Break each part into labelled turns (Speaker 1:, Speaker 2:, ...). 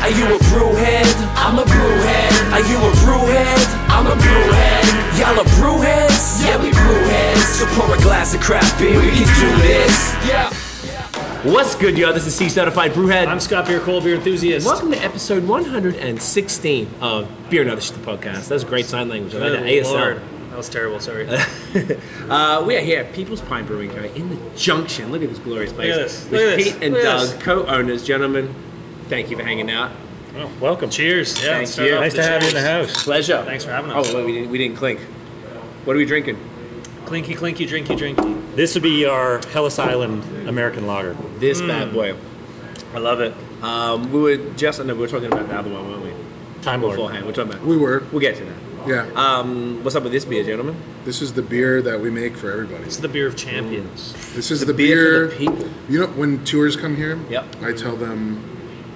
Speaker 1: Are you a brew head? I'm a brew head. Are you a brew head? I'm a brew head. Y'all are brew heads? Yeah, we brew heads. So pour a glass of craft beer, we can do this. Yeah.
Speaker 2: What's good, y'all? This is C Certified Brewhead.
Speaker 3: I'm Scott Beer, cold beer enthusiast.
Speaker 2: Welcome to episode 116 of Beer and Other Shit, the podcast. That's great sign language. I like that
Speaker 3: Oh,
Speaker 2: ASL.
Speaker 3: Lord. That was terrible. Sorry.
Speaker 2: Uh, we are here at People's Pine Brewing Co. in the Junction. Look at this glorious place.
Speaker 3: at this.
Speaker 2: With
Speaker 3: Look at this.
Speaker 2: Pete and
Speaker 3: Look at
Speaker 2: Doug,
Speaker 3: this.
Speaker 2: co-owners, gentlemen. Thank you for hanging out.
Speaker 3: Well, welcome. Cheers. Yeah,
Speaker 2: Thank
Speaker 3: start
Speaker 2: you.
Speaker 3: off
Speaker 2: Nice
Speaker 3: the
Speaker 4: to have you in
Speaker 3: cheers.
Speaker 4: the house.
Speaker 2: Pleasure.
Speaker 3: Thanks for having
Speaker 2: Oh,
Speaker 3: us.
Speaker 2: wait, we didn't, we didn't clink. What are we drinking?
Speaker 3: Clinky, clinky, drinky, drinky.
Speaker 4: This would be our Hellas Island American lager.
Speaker 2: This
Speaker 3: Hmm.
Speaker 2: bad boy. I love it. Um, we were just, I know we were talking about the other one, weren't we?
Speaker 4: Time Lord.
Speaker 2: Beforehand, we're talking about.
Speaker 5: We were.
Speaker 2: We'll get to that.
Speaker 5: Yeah.
Speaker 2: Um, what's up with this beer, gentlemen?
Speaker 5: this is the beer that we make for everybody.
Speaker 3: It's the beer of champions.
Speaker 5: This is
Speaker 2: the
Speaker 5: the,
Speaker 2: beer
Speaker 5: beer.
Speaker 2: for the people.
Speaker 5: You know, when tours come here,
Speaker 2: Yep.
Speaker 5: I tell them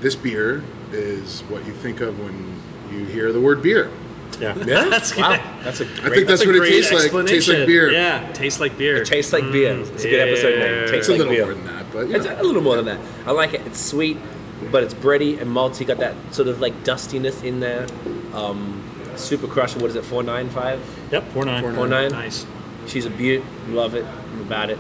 Speaker 5: this beer is what you think of when you hear the word beer.
Speaker 4: Yeah.
Speaker 5: Yeah.
Speaker 3: That's
Speaker 2: Wow,
Speaker 3: good.
Speaker 2: that's a great.
Speaker 5: I think that's,
Speaker 3: a
Speaker 5: what it
Speaker 3: great
Speaker 5: tastes like. Tastes
Speaker 3: explanation.
Speaker 5: like beer.
Speaker 3: Yeah, tastes like beer.
Speaker 2: Tastes like beer. It's a good episode name.
Speaker 3: Mm, yeah.
Speaker 2: Tastes
Speaker 5: It's a
Speaker 2: like
Speaker 5: little
Speaker 2: beer.
Speaker 5: more than that, but you
Speaker 2: It's
Speaker 5: know.
Speaker 2: a little more than that. I like it. It's sweet, but it's bready and malty. Got that sort of like dustiness in there. Um, super Crush. What is it? Four nine five.
Speaker 4: Yep. Four nine.
Speaker 2: Four nine.
Speaker 3: nice.
Speaker 2: She's a beaut. Love it. I'm about it.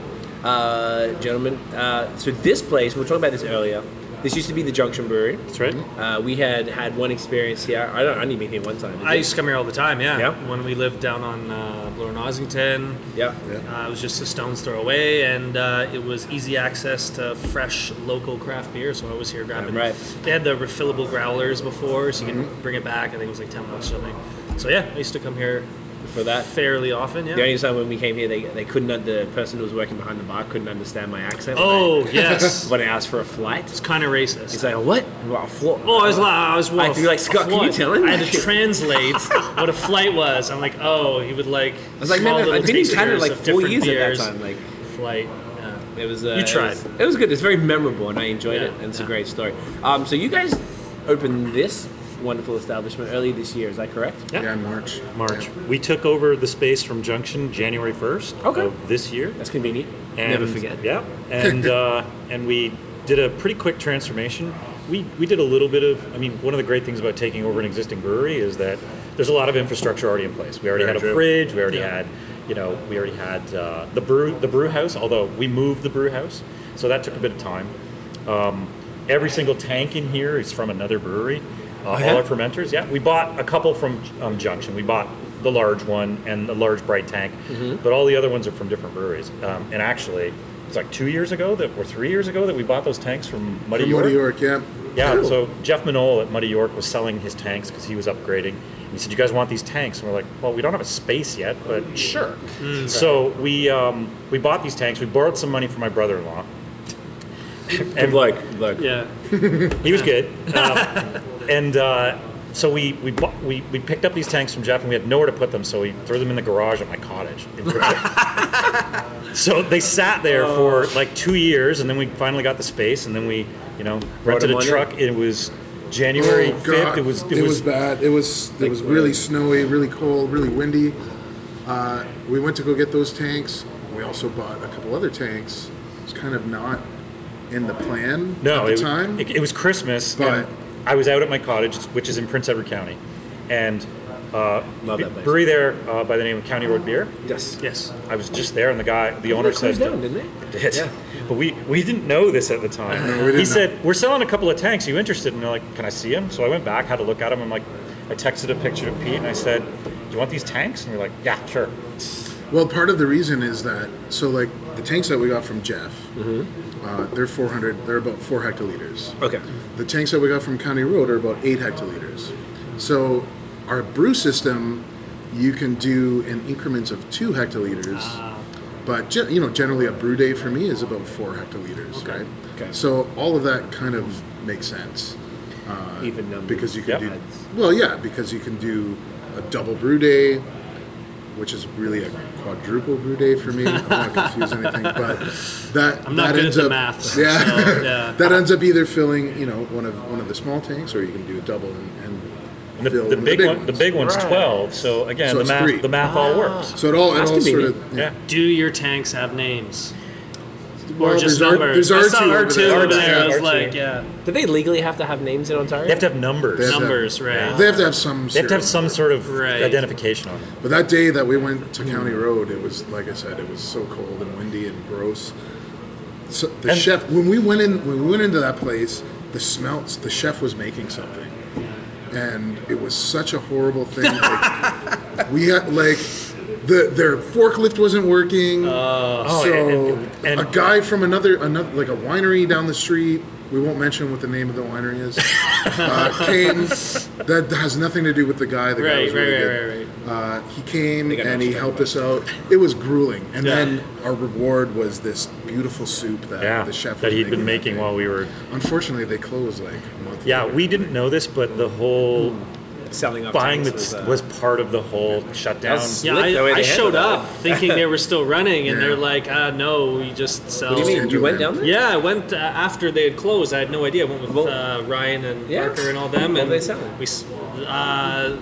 Speaker 2: Uh, gentlemen. Uh, so this place. We were talking about this earlier. This used to be the Junction Brewery.
Speaker 4: That's right.
Speaker 2: Uh, we had had one experience here. I don't. I didn't even here one time.
Speaker 3: I used to come here all the time. Yeah.
Speaker 2: Yeah.
Speaker 3: When we lived down on uh, Lower Nossington,
Speaker 2: Yeah.
Speaker 5: Yeah.
Speaker 3: uh, it was just a stone's throw away, and uh, it was easy access to fresh local craft beer. So I was here grabbing.
Speaker 2: Damn right. Mm-hmm.
Speaker 3: They had the refillable growlers before, so you can bring it back. I think it was like ten bucks or something. So yeah, I used to come here
Speaker 2: For that.
Speaker 3: fairly often. Yeah.
Speaker 2: The only time when we came here, they, they couldn't. un- The person who was working behind the bar couldn't understand my accent. when I-
Speaker 3: Oh yes,
Speaker 2: when I asked for a flight.
Speaker 3: it's kind of racist.
Speaker 2: He's like, what? Uh, Well, floor.
Speaker 3: Oh, I was like, I was
Speaker 2: Like, you're like, Scott, can you
Speaker 3: flight.
Speaker 2: tell him?
Speaker 3: I had to translate what a flight was. I'm like, oh, he would like.
Speaker 2: I was like, man, I've been in Thailand like four years at that time. Like,
Speaker 3: Flight. Yeah.
Speaker 2: it was. Uh,
Speaker 3: You tried.
Speaker 2: It was, it was good. It's very memorable, and I enjoyed
Speaker 3: Yeah,
Speaker 2: it. And it's a
Speaker 3: yeah.
Speaker 2: great story. Um, so you guys opened this wonderful establishment early this year. Is that correct?
Speaker 5: yeah, in March.
Speaker 4: March.
Speaker 5: Yeah.
Speaker 4: We took over the space from Junction January 1st
Speaker 2: Okay.
Speaker 4: of this year.
Speaker 2: That's convenient.
Speaker 4: And,
Speaker 2: Never forget.
Speaker 4: Yeah. And uh, and we did a pretty quick transformation. We we did a little bit of. I mean, one of the great things about taking over an existing brewery is that there's a lot of infrastructure already in place. We already
Speaker 2: Very
Speaker 4: had a
Speaker 2: true.
Speaker 4: fridge. We already had you know we already had uh, the brew the brew house. Although we moved the brew house, so that took a bit of time. Um, every single tank in here is from another brewery. Uh,
Speaker 2: yeah?
Speaker 4: All our fermenters, yeah. We bought a couple from um, Junction. We bought the large one and the large bright tank, but all the other ones are from different breweries. Um, and actually, it's like two years ago that or three years ago that we bought those tanks from Muddy
Speaker 5: From
Speaker 4: York.
Speaker 5: Muddy York, yeah.
Speaker 4: Yeah. So Jeff Manole at Muddy York was selling his tanks because he was upgrading. He said, "You guys want these tanks?" And we're like, "Well, we don't have a space yet, but sure." So we um, we bought these tanks. We borrowed some money from my brother-in-law.
Speaker 2: And like, like,
Speaker 3: Yeah.
Speaker 4: He was good. Uh, and uh, so we we, bu- we we picked up these tanks from Jeff, and we had nowhere to put them, so we threw them in the garage at my cottage. in Bridgewater. so they sat there for like two years, and then we finally got the space, and then we you know rented
Speaker 2: them
Speaker 4: a
Speaker 2: on in.
Speaker 4: truck. It was January
Speaker 5: Oh,
Speaker 4: fifth.
Speaker 5: God.
Speaker 4: It was uh,
Speaker 5: it was bad. It was it was really snowy, really cold, really windy. Uh, we went to go get those tanks. We also bought a couple other tanks. It's kind of not in the plan
Speaker 4: No,
Speaker 5: at the
Speaker 4: it,
Speaker 5: time.
Speaker 4: It, it was Christmas.
Speaker 5: But-
Speaker 4: and I was out at my cottage, which is in Prince Edward County, and uh,
Speaker 2: Love
Speaker 4: b-
Speaker 2: that place.
Speaker 4: brewery there uh, by the name of County Road Beer.
Speaker 2: Yes.
Speaker 3: Yes.
Speaker 4: I was just there, and the guy, the
Speaker 2: They
Speaker 4: owner said,
Speaker 2: closed down, didn't they?
Speaker 4: did.
Speaker 2: Yeah.
Speaker 4: But we, we didn't know this at the time.
Speaker 5: we did
Speaker 4: he
Speaker 5: not.
Speaker 4: said, We're selling a couple of tanks. Are you interested? And they're like, Can I see them? So I went back, had a look at them. I'm like, I texted a picture to Pete and I said, Do you want these tanks? And they're like, Yeah, sure.
Speaker 5: Well, part of the reason is that so like the tanks that we got from Jeff,
Speaker 4: Mm-hmm.
Speaker 5: uh, they're 400. They're about four hectoliters.
Speaker 2: Okay.
Speaker 5: The tanks that we got from County Road are about eight hectoliters. So our brew system, you can do in increments of two hectoliters.
Speaker 2: Ah.
Speaker 5: But gen- you know, generally a brew day for me is about four hectoliters, right?
Speaker 2: Okay.
Speaker 5: So all of that kind of makes sense
Speaker 2: Even numbers.
Speaker 5: because you can
Speaker 4: Yep.
Speaker 5: do well, yeah, because you can do a double brew day, which is really a quadruple brew day for me. I don't want to confuse anything, but that
Speaker 3: I'm not
Speaker 5: that
Speaker 3: good
Speaker 5: ends
Speaker 3: at the
Speaker 5: up
Speaker 3: math.
Speaker 5: yeah,
Speaker 3: so, yeah.
Speaker 5: that ends up either filling you know one of one of the small tanks, or you can do a double and, and
Speaker 4: The,
Speaker 5: fill
Speaker 4: the
Speaker 5: one of
Speaker 4: big one, the
Speaker 5: ones.
Speaker 4: big one's
Speaker 3: Right.
Speaker 4: twelve. So again,
Speaker 5: So
Speaker 4: the
Speaker 5: it's
Speaker 4: math,
Speaker 5: three.
Speaker 4: the math all works.
Speaker 5: So it all it
Speaker 6: That's
Speaker 5: all sort
Speaker 6: convenient.
Speaker 5: of
Speaker 4: Yeah.
Speaker 3: Do your tanks have names?
Speaker 5: Well,
Speaker 3: or just
Speaker 5: there's R-
Speaker 3: numbers?
Speaker 5: there's
Speaker 3: I saw
Speaker 5: R2 over
Speaker 3: R2
Speaker 5: there.
Speaker 3: over there. I was
Speaker 4: R2.
Speaker 3: like, yeah,
Speaker 6: Do they legally have to have names in Ontario?
Speaker 4: They have to have numbers.
Speaker 5: They have to-
Speaker 3: numbers, right?
Speaker 5: They have to have some.
Speaker 4: They have to have some
Speaker 5: serial
Speaker 4: sort of
Speaker 3: Right.
Speaker 4: identification on them.
Speaker 5: But that day that we went to County Road, it was like I said, it was so cold and windy and gross. So the
Speaker 4: And-
Speaker 5: chef, when we went in, when we went into that place, the smelts. The chef was making something, and it was such a horrible thing. Like, we had like the their forklift wasn't working.
Speaker 4: Oh,
Speaker 5: so
Speaker 4: and- and-
Speaker 5: a guy from another another like a winery down the street. We won't mention what the name of the winery is. uh, came that has nothing to do with the guy. The guy
Speaker 3: Right,
Speaker 5: was
Speaker 3: right,
Speaker 5: really
Speaker 3: right,
Speaker 5: good.
Speaker 3: right, right.
Speaker 5: Uh, he came
Speaker 4: I
Speaker 5: and
Speaker 4: know
Speaker 5: he
Speaker 4: what
Speaker 5: helped us out. It was grueling, and
Speaker 3: Yeah.
Speaker 5: then our reward was this beautiful soup that
Speaker 4: Yeah,
Speaker 5: Uh, the chef
Speaker 4: that
Speaker 5: was
Speaker 4: he'd been making
Speaker 5: that
Speaker 4: while we were.
Speaker 5: day. Unfortunately, they closed like a month.
Speaker 4: Yeah,
Speaker 5: later.
Speaker 4: we didn't know this, but the whole
Speaker 6: selling up
Speaker 4: buying
Speaker 6: tanks
Speaker 4: the,
Speaker 6: was, uh,
Speaker 4: was part of the whole shutdown.
Speaker 6: That's-
Speaker 3: Yeah,
Speaker 6: Look the way
Speaker 3: I, I
Speaker 6: they handled
Speaker 3: showed up thinking they were still running, and
Speaker 5: Yeah.
Speaker 3: they're like, uh, no, we just sell.
Speaker 6: What do you mean? You went down there?
Speaker 3: Yeah, I went uh, after they had closed. I had no idea. I went with uh, Ryan and
Speaker 6: Yeah.
Speaker 3: Parker and all them.
Speaker 6: What
Speaker 3: and
Speaker 6: were they selling?
Speaker 3: We, s- uh,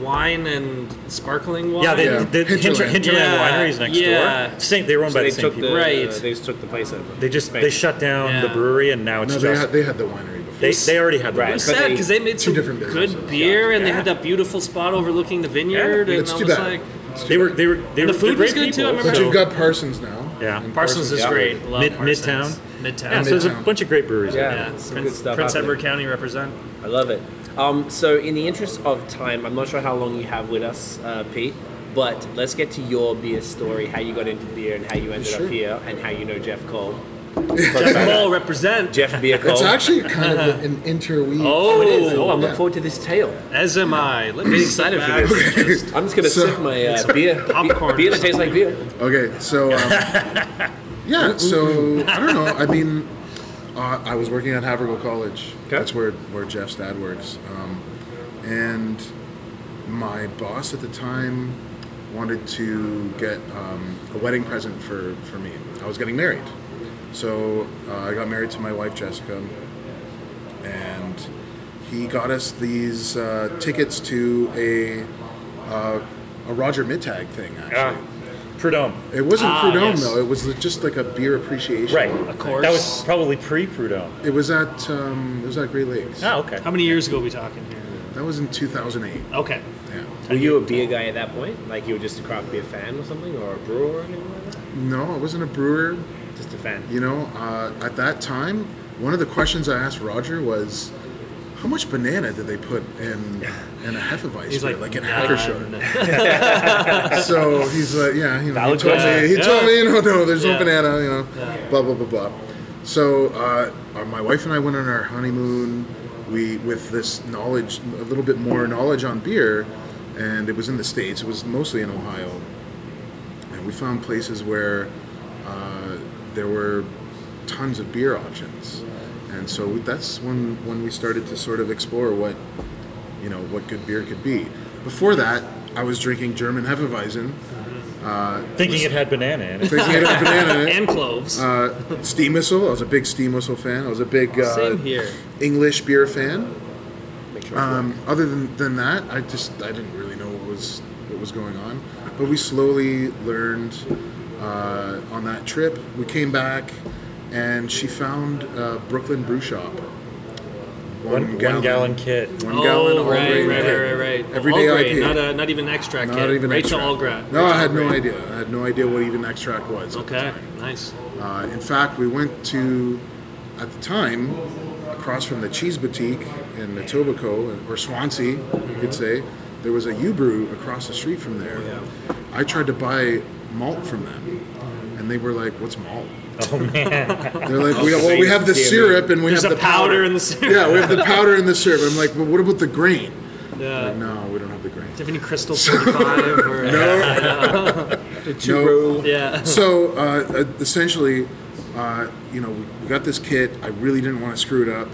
Speaker 3: wine and sparkling wine.
Speaker 4: yeah, they,
Speaker 5: Yeah.
Speaker 4: the hinterland,
Speaker 5: Hinterland.
Speaker 4: hinterland
Speaker 3: Yeah,
Speaker 4: wineries next
Speaker 3: yeah.
Speaker 4: door. Same, they were owned by
Speaker 6: they
Speaker 4: the same
Speaker 6: took
Speaker 4: people.
Speaker 6: the
Speaker 2: uh,
Speaker 3: Right.
Speaker 6: they took the place over.
Speaker 4: they just they
Speaker 6: Space.
Speaker 4: shut down the
Speaker 3: Yeah.
Speaker 4: brewery, and now it's
Speaker 5: no, they
Speaker 4: just
Speaker 5: had, they had the winery before.
Speaker 4: they, they already had the
Speaker 6: Right.
Speaker 3: It was
Speaker 4: brewery.
Speaker 6: But
Speaker 3: sad
Speaker 6: they-
Speaker 3: because they made some
Speaker 5: different
Speaker 3: good
Speaker 5: businesses.
Speaker 3: beer, and they
Speaker 4: Yeah.
Speaker 3: had that beautiful spot overlooking the vineyard, and
Speaker 5: It's
Speaker 3: I
Speaker 5: too
Speaker 3: was
Speaker 5: bad.
Speaker 3: like,
Speaker 4: They were they were they
Speaker 3: And the
Speaker 4: were
Speaker 3: food
Speaker 4: they're
Speaker 3: was
Speaker 4: great
Speaker 3: good, too, I
Speaker 4: people,
Speaker 3: remember.
Speaker 5: but
Speaker 4: so-
Speaker 5: you've got Parsons now.
Speaker 4: Yeah.
Speaker 5: And
Speaker 3: Parsons is
Speaker 6: Yeah.
Speaker 3: great. Love
Speaker 4: Mid-
Speaker 3: Parsons. Midtown.
Speaker 4: yeah, so there's a
Speaker 5: Midtown.
Speaker 4: bunch of great breweries.
Speaker 6: Yeah,
Speaker 4: there.
Speaker 6: some
Speaker 3: Prince,
Speaker 6: good stuff.
Speaker 3: Prince
Speaker 6: happening.
Speaker 3: Edward County represent.
Speaker 6: I love it. Um, so, in the interest of time, I'm not sure how long you have with us, uh, Pete, but let's get to your beer story, how you got into beer and how you ended
Speaker 5: Sure.
Speaker 6: up here, and how you know Jeff Cole.
Speaker 3: Paul represent.
Speaker 6: Jeff Beer Cole.
Speaker 5: It's
Speaker 4: Oh.
Speaker 5: actually kind of an interweave.
Speaker 3: Oh,
Speaker 6: It is. Oh, I'm
Speaker 5: Yeah.
Speaker 6: looking forward to this tale.
Speaker 3: As am I. Let me sit
Speaker 6: excited for
Speaker 3: back
Speaker 6: this.
Speaker 3: and just-
Speaker 6: I'm just going to
Speaker 5: So-
Speaker 6: sip my uh, beer.
Speaker 3: popcorn.
Speaker 6: Beer that tastes like beer.
Speaker 5: Okay, so um, yeah, so I don't know. I mean, uh, I was working at Havergal College. That's where where Jeff's dad works, um, and my boss at the time wanted to get um, a wedding present for for me. I was getting married, so uh, I got married to my wife Jessica, and he got us these uh, tickets to a uh, a Roger Mittag thing. Actually.
Speaker 4: Yeah. Prudhomme.
Speaker 5: It wasn't
Speaker 3: Ah,
Speaker 5: Prudhomme
Speaker 3: yes.
Speaker 5: though. It was just like a beer appreciation.
Speaker 4: Right.
Speaker 3: Of course.
Speaker 4: That was probably pre Prudhomme.
Speaker 5: It was at um, it was at Great Lakes.
Speaker 4: Oh, okay.
Speaker 3: How many years ago are we talking here?
Speaker 5: That was in 2008.
Speaker 3: Okay.
Speaker 5: Yeah.
Speaker 6: Were you a beer guy at that point? Like you were just a craft beer fan or something, or a brewer or anything like that?
Speaker 5: No, I wasn't a brewer.
Speaker 6: Just a fan.
Speaker 5: You know, uh, at that time, one of the questions I asked Roger was, how much banana did they put in in a hefeweizen?
Speaker 3: He's like,
Speaker 5: like in
Speaker 3: "None."
Speaker 5: Hackerschot. so he's like, yeah, you know, he
Speaker 6: Valid
Speaker 5: told me,
Speaker 3: question.
Speaker 5: he
Speaker 3: Yeah.
Speaker 5: told me, no, no, there's
Speaker 3: Yeah.
Speaker 5: no banana, you know, blah blah blah blah. So uh, uh, my wife and I went on our honeymoon. We with this knowledge, a little bit more knowledge on beer, and it was in the states. It was mostly in Ohio, and we found places where uh, there were tons of beer options, and so that's when when we started to sort of explore what you know what good beer could be. Before that, I was drinking German Hefeweizen,
Speaker 4: Thinking it had banana in it.
Speaker 5: thinking it had banana in it.
Speaker 3: And cloves.
Speaker 5: Uh, steam whistle. I was a big steam whistle fan. I was a big uh,
Speaker 3: Same here.
Speaker 5: English beer fan.
Speaker 6: Make sure.
Speaker 5: Um, other than, than that, I just I didn't really know what was what was going on. But we slowly learned uh, on that trip. We came back, and she found uh, Brooklyn Brew Shop.
Speaker 4: One, one gallon kit.
Speaker 5: One gallon.
Speaker 3: Oh,
Speaker 5: all
Speaker 3: right,
Speaker 5: grain
Speaker 3: right,
Speaker 5: kit.
Speaker 3: right, right, right.
Speaker 5: Everyday
Speaker 3: all
Speaker 5: IPA.
Speaker 3: grain, not, a, not even extract
Speaker 5: Not
Speaker 3: kit.
Speaker 5: even
Speaker 3: Rachel
Speaker 5: extract.
Speaker 3: Allgrat.
Speaker 5: No,
Speaker 3: Rachel
Speaker 5: I had no
Speaker 3: Allgrat.
Speaker 5: idea. I had no idea what even extract was. at the
Speaker 3: Okay,
Speaker 5: time.
Speaker 3: nice.
Speaker 5: Uh, in fact, we went to, at the time, across from the cheese boutique inEtobicoke, or Swansea, you could say, there was a U Brew across the street from there. I tried to buy malt from them, and they were like, What's malt?
Speaker 4: Oh man.
Speaker 5: They're like, we, Well, we have the syrup and we
Speaker 3: There's
Speaker 5: have
Speaker 3: a
Speaker 5: the
Speaker 3: powder in the syrup.
Speaker 5: Yeah, we have the powder and the syrup. I'm like, Well, what about the grain?
Speaker 3: Yeah. Do
Speaker 5: No, we don't have the grain.
Speaker 3: you have any Crystal 45 or...
Speaker 5: No.
Speaker 3: Yeah.
Speaker 5: so uh, essentially, uh, you know, we got this kit. I really didn't want to screw it up.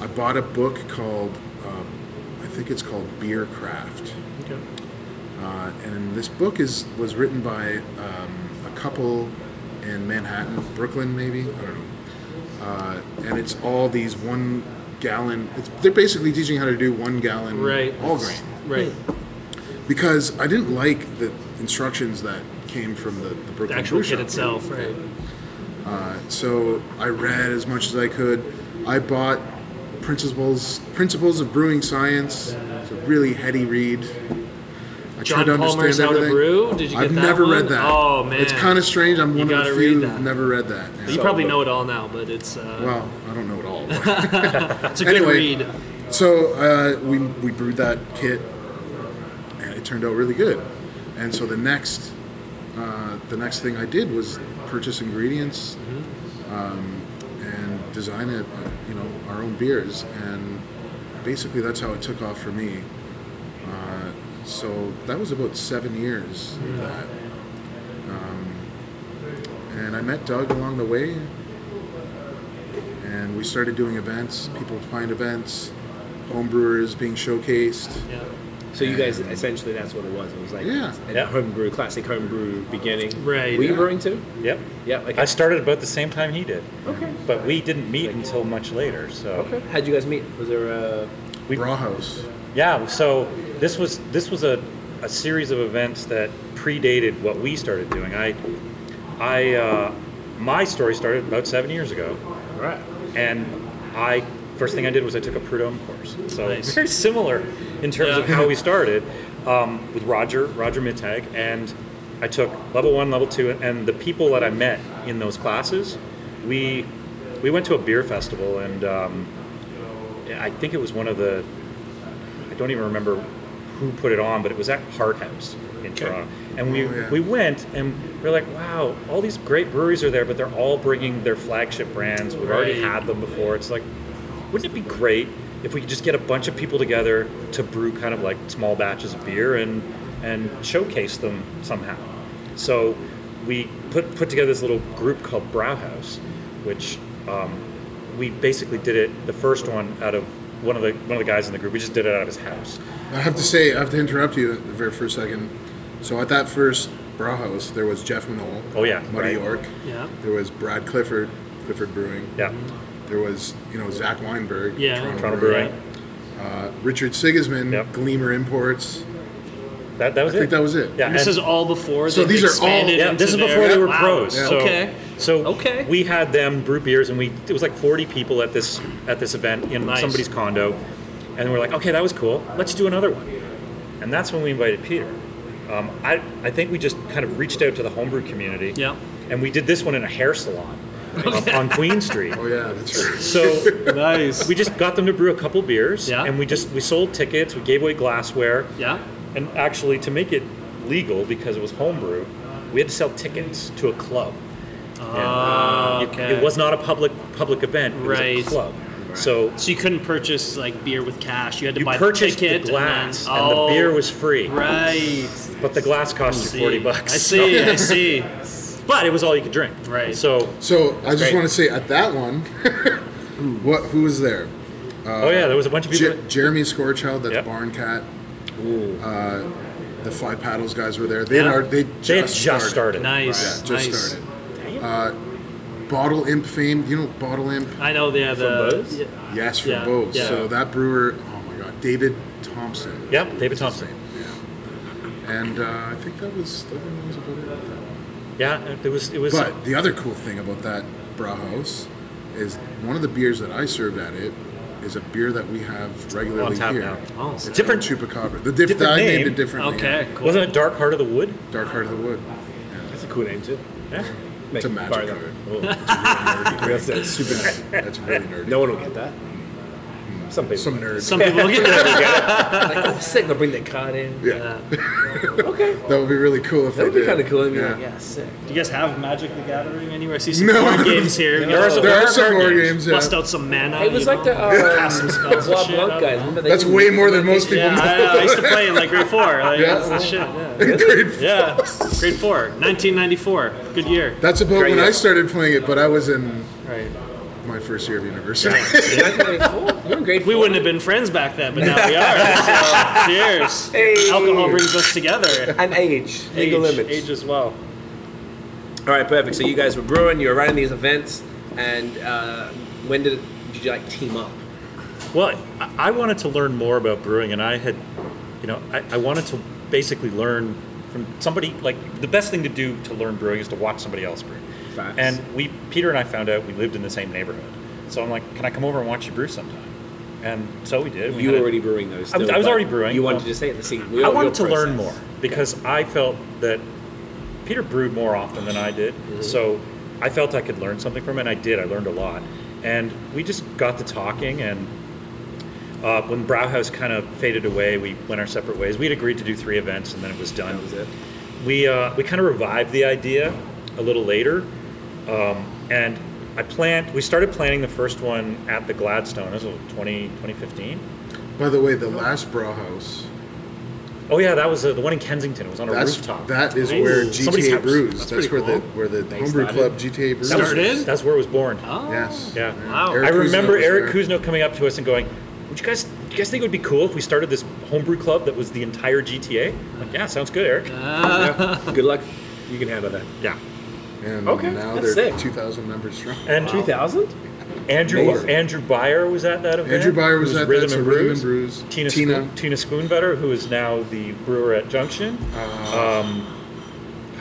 Speaker 5: I bought a book called, um, I think it's called Beer Craft,
Speaker 3: Okay.
Speaker 5: Uh, and this book is was written by um, a couple in Manhattan, Brooklyn, maybe I don't know. Uh, and it's all these one gallon. It's, they're basically teaching how to do one gallon
Speaker 3: Right.
Speaker 5: all grain
Speaker 3: Right.
Speaker 5: because I didn't like the instructions that came from the, the Brooklyn
Speaker 3: The actual
Speaker 5: Brew
Speaker 3: kit
Speaker 5: Shop.
Speaker 3: itself. Right.
Speaker 5: So I read as much as I could. I bought Principles Principles of Brewing Science. It's a really heady read. I
Speaker 3: John Palmer's How to Brew? Did you get
Speaker 5: I've
Speaker 3: that
Speaker 5: never
Speaker 3: one?
Speaker 5: read that.
Speaker 3: Oh, man.
Speaker 5: it's kind of strange. I'm
Speaker 3: You
Speaker 5: one of
Speaker 3: gotta
Speaker 5: the
Speaker 3: read
Speaker 5: few
Speaker 3: that.
Speaker 5: who've never read that.
Speaker 3: You
Speaker 5: Yeah.
Speaker 3: probably know it all now, but it's uh,
Speaker 5: well, I don't know at all.
Speaker 3: it's a good
Speaker 5: anyway.
Speaker 3: read.
Speaker 5: So uh, we, we brewed that kit, and it turned out really good. And so the next uh, the next thing I did was purchase ingredients um, and design it, uh, you know, our own beers. And basically, that's how it took off for me. Uh, so that was about seven years of that. Um, and I met Doug along the way, and we started doing events, people find events, homebrewers being showcased.
Speaker 3: Yeah.
Speaker 2: So you guys essentially that's what it was. It was like
Speaker 5: Yeah.
Speaker 2: a
Speaker 4: Yeah.
Speaker 2: homebrew, classic homebrew beginning.
Speaker 3: Right.
Speaker 2: Were you
Speaker 3: Yeah.
Speaker 2: brewing too?
Speaker 4: Yep.
Speaker 2: Yeah. Like
Speaker 4: I started about the same time he did.
Speaker 2: Okay.
Speaker 4: But we didn't meet until much later. So
Speaker 2: Okay. How'd you guys meet? Was there a
Speaker 4: we
Speaker 5: Brauhaus.
Speaker 4: Yeah, so this was this was a, a series of events that predated what we started doing. I I uh, my story started about seven years ago,
Speaker 2: right?
Speaker 4: and I first thing I did was I took a Prudhomme course. So
Speaker 3: Nice.
Speaker 4: very similar in terms of
Speaker 3: Yeah.
Speaker 4: how we started um, with Roger Roger Mittag, and I took level one, level two, and the people that I met in those classes, we we went to a beer festival, and um, I think it was one of the I don't even remember who put it on, but it was at Hart House in Toronto. And we,
Speaker 5: Oh, yeah.
Speaker 4: we went and we are like, wow, all these great breweries are there, but they're all bringing their flagship brands. We've already
Speaker 3: Right.
Speaker 4: had them before. It's like, wouldn't it be great if we could just get a bunch of people together to brew kind of like small batches of beer and and showcase them somehow? So we put put together this little group called Brauhaus, which um, we basically did it the first one out of one of the one of the guys in the group. We just did it out of his house.
Speaker 5: I have to say, I have to interrupt you very for a second. So at that first Brauhaus, there was Jeff Manole.
Speaker 4: Oh, yeah,
Speaker 5: Muddy
Speaker 4: right.
Speaker 5: York.
Speaker 3: Yeah.
Speaker 5: There was Brad Clifford, Clifford Brewing.
Speaker 4: Yeah,
Speaker 5: There was you know Zach Weinberg.
Speaker 3: Yeah.
Speaker 4: Toronto Brewing.
Speaker 5: Richard Sigismund,
Speaker 4: Yep.
Speaker 5: Gleamer Imports.
Speaker 4: That that was
Speaker 5: I
Speaker 4: it.
Speaker 5: think that was it.
Speaker 4: Yeah,
Speaker 3: And this
Speaker 4: and-
Speaker 3: is all before.
Speaker 5: So
Speaker 3: they've
Speaker 5: these are all-
Speaker 3: expanded
Speaker 4: Yeah,
Speaker 3: into
Speaker 4: this is before
Speaker 3: their-
Speaker 4: they were
Speaker 3: Wow.
Speaker 4: pros. So,
Speaker 3: Okay.
Speaker 4: So
Speaker 3: Okay.
Speaker 4: we had them brew beers, and we it was like 40 people at this at this event in
Speaker 3: Nice.
Speaker 4: somebody's condo, and we're like, okay, that was cool. Let's do another one, and that's when we invited Peter. Um, I I think we just kind of reached out to the homebrew community.
Speaker 3: Yeah.
Speaker 4: And we did this one in a hair salon um, on Queen Street.
Speaker 5: Oh yeah, that's right.
Speaker 4: So
Speaker 3: nice.
Speaker 4: we just got them to brew a couple beers,
Speaker 3: Yeah.
Speaker 4: and we just we sold tickets, we gave away glassware,
Speaker 3: Yeah.
Speaker 4: and actually, to make it legal because it was homebrew, we had to sell tickets to a club.
Speaker 3: Ah,
Speaker 4: And, uh,
Speaker 3: okay.
Speaker 4: It, it was not a public public event. It
Speaker 3: Right.
Speaker 4: was a club. So
Speaker 3: So you couldn't purchase like beer with cash. You had to
Speaker 4: you
Speaker 3: buy
Speaker 4: purchased
Speaker 3: the
Speaker 4: the
Speaker 3: ticket
Speaker 4: glass,
Speaker 3: and,
Speaker 4: and,
Speaker 3: then, oh,
Speaker 4: the beer was free.
Speaker 3: right.
Speaker 4: But the glass cost you forty bucks.
Speaker 3: I see.
Speaker 4: So-
Speaker 3: I see.
Speaker 4: but it was all you could drink.
Speaker 3: Right.
Speaker 4: So
Speaker 5: So I just
Speaker 2: great.
Speaker 5: want to say at that one, what who was there?
Speaker 4: oh yeah, there was a bunch of people.
Speaker 5: Je- Jeremy Scorchild, that's
Speaker 4: Yep.
Speaker 5: Barn Cat. Uh, the Five Paddles guys were there. They had
Speaker 3: Yeah.
Speaker 5: our, they just
Speaker 4: they had just started.
Speaker 5: Yeah,
Speaker 3: Nice.
Speaker 5: just
Speaker 3: nice.
Speaker 5: started. Uh, Bottle Imp fame. You know Bottle Imp.
Speaker 3: I know they have the.
Speaker 2: Bose?
Speaker 3: yeah.
Speaker 5: Yes, from
Speaker 3: Yeah,
Speaker 5: both.
Speaker 3: yeah.
Speaker 5: So that brewer, oh my God, David Thompson.
Speaker 4: Yep, David Thompson.
Speaker 5: And uh, I think that was, I think that was about it.
Speaker 4: Yeah, it was it was
Speaker 5: But the other cool thing about that Brauhaus is one of the beers that I served at it is a beer that we have regularly
Speaker 4: on tap
Speaker 5: here.
Speaker 4: now.
Speaker 3: Oh,
Speaker 5: It's
Speaker 4: Different-
Speaker 5: different Chupacabra. The diff-
Speaker 4: different
Speaker 5: I named
Speaker 4: name.
Speaker 5: it differently.
Speaker 3: Okay. Cool.
Speaker 4: Wasn't it Dark Heart of the Wood?
Speaker 5: yeah. Dark Heart of the Wood.
Speaker 2: That's a cool name too.
Speaker 4: Yeah.
Speaker 2: Make
Speaker 5: a
Speaker 2: you
Speaker 5: magic
Speaker 2: borrow that.
Speaker 5: card.
Speaker 2: Oh, it's really nerdy. That's- that's super nerdy.
Speaker 5: That's really nerdy.
Speaker 2: No one will get that. Some people.
Speaker 5: Some nerd.
Speaker 3: Some people get that.
Speaker 2: like, oh, sick. They'll bring their card in.
Speaker 5: yeah.
Speaker 2: Okay.
Speaker 5: That would be really cool if
Speaker 2: That would
Speaker 5: they
Speaker 2: be kind of cool. I'd be
Speaker 5: Yeah.
Speaker 2: like, yeah, sick.
Speaker 3: Do you guys have Magic the Gathering anywhere? I see some
Speaker 5: No.
Speaker 3: board games here.
Speaker 4: There are some-
Speaker 5: There are some
Speaker 4: card
Speaker 5: more
Speaker 4: games.
Speaker 5: games. yeah.
Speaker 3: Bust out some mana.
Speaker 2: It was
Speaker 3: you
Speaker 2: like the
Speaker 3: know?
Speaker 2: uh,
Speaker 3: Cast some spells and
Speaker 2: Blanc
Speaker 3: shit.
Speaker 2: Blanc guys. Remember they
Speaker 5: That's
Speaker 2: would-
Speaker 5: way more than most people
Speaker 3: Yeah,
Speaker 5: know.
Speaker 3: I, I used to play in like grade four. Like,
Speaker 5: Yeah.
Speaker 3: that's the shit.
Speaker 5: in grade four.
Speaker 3: Yeah, grade four, 1994. Good year.
Speaker 5: That's about
Speaker 2: Right,
Speaker 5: when
Speaker 2: yeah.
Speaker 5: I started playing it, but I was in
Speaker 3: Right.
Speaker 5: my first year of university.
Speaker 2: 1984? You're in grade
Speaker 3: We
Speaker 2: four.
Speaker 3: wouldn't have been friends back then, but now we are. So, cheers.
Speaker 2: Hey.
Speaker 3: Alcohol brings us together.
Speaker 2: And age. Legal
Speaker 3: age,
Speaker 2: limits.
Speaker 3: age as well.
Speaker 2: All right, perfect. So you guys were brewing, you were running these events, and uh, when did, did you like team up?
Speaker 4: Well, I I wanted to learn more about brewing, and I had, you know, I, I wanted to basically learn from somebody. Like the best thing to do to learn brewing is to watch somebody else brew.
Speaker 2: Facts.
Speaker 4: And we, Peter and I, found out we lived in the same neighborhood, so I'm like, can I come over and watch you brew sometime? And so we
Speaker 3: Mm-hmm.
Speaker 4: did. We
Speaker 2: You
Speaker 4: had
Speaker 2: were
Speaker 4: a-
Speaker 2: already brewing those.
Speaker 4: I was-
Speaker 2: though,
Speaker 4: I was
Speaker 2: but
Speaker 4: already brewing.
Speaker 2: You wanted
Speaker 4: Well,
Speaker 2: to just say it the scene.
Speaker 4: I wanted to learn more because I felt that Peter brewed more often than I did,
Speaker 2: Mm-hmm.
Speaker 4: so I felt I could learn something from him, and I did. I learned a lot, and we just got to talking, and uh, when Brauhaus kind of faded away, we went our separate ways. We had agreed to do three events, and then it was done.
Speaker 2: That was it.
Speaker 4: We uh, we kind of revived the idea a little later, um, and I planned. We started planning the first one at the Gladstone. This was 20, 2015.
Speaker 5: By the way, the last Braw House,
Speaker 4: Oh yeah, that was uh, the one in Kensington. It was on a
Speaker 5: that's
Speaker 4: rooftop.
Speaker 5: that is where
Speaker 4: Ooh. Somebody's
Speaker 5: GTA
Speaker 4: house.
Speaker 5: brews.
Speaker 3: That's
Speaker 5: That's,
Speaker 3: pretty
Speaker 5: where the
Speaker 3: cool.
Speaker 5: where the
Speaker 2: They
Speaker 5: homebrew
Speaker 2: started.
Speaker 5: club GTA brews.
Speaker 4: That was-
Speaker 3: Started?
Speaker 4: That's where it was born.
Speaker 5: Yes.
Speaker 4: Yeah.
Speaker 3: Wow.
Speaker 5: Oh. Eric
Speaker 4: I remember
Speaker 5: Kuzno was
Speaker 4: Eric
Speaker 5: there.
Speaker 4: Kuzno coming up to us and going, "Would you guys, do you guys think it would be cool if we started this homebrew club that was the entire GTA?" I'm like, yeah, sounds good, Eric.
Speaker 2: Good luck. You can handle that.
Speaker 4: yeah.
Speaker 5: And
Speaker 2: Okay,
Speaker 5: now
Speaker 2: that's
Speaker 5: they're
Speaker 2: sick.
Speaker 5: 2,000 members strong.
Speaker 4: And
Speaker 2: 2000?
Speaker 4: Andrew
Speaker 2: Amazing.
Speaker 4: Andrew Byer was at that event.
Speaker 5: Andrew Byer was
Speaker 4: who
Speaker 5: at that, so Rhythm and Brews.
Speaker 4: Tina
Speaker 5: Tina.
Speaker 4: Tina, Tina Spoonbetter, who is now the brewer at Junction.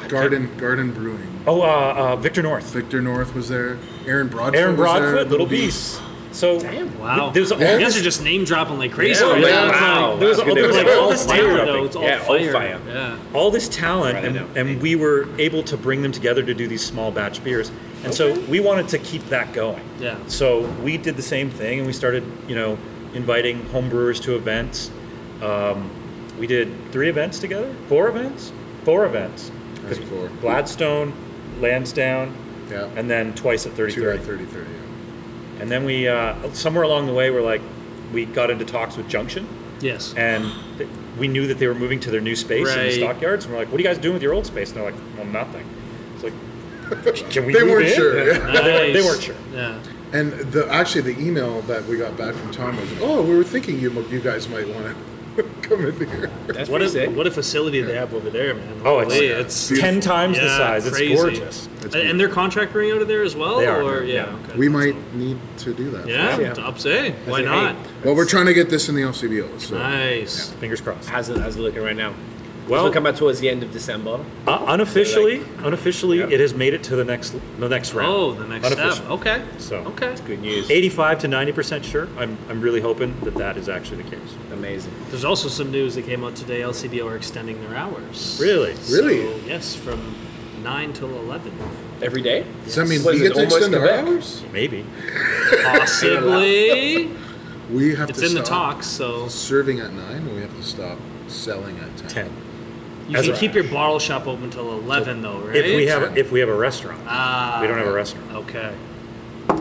Speaker 5: Garden Garden Brewing.
Speaker 4: oh, uh, uh, Victor North.
Speaker 5: Victor North was there. Aaron Broadfoot.
Speaker 4: Aaron
Speaker 5: was there.
Speaker 4: Broadfoot, Little Beast. So
Speaker 2: Damn,
Speaker 3: Wow.
Speaker 4: There's all
Speaker 3: you
Speaker 4: this-
Speaker 3: guys are just name dropping like crazy.
Speaker 4: Yeah,
Speaker 3: right
Speaker 4: like,
Speaker 3: now. It's
Speaker 2: wow.
Speaker 3: like- there's
Speaker 2: That's
Speaker 3: all-
Speaker 2: good.
Speaker 3: there's like
Speaker 2: It's
Speaker 3: all
Speaker 2: all
Speaker 3: this
Speaker 2: fire
Speaker 3: fire,
Speaker 2: up
Speaker 3: though.
Speaker 2: there.
Speaker 3: It's all
Speaker 2: Yeah, all
Speaker 3: fire.
Speaker 2: fire.
Speaker 3: Yeah.
Speaker 4: all this talent,
Speaker 2: Right, I
Speaker 4: and,
Speaker 2: know.
Speaker 4: and we were able to bring them together to do these small batch beers. And so we wanted to keep that going.
Speaker 3: Yeah.
Speaker 4: So we did the same thing, and we started, you know, inviting homebrewers to events. Um, we did three events together, four events, four events.
Speaker 5: I think four.
Speaker 4: Gladstone, Lansdowne,
Speaker 5: Yeah.
Speaker 4: and then twice at 30
Speaker 5: Two out of 30, 30. yeah.
Speaker 4: And then we, uh, somewhere along the way, we're like, we got into talks with Junction
Speaker 3: Yes.
Speaker 4: and th- we knew that they were moving to their new space in
Speaker 3: Right.
Speaker 4: the stockyards. And we're like, "What are you guys doing with your old space?" And they're like, "Well, nothing." It's like, "Can we?"
Speaker 5: They
Speaker 4: move
Speaker 5: weren't
Speaker 4: in?"
Speaker 5: sure. yeah.
Speaker 4: They, weren't, they
Speaker 3: Nice.
Speaker 4: weren't sure.
Speaker 3: Yeah.
Speaker 5: And the actually the email that we got back from Tom was, "Oh, we were thinking you mo- you guys might want to come in here."
Speaker 2: That's
Speaker 3: What
Speaker 2: pretty
Speaker 3: a
Speaker 2: sick.
Speaker 3: what a facility they have over there, man.
Speaker 4: Oh, it's,
Speaker 3: Holy,
Speaker 4: ten times the
Speaker 3: yeah,
Speaker 4: size. It's
Speaker 3: crazy.
Speaker 4: gorgeous.
Speaker 5: It's
Speaker 3: and, and their contract brewing out of there as well,
Speaker 4: They are,
Speaker 3: or
Speaker 4: yeah.
Speaker 3: yeah, okay.
Speaker 5: We might need to do that.
Speaker 3: yeah,
Speaker 2: Yeah.
Speaker 3: up say why
Speaker 2: Hey,
Speaker 3: not?
Speaker 5: Well, we're trying to get this in the LCBO. So
Speaker 3: Nice.
Speaker 4: Fingers crossed.
Speaker 2: How's it, how's it looking right now? Well,
Speaker 4: Well-
Speaker 2: will come out towards the end of December.
Speaker 4: Uh, unofficially, unofficially, it has made it to the next the next round.
Speaker 3: Oh, the next
Speaker 4: Unofficial.
Speaker 3: step. Okay.
Speaker 4: So.
Speaker 3: okay.
Speaker 2: Good news.
Speaker 4: Eighty-five to ninety percent sure. I'm I'm really hoping that that is actually the case.
Speaker 2: Amazing.
Speaker 3: There's also some news that came out today. LCBO are extending their hours.
Speaker 4: Really?
Speaker 5: Really?
Speaker 3: So, yes, from nine till eleven.
Speaker 2: Every day?
Speaker 5: does that mean
Speaker 2: What
Speaker 5: we
Speaker 2: is
Speaker 5: get
Speaker 2: it,
Speaker 5: to
Speaker 2: almost
Speaker 5: extend our
Speaker 2: Quebec?
Speaker 5: hours?
Speaker 4: Maybe.
Speaker 3: Possibly.
Speaker 5: We have
Speaker 3: it's
Speaker 5: to
Speaker 3: in the
Speaker 5: stop
Speaker 3: talks, so
Speaker 5: serving at nine, and we have to stop selling at ten.
Speaker 4: Ten.
Speaker 3: you
Speaker 4: As
Speaker 3: can
Speaker 4: a-
Speaker 3: keep your bottle shop open until eleven, though, right?
Speaker 4: If we have if we have a restaurant,
Speaker 3: ah,
Speaker 4: we don't have a restaurant.
Speaker 3: Okay.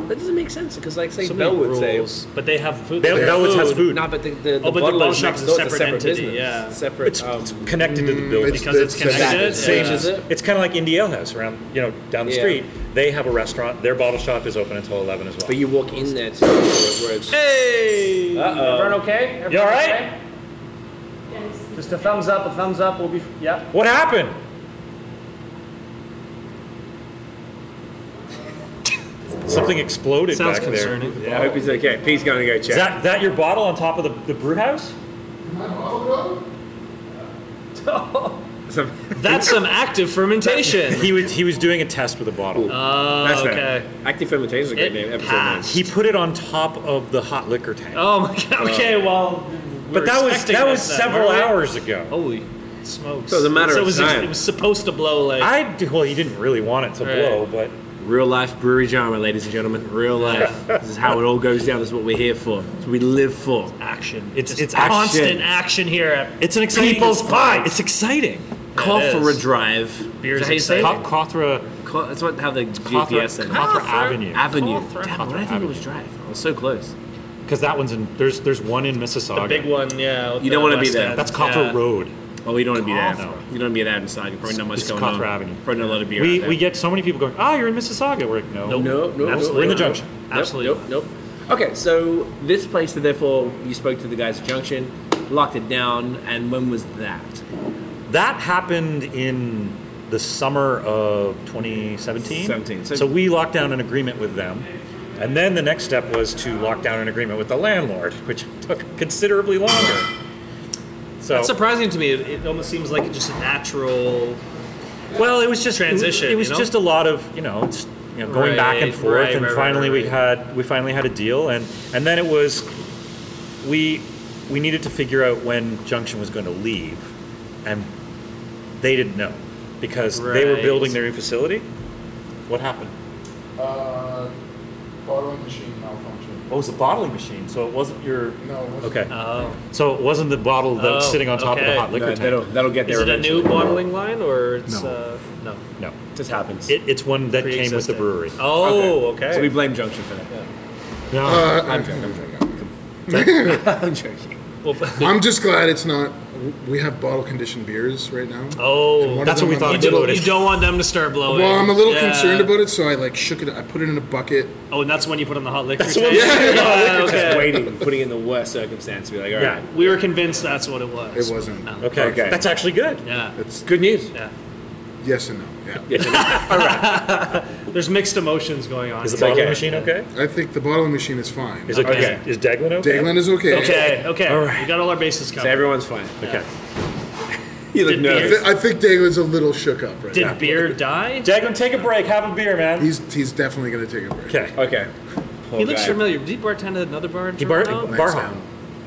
Speaker 2: That doesn't make sense because, like, say
Speaker 3: So many
Speaker 2: Bellwood
Speaker 3: rules,
Speaker 2: sales.
Speaker 3: but they have food.
Speaker 4: Bell-
Speaker 3: they have
Speaker 4: Bellwoods has food.
Speaker 2: No, but the, the, the
Speaker 3: but the
Speaker 2: bottle
Speaker 3: bottle
Speaker 2: is
Speaker 3: shop
Speaker 2: next
Speaker 3: is a
Speaker 2: door.
Speaker 3: separate entity,
Speaker 2: business.
Speaker 3: yeah.
Speaker 2: Separate.
Speaker 4: It's,
Speaker 2: um,
Speaker 4: it's connected to the building.
Speaker 3: Because it's connected,
Speaker 2: Exactly.
Speaker 3: yeah.
Speaker 2: Same as it.
Speaker 4: It's kind of like Indiana House around, you know, down the
Speaker 2: Yeah.
Speaker 4: street. They have a restaurant. Their bottle shop is open until 11 as well.
Speaker 2: But you walk in there to where it's.
Speaker 3: Hey.
Speaker 2: Uh oh.
Speaker 4: You all right?
Speaker 7: Just a thumbs up, a thumbs up, we'll be, yeah.
Speaker 4: What happened? Something exploded
Speaker 3: Sounds
Speaker 4: back
Speaker 3: concerning.
Speaker 4: there.
Speaker 2: I hope he's okay. Pete's going to go
Speaker 4: Is
Speaker 2: check.
Speaker 4: that, that your bottle on top of the, the brew house?
Speaker 2: Some-
Speaker 3: That's some active fermentation.
Speaker 4: He was he was doing a test with a bottle.
Speaker 2: That's fair.
Speaker 3: Oh, okay.
Speaker 2: Active fermentation is a great
Speaker 3: It
Speaker 2: name. Episode name.
Speaker 3: passed.
Speaker 4: he put it on top of the hot liquor tank.
Speaker 3: Oh my god. Okay, well.
Speaker 4: but that was that was several hours ago.
Speaker 3: Holy smokes!
Speaker 2: So it's a matter
Speaker 3: So it
Speaker 2: of
Speaker 3: was,
Speaker 2: time.
Speaker 3: It was supposed to blow like.
Speaker 4: I well, he didn't really want it to
Speaker 3: Right.
Speaker 4: blow, but
Speaker 2: Real life brewery drama, ladies and gentlemen. Real life. this is how it all goes down. This is what we're here for. This is what we live for.
Speaker 3: action.
Speaker 4: It's-
Speaker 3: Just
Speaker 4: it's
Speaker 3: constant
Speaker 2: action.
Speaker 3: action here at
Speaker 4: it's an exciting
Speaker 3: People's Pie.
Speaker 4: It's exciting.
Speaker 2: Cough for a
Speaker 3: is.
Speaker 2: drive.
Speaker 3: Beer
Speaker 2: Is that
Speaker 3: is
Speaker 2: how you say it?
Speaker 3: exciting.
Speaker 4: Co- Cothra,
Speaker 2: Co- That's what how the
Speaker 4: Cothra,
Speaker 2: GPS said.
Speaker 4: Cothra Avenue.
Speaker 2: Avenue.
Speaker 3: Cothra.
Speaker 2: Damn,
Speaker 4: Cothra
Speaker 2: why did I think it was drive. I was so close.
Speaker 4: Because that one's in. There's there's one in
Speaker 3: the
Speaker 4: Mississauga.
Speaker 3: big one. Yeah. with
Speaker 2: You don't
Speaker 3: the
Speaker 2: wanna be
Speaker 3: West
Speaker 2: there.
Speaker 3: End,
Speaker 4: That's Cothra
Speaker 3: yeah.
Speaker 4: Road.
Speaker 2: Well, Oh, you don't want to be that.
Speaker 4: Awful.
Speaker 2: You don't want to be that inside. You're probably not much
Speaker 4: It's
Speaker 2: going
Speaker 4: Cawthra
Speaker 2: on.
Speaker 4: Avenue.
Speaker 2: Probably not a lot of beer.
Speaker 4: we,
Speaker 2: out there.
Speaker 4: we get so many people going, ah, you're in Mississauga. We're like, no.
Speaker 2: Nope, nope, nope.
Speaker 4: Absolutely. We're in the junction.
Speaker 3: Absolutely.
Speaker 2: Nope, nope. Okay, so this place, that therefore, you spoke to the guys at Junction, locked it down, and when was that?
Speaker 4: That happened in the summer of 2017.
Speaker 2: 17, so-
Speaker 4: So, we locked down an agreement with them. And then the next step was to lock down an agreement with the landlord, which took considerably longer. So,
Speaker 3: It's surprising to me. It, it almost seems like just a natural.
Speaker 4: well, it was just
Speaker 3: transition,
Speaker 4: It, was
Speaker 3: you know?
Speaker 4: just a lot of you know, it's, you know going back and
Speaker 3: Right,
Speaker 4: forth,
Speaker 3: right,
Speaker 4: and
Speaker 3: right, right,
Speaker 4: finally we
Speaker 3: right.
Speaker 4: had we finally had a deal, and and then it was we we needed to figure out when Junction was going to leave, and they didn't know because they were
Speaker 3: Right.
Speaker 4: building their new facility. What happened?
Speaker 8: Uh, bottling machine malfunction.
Speaker 4: Oh, it was the bottling machine, so it wasn't your.
Speaker 8: No. it wasn't-
Speaker 4: Okay,
Speaker 3: Oh.
Speaker 4: so it wasn't the bottle that was
Speaker 3: Oh,
Speaker 4: sitting on top of
Speaker 3: okay.
Speaker 4: the hot liquor
Speaker 2: No,
Speaker 4: tank.
Speaker 2: that'll, that'll get
Speaker 3: Is
Speaker 2: there
Speaker 3: it a
Speaker 2: eventually.
Speaker 3: new bottling line or it's
Speaker 5: No.
Speaker 3: uh, no?
Speaker 4: No,
Speaker 2: This happens.
Speaker 4: it, it's one that came with the
Speaker 3: Pre-existing.
Speaker 4: brewery.
Speaker 3: Oh, okay.
Speaker 2: So we blame Junction for that.
Speaker 4: No.
Speaker 5: Uh,
Speaker 2: I'm joking. I'm joking. I'm joking.
Speaker 3: Well,
Speaker 5: I'm just glad it's not. We have bottle conditioned beers right now.
Speaker 3: oh,
Speaker 5: One
Speaker 4: that's
Speaker 5: of
Speaker 4: what we
Speaker 5: them
Speaker 4: thought
Speaker 3: you
Speaker 5: I'm a
Speaker 4: it
Speaker 5: little-
Speaker 3: don't, you don't want them to start blowing.
Speaker 5: Well, I'm a little
Speaker 3: Yeah.
Speaker 5: concerned about it, so I like shook it. I put it in a bucket.
Speaker 3: Oh, and that's the one you put on the hot liquor.
Speaker 4: That's the
Speaker 3: tank?
Speaker 4: one we put on the hot
Speaker 2: Just
Speaker 3: Yeah, Oh, okay.
Speaker 2: waiting, putting in the worst circumstance. Be like, all right.
Speaker 4: Yeah.
Speaker 3: We were convinced that's what it was.
Speaker 5: It wasn't.
Speaker 3: No.
Speaker 4: Okay.
Speaker 2: Okay.
Speaker 4: That's actually good.
Speaker 3: Yeah.
Speaker 2: It's good news.
Speaker 3: Yeah.
Speaker 5: Yes and no. Yeah.
Speaker 3: There's mixed emotions going on.
Speaker 4: Is the
Speaker 3: here.
Speaker 4: bottling
Speaker 2: okay.
Speaker 4: machine okay?
Speaker 5: I think the bottling machine is fine.
Speaker 4: Is it
Speaker 2: Okay.
Speaker 4: is, Daglin okay?
Speaker 5: Dagland is okay.
Speaker 3: okay. Okay.
Speaker 2: All right.
Speaker 3: We got all our bases
Speaker 2: So
Speaker 3: covered.
Speaker 2: everyone's fine.
Speaker 4: Okay.
Speaker 2: You look
Speaker 3: Did
Speaker 5: I,
Speaker 2: nervous.
Speaker 5: thi- I think Dagland's a little shook up right
Speaker 3: Did
Speaker 5: now.
Speaker 3: beer die?
Speaker 4: Daglin, take a break. Have a beer, man.
Speaker 5: He's he's definitely gonna take a break.
Speaker 4: Okay.
Speaker 2: Okay. Poor
Speaker 3: He looks
Speaker 2: guy.
Speaker 3: familiar. Did he bartend at another bar in
Speaker 4: He bar,
Speaker 3: Toronto?
Speaker 4: bar
Speaker 5: Lansdowne.
Speaker 4: hop.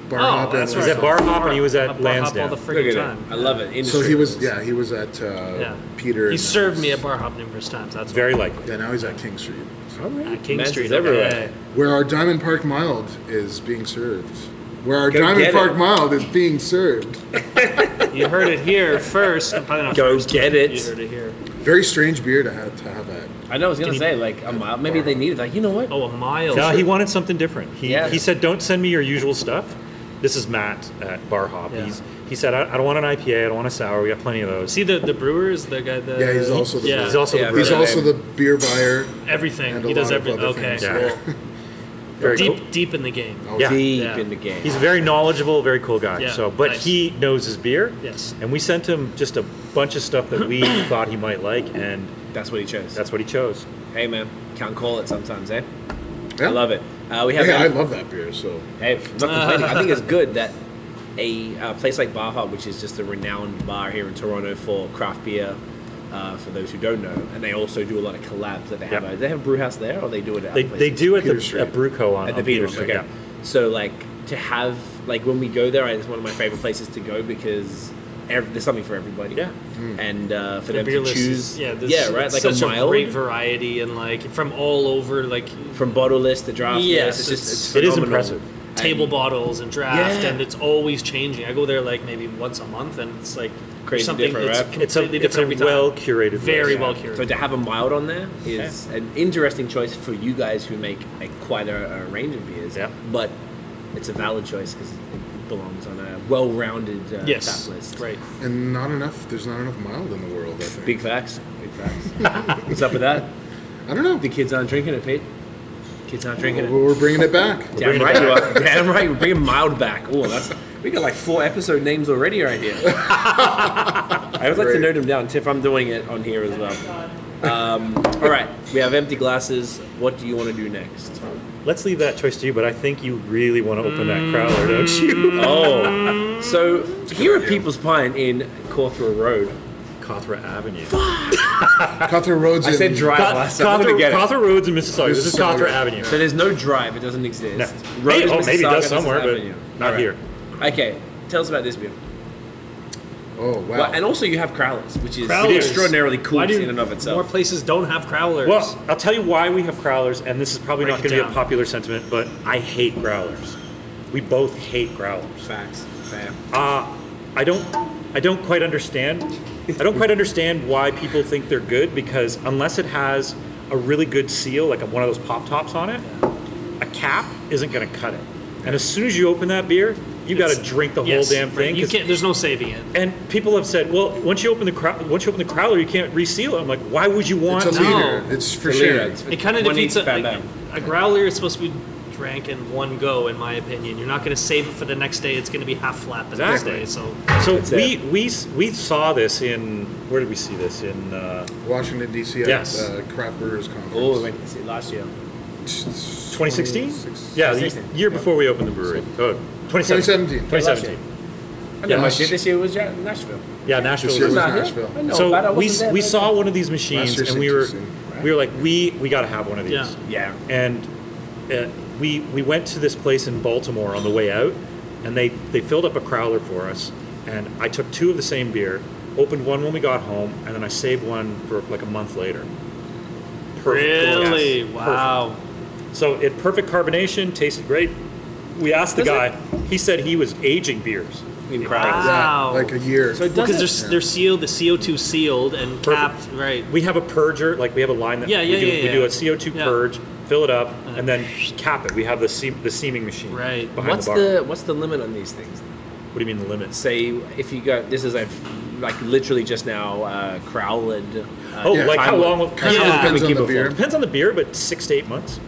Speaker 5: Bar
Speaker 3: Oh,
Speaker 5: hop
Speaker 3: that's
Speaker 5: at
Speaker 4: He was
Speaker 3: right.
Speaker 4: at bar hop and he was
Speaker 3: I
Speaker 4: at
Speaker 3: bar hop all
Speaker 4: Lansdowne.
Speaker 3: the
Speaker 2: Look
Speaker 3: freaking
Speaker 2: at
Speaker 3: time.
Speaker 2: it. I love it. Industry.
Speaker 5: So he was yeah he was at uh,
Speaker 3: Yeah.
Speaker 5: Peter.
Speaker 3: He
Speaker 5: and-
Speaker 3: served me at bar hop numerous times. That's
Speaker 4: Very likely.
Speaker 5: Yeah, now he's at King Street,
Speaker 3: At King
Speaker 2: Men's
Speaker 3: Street
Speaker 2: is everywhere.
Speaker 3: okay.
Speaker 5: where our Diamond Park Mild is being served. Where our
Speaker 2: Go get
Speaker 5: Diamond
Speaker 2: it.
Speaker 5: Park Mild is being served.
Speaker 3: You heard it here first. I'm probably not
Speaker 2: Go
Speaker 3: first,
Speaker 2: get
Speaker 3: but
Speaker 2: it.
Speaker 3: You heard it here.
Speaker 5: Very strange beer to have to have at.
Speaker 2: I know. I was gonna say like a mile. Maybe they needed like you know what?
Speaker 3: Oh, a mile.
Speaker 4: No, he wanted something different. He
Speaker 2: Yeah.
Speaker 4: he said, "Don't send me your usual stuff." This is Matt at Bar Hop.
Speaker 3: Yeah.
Speaker 4: He's, he said, I, "I don't want an IPA. I don't want a sour. We got plenty of those."
Speaker 3: See the the brewer is the guy that.
Speaker 5: Yeah, he's also the
Speaker 3: yeah.
Speaker 4: He's also
Speaker 2: Yeah,
Speaker 4: the
Speaker 5: He's
Speaker 4: brewer.
Speaker 2: right.
Speaker 5: also the beer buyer.
Speaker 3: everything.
Speaker 5: and a
Speaker 3: He does
Speaker 5: lot of
Speaker 3: everything.
Speaker 5: other
Speaker 3: Okay.
Speaker 5: things.
Speaker 4: Yeah.
Speaker 3: Cool.
Speaker 4: Very
Speaker 3: Deep
Speaker 4: cool.
Speaker 3: deep in the game.
Speaker 5: Oh,
Speaker 4: Yeah.
Speaker 2: Deep
Speaker 3: Yeah.
Speaker 2: in the game.
Speaker 4: He's very knowledgeable, very cool guy.
Speaker 3: Yeah,
Speaker 4: so, but
Speaker 3: nice.
Speaker 4: he knows his beer.
Speaker 3: Yes.
Speaker 4: And we sent him just a bunch of stuff that we thought he might like, and
Speaker 2: That's what he chose.
Speaker 4: that's what he chose.
Speaker 2: hey man, can't call it sometimes, eh?
Speaker 5: Yeah.
Speaker 2: I love it. Uh, we have.
Speaker 5: Hey, I love that beer. So
Speaker 2: Hey, I'm not complaining. I think it's good that a uh, place like Bar Hub, which is just a renowned bar here in Toronto for craft beer, uh, for those who don't know, and they also do a lot of collabs that they have.
Speaker 4: Yep.
Speaker 2: Uh, they have a brew house there, or they do it at
Speaker 4: They,
Speaker 2: other
Speaker 4: they
Speaker 2: places?
Speaker 4: do at
Speaker 5: Peter
Speaker 4: the
Speaker 5: Street.
Speaker 4: at Bruco on,
Speaker 2: at the Beatles.
Speaker 4: on Peter Street,
Speaker 2: okay.
Speaker 4: yeah.
Speaker 2: So like to have like when we go there, it's one of my favorite places to go because ev there's something for everybody.
Speaker 4: Yeah.
Speaker 2: and uh, for
Speaker 3: The
Speaker 2: them
Speaker 3: beer
Speaker 2: to
Speaker 3: list
Speaker 2: choose.
Speaker 3: is, yeah, this,
Speaker 2: yeah, right. Like
Speaker 3: It's such
Speaker 2: a mild
Speaker 3: great variety and like from all over, like
Speaker 2: from bottle list to draft.
Speaker 3: Yes,
Speaker 2: list, it's just
Speaker 3: it's-
Speaker 2: it's
Speaker 4: It is
Speaker 2: phenomenal.
Speaker 4: impressive.
Speaker 3: table bottles and draft,
Speaker 2: Yeah.
Speaker 3: and it's always changing. I go there like maybe once a month, and it's like
Speaker 2: Crazy
Speaker 3: something
Speaker 2: different,
Speaker 3: that's
Speaker 2: right?
Speaker 4: It's a,
Speaker 3: completely
Speaker 4: it's a
Speaker 3: different every time.
Speaker 4: well curated
Speaker 3: very
Speaker 4: list.
Speaker 3: well
Speaker 2: So
Speaker 3: curated.
Speaker 2: to have a mild on there is an interesting choice for you guys who make a, quite a, a range of beers.
Speaker 4: Yeah.
Speaker 2: But it's a valid choice because it belongs on a well-rounded uh,
Speaker 3: Yes,
Speaker 2: tap list.
Speaker 3: right.
Speaker 5: and not enough. There's not enough mild in the world. I think.
Speaker 2: Big facts. Big facts. What's up with that?
Speaker 5: I don't know.
Speaker 2: The kids aren't drinking it, Pete. Kids aren't drinking
Speaker 5: Well,
Speaker 2: it.
Speaker 5: We're bringing it back.
Speaker 2: Damn right you are. Damn right. We're bringing mild back. Oh, that's we got like four episode names already right here. I would like to
Speaker 5: Great.
Speaker 2: note them down. Tiff, I'm doing it on here as well. Um, all right, we have empty glasses. What do you want to do next?
Speaker 4: Let's leave that choice to you, but I think you really want to open that crowler, don't you?
Speaker 2: Oh, so here at People's Pint in Cawthra Road.
Speaker 4: Cawthra Avenue.
Speaker 5: Cawthra Road's
Speaker 2: I
Speaker 5: in.
Speaker 2: said drive
Speaker 4: Ca-
Speaker 2: last time. I'm gonna
Speaker 4: Cawthra-
Speaker 2: get it.
Speaker 4: Cawthra Roads in Mississauga. This is
Speaker 5: Mississauga.
Speaker 4: Cawthra Avenue.
Speaker 2: So there's no drive. It doesn't
Speaker 4: No.
Speaker 2: exist.
Speaker 4: Maybe,
Speaker 2: is
Speaker 4: oh, maybe it
Speaker 2: Mississauga,
Speaker 4: does
Speaker 2: this is
Speaker 4: somewhere, but
Speaker 2: Avenue.
Speaker 4: not
Speaker 2: All right.
Speaker 4: here.
Speaker 2: Okay, tell us about this beer.
Speaker 5: Oh wow.
Speaker 2: Well, and also you have Crowlers, which is
Speaker 3: Crowlers.
Speaker 2: extraordinarily cool
Speaker 3: Why do
Speaker 2: in and of itself.
Speaker 3: More places don't have crowlers.
Speaker 4: Well, I'll tell you why we have growlers, and this is probably
Speaker 3: Break
Speaker 4: not
Speaker 3: it
Speaker 4: going to be
Speaker 3: down.
Speaker 4: a popular sentiment, but I hate growlers. We both hate growlers.
Speaker 2: Facts, fam.
Speaker 4: I don't I don't quite understand. I don't quite understand why people think they're good because unless it has a really good seal, like one of those pop tops on it, a cap isn't going to cut it. And as soon as you open that beer, you got to
Speaker 3: It's-
Speaker 4: drink the
Speaker 3: yes,
Speaker 4: whole damn
Speaker 3: right.
Speaker 4: thing.
Speaker 3: You
Speaker 4: 'cause-
Speaker 3: can't. There's no saving it.
Speaker 4: and people have said, well, once you open the crow- once you open the crowler, you can't reseal it. I'm like, why would you want?
Speaker 5: It's a
Speaker 4: to?
Speaker 5: leader. It's for
Speaker 2: Leader,
Speaker 5: sure.
Speaker 2: it's-
Speaker 3: It kind of
Speaker 2: one
Speaker 3: defeats a,
Speaker 2: each bam,
Speaker 3: like,
Speaker 2: bam.
Speaker 3: a growler is supposed to be drank in one go, in my opinion. You're not going to save it for the next day. It's going to be half flat the
Speaker 4: Exactly.
Speaker 3: next day. So
Speaker 4: So
Speaker 2: That's
Speaker 4: we,
Speaker 2: it.
Speaker 4: we s- we saw this in where did we see this in? Uh,
Speaker 5: Washington D.C.
Speaker 4: Yes.
Speaker 5: at the Craft Brewers Conference.
Speaker 2: Oh, we went to see it last year.
Speaker 4: 2016?
Speaker 5: 26.
Speaker 4: Yeah, the
Speaker 2: 2016.
Speaker 4: year before we opened the brewery. Oh, 2017.
Speaker 5: 2017.
Speaker 4: 2017.
Speaker 2: I know
Speaker 4: Yeah.
Speaker 2: my shit this year was Ja- Nashville.
Speaker 4: Yeah,
Speaker 5: This year
Speaker 4: Nashville.
Speaker 5: was
Speaker 4: Was
Speaker 2: Not here.
Speaker 5: Nashville.
Speaker 2: I know, but I
Speaker 4: so we,
Speaker 2: wasn't
Speaker 4: s-
Speaker 2: there
Speaker 4: we
Speaker 2: back
Speaker 4: saw
Speaker 2: then.
Speaker 4: one of these machines
Speaker 5: year's
Speaker 4: and we were
Speaker 5: 16, right?
Speaker 4: we were like we we got to have one of these.
Speaker 3: Yeah.
Speaker 2: Yeah.
Speaker 4: And uh, we we went to this place in Baltimore on the way out, and they they filled up a crowler for us, and I took two of the same beer, opened one when we got home, and then I saved one for like a month later.
Speaker 3: really,
Speaker 4: Yes. Perfect.
Speaker 3: wow.
Speaker 4: So it perfect carbonation, tasted great. We asked the
Speaker 2: Does
Speaker 4: guy. He said he was aging beers.
Speaker 2: Incredible.
Speaker 3: Wow.
Speaker 5: Like a year.
Speaker 2: So it doesn't.
Speaker 3: because they're, s- they're sealed, the CO2 sealed and
Speaker 4: Perfect.
Speaker 3: capped, right?
Speaker 4: We have a purger, like we have a line that
Speaker 3: Yeah, yeah,
Speaker 4: we, do,
Speaker 3: yeah, yeah.
Speaker 4: we do a CO2
Speaker 3: Yeah. Uh-huh.
Speaker 4: purge, fill it up, and then cap it. We have the se- the seaming machine
Speaker 3: Right.
Speaker 4: behind
Speaker 2: What's
Speaker 4: the
Speaker 2: the,
Speaker 4: bar.
Speaker 2: what's the limit on these things?
Speaker 4: What do you mean the limits?
Speaker 2: Say if you go, this is a like literally just now uh, crowled. Uh,
Speaker 4: Oh, like how
Speaker 2: time
Speaker 4: long?
Speaker 2: limit.
Speaker 5: kind
Speaker 4: how
Speaker 5: of
Speaker 4: long can we
Speaker 5: depends on
Speaker 4: keep
Speaker 5: the
Speaker 4: it for?
Speaker 5: beer.
Speaker 4: Depends on the beer, but six to eight months.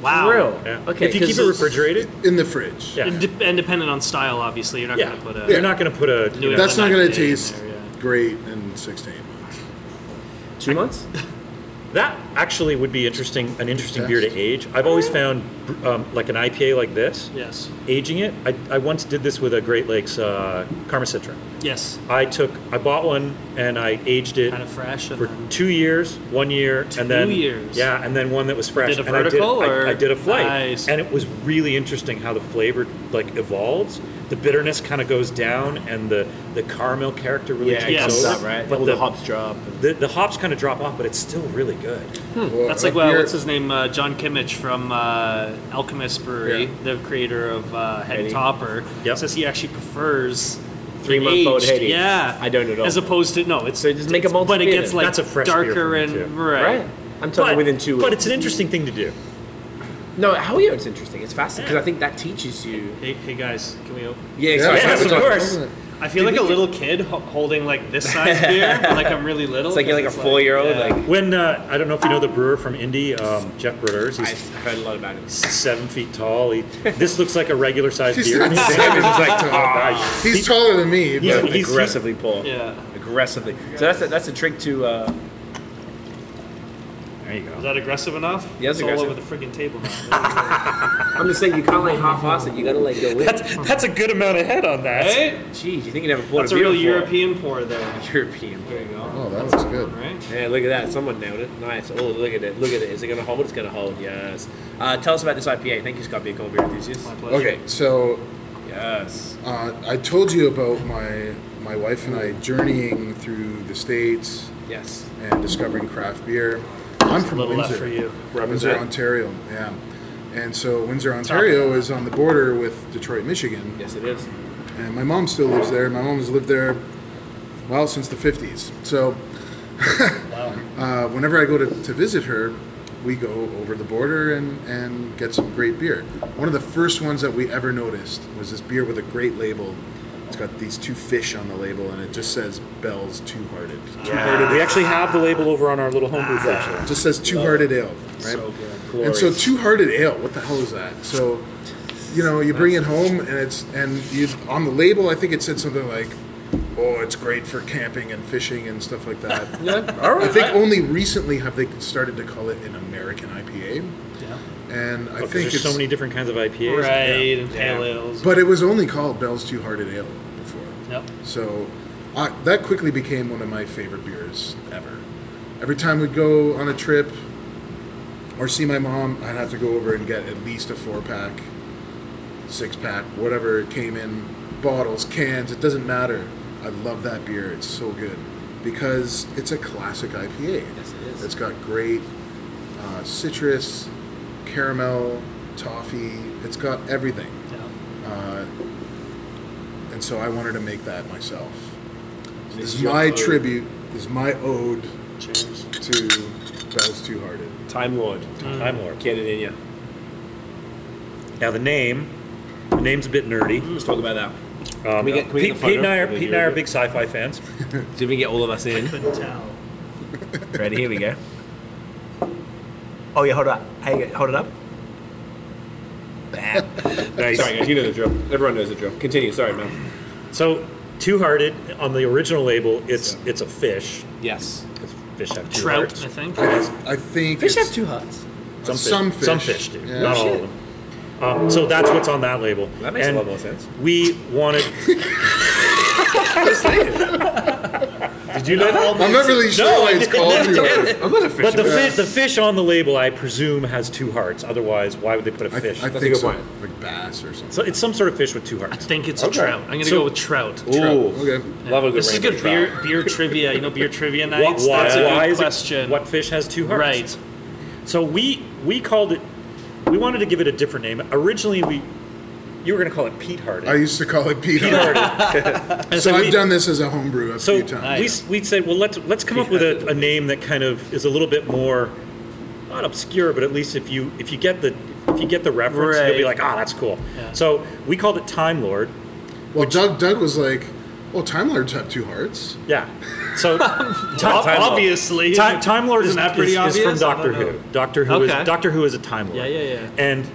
Speaker 3: Wow.
Speaker 2: For real?
Speaker 4: Yeah.
Speaker 2: Okay.
Speaker 4: If you keep
Speaker 2: 'cause
Speaker 4: it refrigerated,
Speaker 5: in the fridge.
Speaker 4: yeah,
Speaker 3: And, de- and dependent on style, obviously, you're not
Speaker 4: yeah.
Speaker 3: going to put a.
Speaker 4: You're not going to put a.
Speaker 3: New
Speaker 4: you know,
Speaker 5: That's not
Speaker 3: Yeah.
Speaker 5: going to
Speaker 3: Yeah, yeah,
Speaker 5: taste
Speaker 3: yeah.
Speaker 5: great in six to eight months.
Speaker 2: two months.
Speaker 4: that actually would be interesting. An interesting beer to age. I've always found um, like an IPA like this.
Speaker 3: Yes.
Speaker 4: Aging it, I, I once did this with a Great Lakes uh, Karma Citra.
Speaker 3: Yes.
Speaker 4: I took, I bought one and I aged it
Speaker 3: Kind of fresh. And
Speaker 4: for
Speaker 3: then,
Speaker 4: two years, one year, and then
Speaker 3: years.
Speaker 4: yeah, and then one that was fresh.
Speaker 3: Did a
Speaker 4: and I
Speaker 3: vertical,
Speaker 4: I I,
Speaker 3: or-
Speaker 4: did a flight,
Speaker 3: Nice.
Speaker 4: and it was really interesting how the flavor like evolves. The bitterness kind of goes down, and the the caramel character really
Speaker 2: Yeah,
Speaker 4: takes
Speaker 3: Yes.
Speaker 2: it's
Speaker 4: over.
Speaker 2: up, right?
Speaker 4: But
Speaker 2: All
Speaker 4: the,
Speaker 2: the hops drop. and-
Speaker 4: the, the hops kind of drop off, but it's still really good.
Speaker 5: Well,
Speaker 3: Hmm. that's
Speaker 5: a
Speaker 3: like, well,
Speaker 5: beer-
Speaker 3: what's his name? Uh, John Kimmich from uh, Alchemist Brewery,
Speaker 5: Yeah.
Speaker 3: the creator of uh, Head and
Speaker 2: Heady.
Speaker 3: Topper,
Speaker 4: Yep.
Speaker 3: says he actually prefers.
Speaker 2: Three month old
Speaker 3: aged.
Speaker 2: Heady.
Speaker 3: Yeah.
Speaker 2: I don't at all.
Speaker 3: As opposed to, no, it's.
Speaker 2: So just make a
Speaker 3: it's- But it
Speaker 2: multi-beer
Speaker 3: gets
Speaker 2: then.
Speaker 3: like
Speaker 4: That's a fresh beer
Speaker 3: darker
Speaker 4: for me,
Speaker 3: and.
Speaker 4: too.
Speaker 3: Right.
Speaker 2: I'm talking
Speaker 4: but,
Speaker 2: within two.
Speaker 4: but it's an interesting thing to do.
Speaker 2: no. How you? It's interesting. It's fascinating because I think that teaches you.
Speaker 3: Hey, hey guys, can we? Open?
Speaker 2: Yeah.
Speaker 5: Yeah,
Speaker 4: Yes,
Speaker 2: Exactly.
Speaker 4: of
Speaker 5: we're talking-
Speaker 4: course.
Speaker 3: I feel like a little kid ho- holding like this size beer, but, like I'm really little.
Speaker 2: It's like you're like a
Speaker 3: 'cause it's
Speaker 2: four year old.
Speaker 3: yeah.
Speaker 2: Like
Speaker 4: When uh, I don't know if you know the brewer from Indy, um, Jeff Brodeurs. He's
Speaker 2: I've heard a lot about it.
Speaker 4: seven feet tall. He, this looks like a regular sized
Speaker 5: He's
Speaker 4: beer. "Ah,
Speaker 5: not seven feet tall. He's taller than me,
Speaker 4: He's-
Speaker 5: but
Speaker 4: he's-
Speaker 2: aggressively poor.
Speaker 3: Yeah.
Speaker 2: Aggressively. So that's a, that's a trick to. Uh,
Speaker 4: There you
Speaker 3: Is
Speaker 4: go.
Speaker 3: that aggressive enough?
Speaker 2: Yeah, that's
Speaker 3: it's all
Speaker 2: aggressive.
Speaker 3: over the freaking table now.
Speaker 2: I'm just saying you can't like half-ass it. You gotta like go in.
Speaker 4: That's that's a good amount of head on that.
Speaker 3: Hey,
Speaker 2: Jeez, you think you never poured
Speaker 3: that's
Speaker 2: a
Speaker 3: a
Speaker 2: beer
Speaker 3: real
Speaker 2: before.
Speaker 3: European pour there.
Speaker 2: European.
Speaker 3: There you go.
Speaker 5: oh, that looks good.
Speaker 3: Right?
Speaker 2: Yeah, look at that. Someone nailed it. Nice. Oh, look at it. Look at it. Is it going to hold? It's going to hold. Yes. Uh, tell us about this IPA. Thank you, Scott Beer, Cold Beer Enthusiast.
Speaker 3: My pleasure.
Speaker 5: Okay, so
Speaker 2: Yes.
Speaker 5: uh, I told you about my my wife and I journeying through the states
Speaker 2: Yes.
Speaker 5: and discovering craft beer. I'm from
Speaker 3: little left
Speaker 5: Windsor,
Speaker 3: for you.
Speaker 5: Windsor, Ontario. Yeah, and so Windsor, Ontario is on the border with Detroit, Michigan.
Speaker 2: Yes, it is.
Speaker 5: and my mom still lives there. My mom's lived there, well, since the 50s. So uh, whenever I go to, to visit her, we go over the border and, and get some great beer. One of the first ones that we ever noticed was this beer with a great label. It's got these two fish on the label, and it just says Bell's Two Hearted.
Speaker 4: We actually have the label over on our little
Speaker 2: Ah.
Speaker 4: homebrew section.
Speaker 5: It just says Two Hearted Ale, right? And so two hearted ale, what the hell is that? So, you know, you bring it home and it's and you on the label, I think it said something like, "Oh, it's great for camping and fishing and stuff like that."
Speaker 2: All
Speaker 5: I
Speaker 2: right.
Speaker 5: think only recently have they started to call it an American IPA, and I
Speaker 4: Because
Speaker 5: think
Speaker 4: Oh, there's
Speaker 5: it's,
Speaker 4: so many different kinds of IPAs.
Speaker 3: Right, and pale ales.
Speaker 5: but it was only called Bell's Two Hearted Ale before.
Speaker 3: Yep.
Speaker 5: So I, that quickly became one of my favorite beers ever. Every time we'd go on a trip or see my mom, I'd have to go over and get at least a four pack, six pack, whatever it came in, bottles, cans, it doesn't matter. I love that beer. It's so good because it's a classic IPA.
Speaker 2: Yes, it is.
Speaker 5: It's got great uh, citrus, caramel, toffee. It's got everything
Speaker 3: Yeah.
Speaker 5: uh, and so I wanted to make that myself. So
Speaker 2: This
Speaker 5: this
Speaker 2: is
Speaker 5: is
Speaker 2: your
Speaker 5: my
Speaker 2: ode.
Speaker 5: tribute. This is my ode
Speaker 3: Cheers.
Speaker 5: to Bell's Two Hearted.
Speaker 2: Time Lord.
Speaker 4: Time Lord.
Speaker 2: Get it in ya.
Speaker 4: Now the name Name's a bit nerdy.
Speaker 2: Let's talk about that.
Speaker 4: Um,
Speaker 2: we get- can we get
Speaker 4: Pete,
Speaker 2: the
Speaker 4: Pete and I
Speaker 2: photo?
Speaker 4: are Pete and I are big sci-fi fans.
Speaker 2: See if we can get all of us in.
Speaker 3: Couldn't tell.
Speaker 2: Ready? Here we go. Oh yeah, hold up. Hey, hold it up.
Speaker 4: Nice.
Speaker 2: Sorry, guys, you know the drill. Everyone knows the drill. Continue. Sorry, man.
Speaker 4: So, Two Hearted on the original label, it's it's a fish.
Speaker 2: Yes.
Speaker 4: Because fish have two
Speaker 3: Trout,
Speaker 4: hearts.
Speaker 3: I think.
Speaker 5: I think
Speaker 2: Fish
Speaker 5: it's-
Speaker 2: have two hearts.
Speaker 4: Some fish,
Speaker 5: Some
Speaker 4: Some fish
Speaker 5: fish.
Speaker 4: do.
Speaker 5: Yeah.
Speaker 4: Not all of them. Um, so that's what's on that label.
Speaker 2: That makes a
Speaker 4: And
Speaker 2: lot more sense.
Speaker 4: We wanted.
Speaker 2: Just saying.
Speaker 4: Did you know that?
Speaker 5: I'm not really sure
Speaker 4: No,
Speaker 5: why
Speaker 4: I
Speaker 5: it's
Speaker 4: didn't.
Speaker 5: called two hearted.
Speaker 2: I'm not a fish.
Speaker 4: But the, fi- the fish on the label, I presume, has two hearts. Otherwise, why would they put a
Speaker 5: I,
Speaker 4: fish?
Speaker 5: I
Speaker 2: a
Speaker 5: think
Speaker 2: good
Speaker 5: so.
Speaker 2: point.
Speaker 5: Like bass or something.
Speaker 4: so it's some sort of fish with two
Speaker 3: I
Speaker 4: hearts.
Speaker 3: think it's a
Speaker 2: Okay.
Speaker 3: trout. I'm gonna
Speaker 4: So-
Speaker 3: go with trout.
Speaker 2: Ooh.
Speaker 5: Okay.
Speaker 2: Love a good
Speaker 3: This is
Speaker 2: rainbow
Speaker 3: good
Speaker 2: trout.
Speaker 3: beer beer trivia. You know, beer trivia
Speaker 4: Why,
Speaker 3: nights.
Speaker 4: why-
Speaker 3: That's a
Speaker 4: why
Speaker 3: good
Speaker 4: is it-
Speaker 3: question.
Speaker 4: what fish has two hearts?
Speaker 3: Right.
Speaker 4: So we we called it. We wanted to give it a different name. Originally, we you were going to call it Pete Hearted.
Speaker 5: I used to call it Pete
Speaker 4: Pete
Speaker 5: Hearted.
Speaker 4: Hearted. And
Speaker 5: So
Speaker 4: we-
Speaker 5: I've done this as a homebrew a
Speaker 4: So
Speaker 5: few times.
Speaker 4: we, s- we said, well, let's let's come up with a, a name that kind of is a little bit more not obscure, but at least if you if you get the if you get the reference, you'll be
Speaker 3: Right.
Speaker 4: like, ah, that's cool.
Speaker 3: Yeah.
Speaker 4: So we called it Time Lord.
Speaker 5: Well, Doug Doug was like, "Well, Time Lords have two hearts."
Speaker 4: Yeah. So
Speaker 3: Ob-
Speaker 4: Time Lord.
Speaker 3: obviously.
Speaker 4: Time, Time Lord is,
Speaker 3: Isn't that pretty
Speaker 4: is- is from
Speaker 3: obvious? I
Speaker 4: Doctor
Speaker 3: don't know.
Speaker 4: Who. Doctor Who
Speaker 3: Okay.
Speaker 4: is Doctor Who is a Time Lord.
Speaker 3: Yeah, yeah, yeah.
Speaker 4: And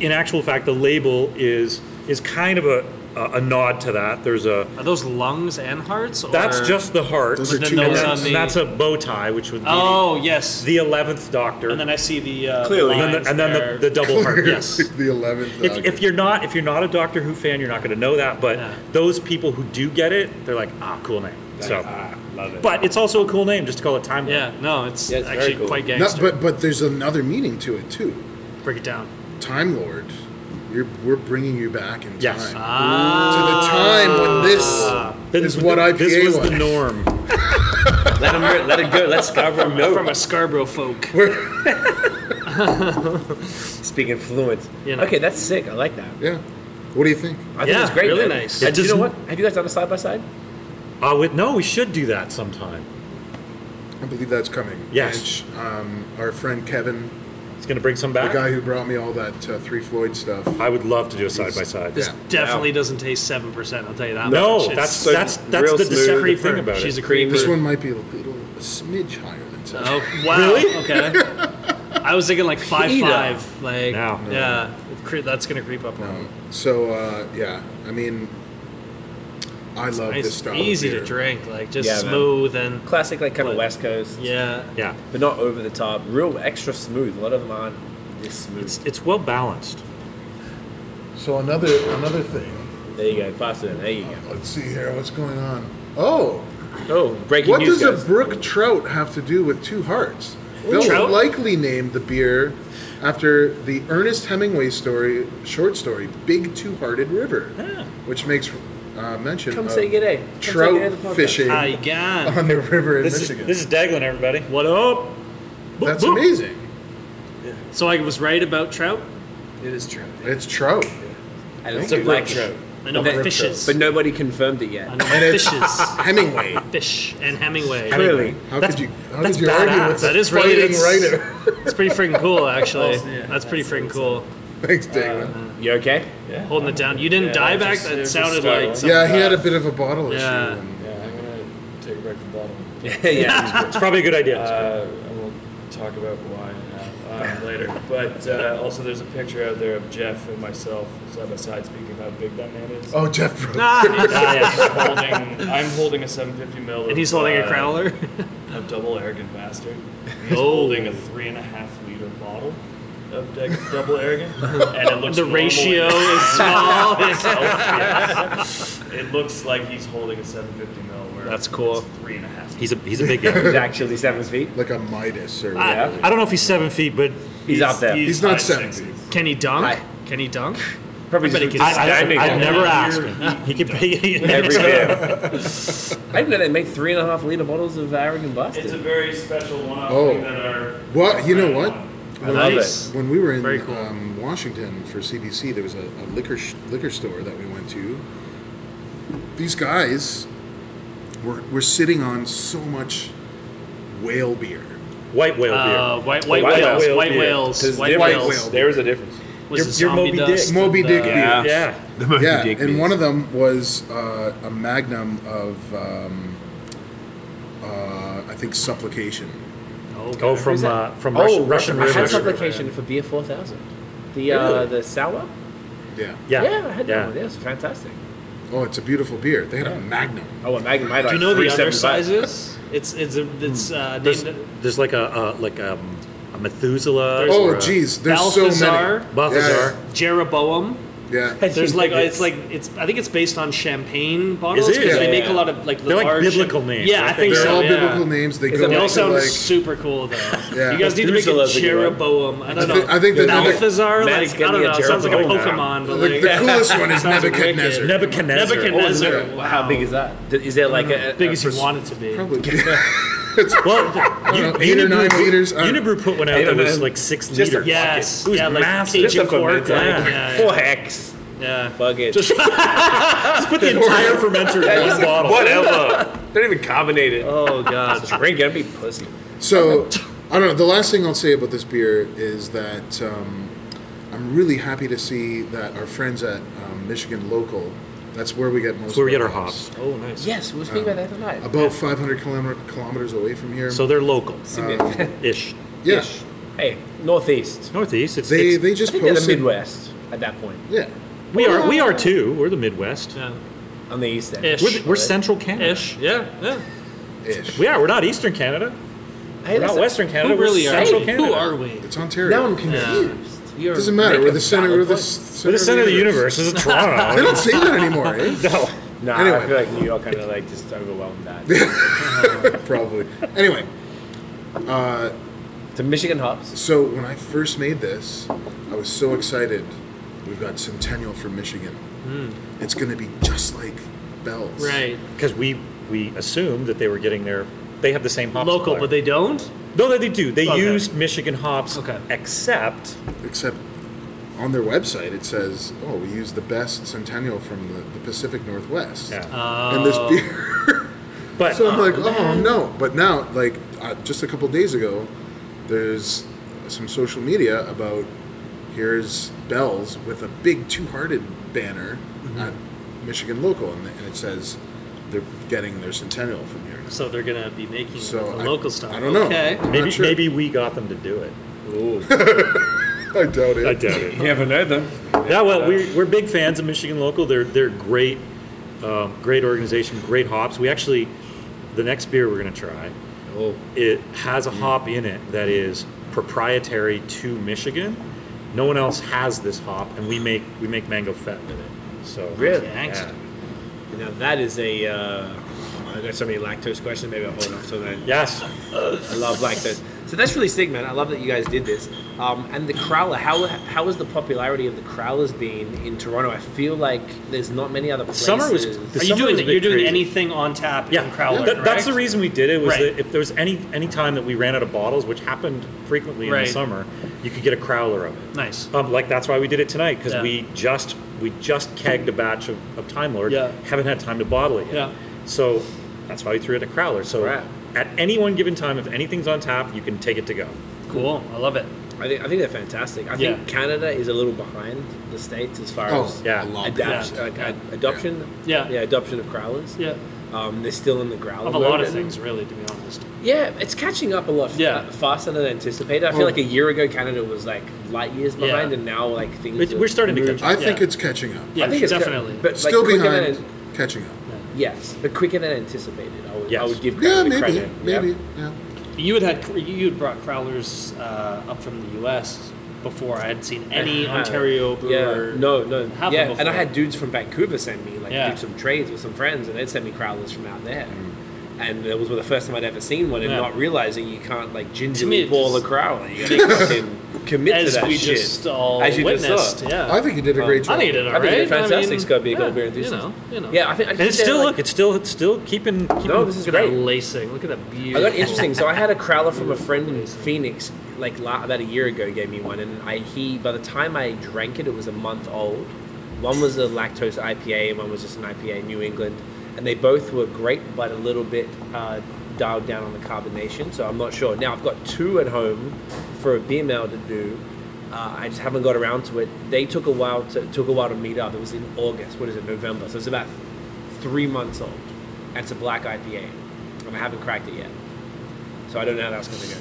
Speaker 4: in actual fact, the label is is kind of a a, a nod to that. There's a
Speaker 3: Are those lungs and hearts? Or...
Speaker 4: that's just the heart.
Speaker 5: Those are
Speaker 4: And
Speaker 5: two
Speaker 3: those
Speaker 5: hearts.
Speaker 3: on the-
Speaker 4: then- that's a bow tie, which would be
Speaker 3: Oh yes.
Speaker 4: the eleventh Doctor.
Speaker 3: and then I see the uh,
Speaker 2: Clearly.
Speaker 4: and then,
Speaker 3: lines
Speaker 4: the, and then
Speaker 3: there.
Speaker 4: the, the double heart.
Speaker 3: Yes.
Speaker 5: the eleventh.
Speaker 4: If, if you're not if you're not a Doctor Who fan, you're not going to know that. But
Speaker 3: Yeah.
Speaker 4: those people who do get it, they're like, ah, cool name. So,
Speaker 2: Ah, love it.
Speaker 4: but it's also a cool name just to call it Time Lord.
Speaker 3: yeah. No, it's,
Speaker 2: Yeah, it's very
Speaker 3: actually
Speaker 2: cool.
Speaker 3: quite
Speaker 5: No,
Speaker 3: gangster.
Speaker 5: but but there's another meaning to it too.
Speaker 3: Break it down.
Speaker 5: Time Lord, you're, we're bringing you back in time
Speaker 4: Yes. Ah.
Speaker 5: to the time when this
Speaker 4: This
Speaker 5: is what IPA
Speaker 4: This was
Speaker 5: was.
Speaker 4: the norm.
Speaker 2: Let him rip, let it go. Let Scarborough
Speaker 4: Oh.
Speaker 2: know.
Speaker 3: From a Scarborough folk.
Speaker 2: Speaking fluent.
Speaker 3: You know.
Speaker 2: Okay, that's sick. I like that.
Speaker 5: yeah. What do you think?
Speaker 2: I think
Speaker 3: Yeah,
Speaker 2: it's great.
Speaker 3: really
Speaker 2: man.
Speaker 3: nice.
Speaker 2: And
Speaker 4: It
Speaker 2: do you know what?
Speaker 4: doesn't-
Speaker 2: Have you guys done a side by side?
Speaker 4: Uh, with, no, we should do that sometime.
Speaker 5: I believe that's coming.
Speaker 4: Yes.
Speaker 5: And, um, our friend Kevin,
Speaker 4: It's going to bring some
Speaker 5: the
Speaker 4: back.
Speaker 5: guy who brought me all that uh, Three Floyd stuff.
Speaker 4: I would love to do a side by side.
Speaker 5: Yeah.
Speaker 3: Definitely doesn't taste seven percent. I'll tell you that.
Speaker 4: No,
Speaker 3: much. It's
Speaker 4: that's
Speaker 2: so
Speaker 4: that's that's
Speaker 2: real
Speaker 4: the
Speaker 2: smooth.
Speaker 4: deceptive
Speaker 3: creeper.
Speaker 4: thing about
Speaker 3: She's
Speaker 4: it.
Speaker 3: a creeper.
Speaker 5: This one might be a little a smidge higher than seven.
Speaker 3: Oh wow.
Speaker 4: Really?
Speaker 3: Okay. I was thinking like five
Speaker 2: Peter.
Speaker 3: five. Like
Speaker 4: No.
Speaker 3: yeah, It cre- that's gonna creep up on. me.
Speaker 5: So uh, yeah, I mean, I love
Speaker 3: Nice.
Speaker 5: this stuff.
Speaker 3: easy to drink. Like just
Speaker 2: Yeah, man.
Speaker 3: smooth and
Speaker 2: Classic, like kind
Speaker 3: What?
Speaker 2: of West Coast,
Speaker 3: yeah.
Speaker 4: yeah,
Speaker 2: but not over the top. Real extra smooth. A lot of them aren't this smooth.
Speaker 4: it's it's well balanced.
Speaker 5: So another another thing.
Speaker 2: there you go. Pass it in. There you go.
Speaker 5: Let's see here. What's going on? Oh,
Speaker 2: Oh, breaking
Speaker 5: what
Speaker 2: news,
Speaker 5: does
Speaker 2: guys.
Speaker 5: a brook trout have to do with two hearts? Bill
Speaker 3: Trout?
Speaker 5: likely named the beer after the Ernest Hemingway story, short story, "Big Two-Hearted River,"
Speaker 3: Ah.
Speaker 5: which makes uh, mention
Speaker 2: Come
Speaker 5: of
Speaker 2: say good day. Come say good day to
Speaker 5: trout
Speaker 2: the podcast.
Speaker 5: fishing
Speaker 3: I got.
Speaker 5: on the river in
Speaker 4: This is
Speaker 5: Michigan.
Speaker 4: this is Daglin, everybody.
Speaker 3: What up? Boop,
Speaker 5: That's
Speaker 3: boop.
Speaker 5: amazing.
Speaker 3: So I was right about trout.
Speaker 2: It is true.
Speaker 5: It's trout.
Speaker 2: And it's
Speaker 5: Thank
Speaker 2: a
Speaker 5: you.
Speaker 2: black trout.
Speaker 3: I know
Speaker 2: But
Speaker 5: that-
Speaker 3: fishes.
Speaker 2: But nobody confirmed it yet.
Speaker 3: I know
Speaker 5: And it's-
Speaker 3: fishes.
Speaker 5: Hemingway.
Speaker 3: Fish and Hemingway.
Speaker 2: Clearly.
Speaker 5: How
Speaker 4: That's-
Speaker 5: could you? How
Speaker 4: that's
Speaker 5: could you argue
Speaker 4: badass.
Speaker 5: with
Speaker 3: That
Speaker 5: a
Speaker 3: is really-
Speaker 5: fighting
Speaker 3: it's-
Speaker 5: writer?
Speaker 3: It's pretty freaking cool, actually. That's pretty freaking cool.
Speaker 5: Thanks, Damon.
Speaker 2: You okay?
Speaker 3: Holding it down. You didn't die back.
Speaker 8: just-
Speaker 3: that
Speaker 8: it's
Speaker 3: sounded
Speaker 8: just
Speaker 3: like.
Speaker 8: startled.
Speaker 3: some-
Speaker 5: yeah, he had a bit of a bottle
Speaker 3: Yeah.
Speaker 5: issue. and-
Speaker 8: Yeah, I'm gonna take a break from bottle.
Speaker 2: yeah, yeah.
Speaker 4: It's probably a good idea.
Speaker 8: Uh, and we'll talk about why uh, um, later. But uh, also, there's a picture out there of Jeff and myself side by side speaking of how big that man is.
Speaker 5: Oh, Jeff broke.
Speaker 3: Ah,
Speaker 8: Ah, yeah, he's holding, I'm holding a 750 mil. of,
Speaker 3: and he's holding a
Speaker 8: uh,
Speaker 3: crowler.
Speaker 8: A double arrogant bastard. He's
Speaker 3: Oh.
Speaker 8: holding a three and a half liter bottle of de- double arrogant, and it looks
Speaker 3: The
Speaker 8: normal.
Speaker 3: ratio is small.
Speaker 8: It looks like he's holding a 750 mil. Where
Speaker 3: That's cool.
Speaker 8: it's Three and a half.
Speaker 4: He's a he's a big guy.
Speaker 2: He's actually seven feet.
Speaker 5: Like a Midas or
Speaker 3: Ah.
Speaker 5: whatever.
Speaker 2: Yeah.
Speaker 4: I don't know if he's seven feet, but
Speaker 2: He's, out there.
Speaker 5: He's not
Speaker 8: high
Speaker 5: 70.
Speaker 8: sixes.
Speaker 3: Can he dunk?
Speaker 2: Hi.
Speaker 3: Can he dunk?
Speaker 2: Probably
Speaker 3: Everybody
Speaker 2: just
Speaker 3: gets
Speaker 4: I, I,
Speaker 2: standing
Speaker 4: I've
Speaker 2: there.
Speaker 4: never asked him. He, he could be
Speaker 2: every beer. I didn't know they make three and a half liter bottles of arrogant bastard.
Speaker 8: It's a very special one-off
Speaker 5: Oh.
Speaker 8: thing that our.
Speaker 5: Well, you know what?
Speaker 2: I love
Speaker 3: Nice.
Speaker 5: When we were in
Speaker 3: Very cool.
Speaker 5: um, Washington for CBC, there was a, a liquor sh- liquor store that we went to. These guys were, were sitting on so much whale beer.
Speaker 4: White whale beer.
Speaker 3: Uh, white white
Speaker 2: White
Speaker 3: whales.
Speaker 4: whale
Speaker 3: White
Speaker 4: beer.
Speaker 2: There's
Speaker 3: whales.
Speaker 2: a
Speaker 3: White
Speaker 2: difference.
Speaker 3: whales.
Speaker 2: There is a difference.
Speaker 3: was
Speaker 4: Your-
Speaker 3: it
Speaker 4: your
Speaker 3: zombie
Speaker 4: Moby
Speaker 3: dust?
Speaker 4: Dick.
Speaker 5: Moby
Speaker 3: and,
Speaker 5: Dick
Speaker 3: uh,
Speaker 5: beer.
Speaker 4: Yeah.
Speaker 2: The
Speaker 3: Oh,
Speaker 2: Moby
Speaker 5: yeah,
Speaker 2: Dick
Speaker 5: and
Speaker 2: beers.
Speaker 5: one of them was uh, a magnum of, um, uh, I think, supplication.
Speaker 3: okay.
Speaker 4: Oh, from
Speaker 2: Who's that?
Speaker 4: uh, from Russian, Russian
Speaker 2: I
Speaker 4: River.
Speaker 2: had supplication for beer four thousand. The uh,
Speaker 4: Really?
Speaker 2: the sour.
Speaker 5: Yeah.
Speaker 4: Yeah.
Speaker 2: yeah, I had that
Speaker 4: yeah.
Speaker 2: one. That was fantastic.
Speaker 5: Oh, it's a beautiful beer. They had a magnum.
Speaker 2: Oh, and Magnum. I had
Speaker 3: Do
Speaker 2: like
Speaker 3: you know
Speaker 2: three
Speaker 3: the
Speaker 2: 75.
Speaker 3: other sizes? It's it's a, it's uh,
Speaker 4: There's,
Speaker 3: named
Speaker 4: there's like a uh, like um, a Methuselah.
Speaker 5: Oh,
Speaker 4: or a-
Speaker 5: jeez, there's
Speaker 3: Balthazar.
Speaker 5: so many.
Speaker 4: Balthazar.
Speaker 3: Jeroboam.
Speaker 5: Yeah. yeah.
Speaker 3: There's like it's like it's I think it's based on champagne bottles
Speaker 4: Is it?
Speaker 3: because they
Speaker 4: Yeah.
Speaker 3: make a lot of like
Speaker 4: They're like
Speaker 3: large
Speaker 4: biblical names,
Speaker 3: Yeah,
Speaker 4: right?
Speaker 3: I think
Speaker 5: They're
Speaker 3: so.
Speaker 5: all
Speaker 3: yeah.
Speaker 5: biblical names. They
Speaker 2: Is
Speaker 5: go
Speaker 2: it
Speaker 3: They
Speaker 5: back
Speaker 3: all
Speaker 5: to,
Speaker 3: sound
Speaker 5: like,
Speaker 3: super cool though.
Speaker 5: Yeah.
Speaker 3: You guys need to make a
Speaker 2: Methuselah's a good one.
Speaker 3: Jeroboam. I
Speaker 5: I
Speaker 3: don't know.
Speaker 5: think, I think the Nebuch-
Speaker 3: Balthazar,
Speaker 2: Matt's
Speaker 3: like I don't
Speaker 2: getting
Speaker 3: know,
Speaker 2: a
Speaker 3: it sounds like a
Speaker 2: Jeroboam
Speaker 3: Pokemon, but
Speaker 5: the,
Speaker 3: like
Speaker 5: the coolest one is
Speaker 3: Sounds wicked.
Speaker 5: Nebuchadnezzar.
Speaker 4: Nebuchadnezzar.
Speaker 3: Nebuchadnezzar.
Speaker 5: Oh,
Speaker 3: wow.
Speaker 2: How big is that? Th- Is there like a, a
Speaker 3: Big
Speaker 2: a
Speaker 3: as you
Speaker 2: pers-
Speaker 3: want it to be.
Speaker 5: Probably.
Speaker 4: Well,
Speaker 5: don't
Speaker 4: you,
Speaker 5: know, eight or nine
Speaker 4: Unibrew-
Speaker 5: liters? I don't-
Speaker 4: Unibrew put one out
Speaker 2: Eight or
Speaker 4: that was
Speaker 2: nine.
Speaker 4: like six
Speaker 2: Just a
Speaker 4: liters.
Speaker 3: Yes.
Speaker 4: It was
Speaker 3: yeah, like
Speaker 4: massive.
Speaker 3: Cajun
Speaker 4: Just a
Speaker 3: cork,
Speaker 4: fermenter.
Speaker 3: like,
Speaker 4: Yeah.
Speaker 3: yeah,
Speaker 2: Four hex.
Speaker 3: yeah.
Speaker 2: Fuck it.
Speaker 3: Just-
Speaker 4: Put the entire fermenter in one bottle.
Speaker 2: whatever. Don't even carbonate it.
Speaker 3: Oh god.
Speaker 2: Drink it. Don't be pussy.
Speaker 5: So, I don't know. The last thing I'll say about this beer is that um, I'm really happy to see that our friends at um, Michigan Local, that's where we get most.
Speaker 4: That's where we
Speaker 5: of
Speaker 4: get our
Speaker 5: our
Speaker 4: hops.
Speaker 3: Oh nice.
Speaker 2: Yes, we were speaking about that tonight.
Speaker 5: About 500 kilometer, kilometers away from here.
Speaker 4: So they're local,
Speaker 2: Significant.
Speaker 4: ish.
Speaker 5: yeah,
Speaker 2: hey, Northeast.
Speaker 4: Northeast. It's,
Speaker 5: they
Speaker 4: it's-
Speaker 5: they
Speaker 2: I
Speaker 5: just
Speaker 2: think they're the
Speaker 5: posted.
Speaker 2: Midwest at that point.
Speaker 5: yeah,
Speaker 4: we are we are too. We're the Midwest.
Speaker 3: Yeah.
Speaker 2: On the East End.
Speaker 3: Ish.
Speaker 4: We're, the, we're Central Canada.
Speaker 3: Ish. Yeah. Yeah.
Speaker 5: ish.
Speaker 4: We are. We're not Eastern Canada.
Speaker 2: Hey,
Speaker 4: We're not
Speaker 2: listen,
Speaker 4: Western Canada.
Speaker 3: Who
Speaker 4: We're
Speaker 3: really are?
Speaker 4: Central
Speaker 3: we?
Speaker 4: Canada.
Speaker 3: Who are we?
Speaker 5: It's Ontario.
Speaker 2: Now I'm confused. You're
Speaker 5: it doesn't matter.
Speaker 2: making
Speaker 5: We're
Speaker 2: a
Speaker 5: the center. We're
Speaker 2: valid
Speaker 5: the,
Speaker 2: point.
Speaker 5: center
Speaker 4: We're the center of the universe. This is
Speaker 5: They
Speaker 4: Toronto.
Speaker 5: don't say that anymore, eh?
Speaker 4: no.
Speaker 2: Nah,
Speaker 5: Anyway.
Speaker 2: I feel like New York kind of like just overwhelmed that.
Speaker 5: eh? Probably. Anyway,
Speaker 2: to Michigan hops.
Speaker 5: so when I first made this, I was so excited. We've got Centennial from Michigan.
Speaker 2: Hmm.
Speaker 5: It's going to be just like Bell's.
Speaker 3: Right.
Speaker 4: Because we we assumed that they were getting their. They have the same hops.
Speaker 3: Local, but they don't.
Speaker 4: no, they, they do. They
Speaker 3: Okay.
Speaker 4: use Michigan hops,
Speaker 3: Okay.
Speaker 4: except
Speaker 5: except on their website it says, "Oh, we use the best Centennial from the, the Pacific Northwest
Speaker 4: Yeah.
Speaker 3: Uh,
Speaker 5: in this
Speaker 2: Oh.
Speaker 5: beer."
Speaker 4: but
Speaker 5: so I'm like, "Oh no!" But now, like uh, just a couple days ago, there's some social media about here's Bell's with a big two-hearted banner at Michigan Local, and, and it says they're getting their Centennial from here.
Speaker 3: So they're gonna be making
Speaker 5: So
Speaker 3: the
Speaker 5: I-
Speaker 3: local stuff.
Speaker 5: I don't know.
Speaker 3: Okay.
Speaker 5: I'm
Speaker 4: maybe
Speaker 5: not sure.
Speaker 4: maybe we got them to do it.
Speaker 5: I doubt it.
Speaker 4: I doubt it.
Speaker 2: You never know them.
Speaker 4: Yeah, well, we're, we're big fans of Michigan Local. They're they're great, um, great organization, great hops. We actually, the next beer we're gonna try,
Speaker 2: Oh.
Speaker 4: it has a hop in it that is proprietary to Michigan. No one else has this hop, and we make we make mango fat with it. So
Speaker 2: Really?
Speaker 4: yeah,
Speaker 3: Gangster.
Speaker 2: Now that is a. Uh, I got so many lactose questions. Maybe I'll hold off till then.
Speaker 4: yes,
Speaker 2: I love lactose. So that's really sick, man. I love that you guys did this. Um, and the crowler, how how has the popularity of the crowlers been in Toronto? I feel like there's not many other places.
Speaker 4: Summer was-
Speaker 3: Are
Speaker 4: The
Speaker 3: you
Speaker 4: summer was
Speaker 3: doing
Speaker 4: a bit
Speaker 3: you're doing
Speaker 4: crazy.
Speaker 3: anything on tap
Speaker 4: yeah.
Speaker 3: in Crowler?
Speaker 4: That- that's the
Speaker 3: correct?
Speaker 4: reason we did it. Was
Speaker 3: Right.
Speaker 4: that if there was any any time that we ran out of bottles, which happened frequently in
Speaker 3: Right.
Speaker 4: the summer, you could get a crowler of it.
Speaker 3: Nice.
Speaker 4: Um, like that's why we did it tonight because
Speaker 3: Yeah.
Speaker 4: we just we just kegged a batch of, of Time Lord.
Speaker 3: Yeah.
Speaker 4: Haven't had time to bottle it yet.
Speaker 3: Yeah.
Speaker 4: So that's why we threw it in a crowler. So
Speaker 2: Right.
Speaker 4: at any one given time, if anything's on tap, you can take it to go.
Speaker 3: Cool. I love it.
Speaker 2: I think I think they're fantastic. I
Speaker 3: Yeah.
Speaker 2: think Canada is a little behind the states as far
Speaker 5: Oh,
Speaker 2: as
Speaker 4: Yeah.
Speaker 5: a lot.
Speaker 2: adapt,
Speaker 3: Yeah.
Speaker 2: like, ad- adoption.
Speaker 3: Yeah.
Speaker 2: yeah, adoption of crowlers.
Speaker 3: Yeah.
Speaker 2: Um, they're still in the growler.
Speaker 3: Of a lot
Speaker 2: mode
Speaker 3: of
Speaker 2: and-
Speaker 3: things, really, to be honest.
Speaker 2: Yeah, it's catching up a lot f-
Speaker 3: Yeah.
Speaker 2: uh, faster than anticipated. I feel
Speaker 5: Well-
Speaker 2: like a year ago Canada was like light years
Speaker 3: Yeah.
Speaker 2: behind, and now like things.
Speaker 4: It's-
Speaker 2: are
Speaker 4: we're starting to
Speaker 2: moving-
Speaker 4: catch
Speaker 5: I think
Speaker 3: Yeah.
Speaker 5: it's catching up.
Speaker 3: Yeah,
Speaker 2: I think it's ca-
Speaker 3: definitely.
Speaker 2: but like
Speaker 5: Still
Speaker 2: quicker than
Speaker 5: behind, catching up.
Speaker 2: Yes, but quicker than anticipated. I would, I
Speaker 4: Yes.
Speaker 2: would give
Speaker 5: Yeah,
Speaker 2: Canada
Speaker 5: maybe,
Speaker 2: credit.
Speaker 5: maybe,
Speaker 2: Yep.
Speaker 5: yeah.
Speaker 3: you had had you had brought crowlers uh, up from the U.S. before I had seen any
Speaker 2: Uh-huh.
Speaker 3: Ontario brewer.
Speaker 2: Yeah, no, no,
Speaker 3: have
Speaker 2: yeah,
Speaker 3: them
Speaker 2: and I
Speaker 3: before.
Speaker 2: had dudes from Vancouver send me like
Speaker 3: Yeah.
Speaker 2: do some trades with some friends, and they'd send me crowlers from out there, and it was the first time I'd ever seen one, and
Speaker 3: Mm. Yeah.
Speaker 2: not realizing you can't like
Speaker 3: me,
Speaker 2: gingerly
Speaker 3: it
Speaker 2: boil
Speaker 3: just-
Speaker 2: a crowler. You gotta fucking commit
Speaker 3: As
Speaker 2: to that
Speaker 3: we
Speaker 2: shit.
Speaker 3: just uh, all
Speaker 2: As you just saw.
Speaker 3: witnessed, yeah.
Speaker 5: I think you did a great job.
Speaker 3: Uh, I think it did
Speaker 2: I
Speaker 3: alright.
Speaker 2: think it's fantastic,
Speaker 3: mean,
Speaker 2: Scott, being a
Speaker 3: yeah,
Speaker 2: gold bear
Speaker 3: You
Speaker 2: enthusiast.
Speaker 3: know, you know.
Speaker 2: Yeah, I think I
Speaker 4: And it's still look,
Speaker 2: like,
Speaker 4: it's still it's still keeping. keeping
Speaker 2: No, this is
Speaker 3: Look at that
Speaker 2: great.
Speaker 3: lacing. Look at that beautiful.
Speaker 2: I got interesting. So I had a crowler from a friend in Phoenix, like la- about a year ago, gave me one, and I he by the time I drank it, it was a month old. One was a lactose IPA, and one was just an IPA in New England, and they both were great, but a little bit uh, dialed down on the carbonation. So I'm not sure. Now I've got two at home for a beer mail to do. Uh, I just haven't got around to it. They took a while to took a while to meet up. It was in August. What is it? November. So it's about three months old. And it's a black IPA, and I haven't cracked it yet. So I don't know how that's going to go.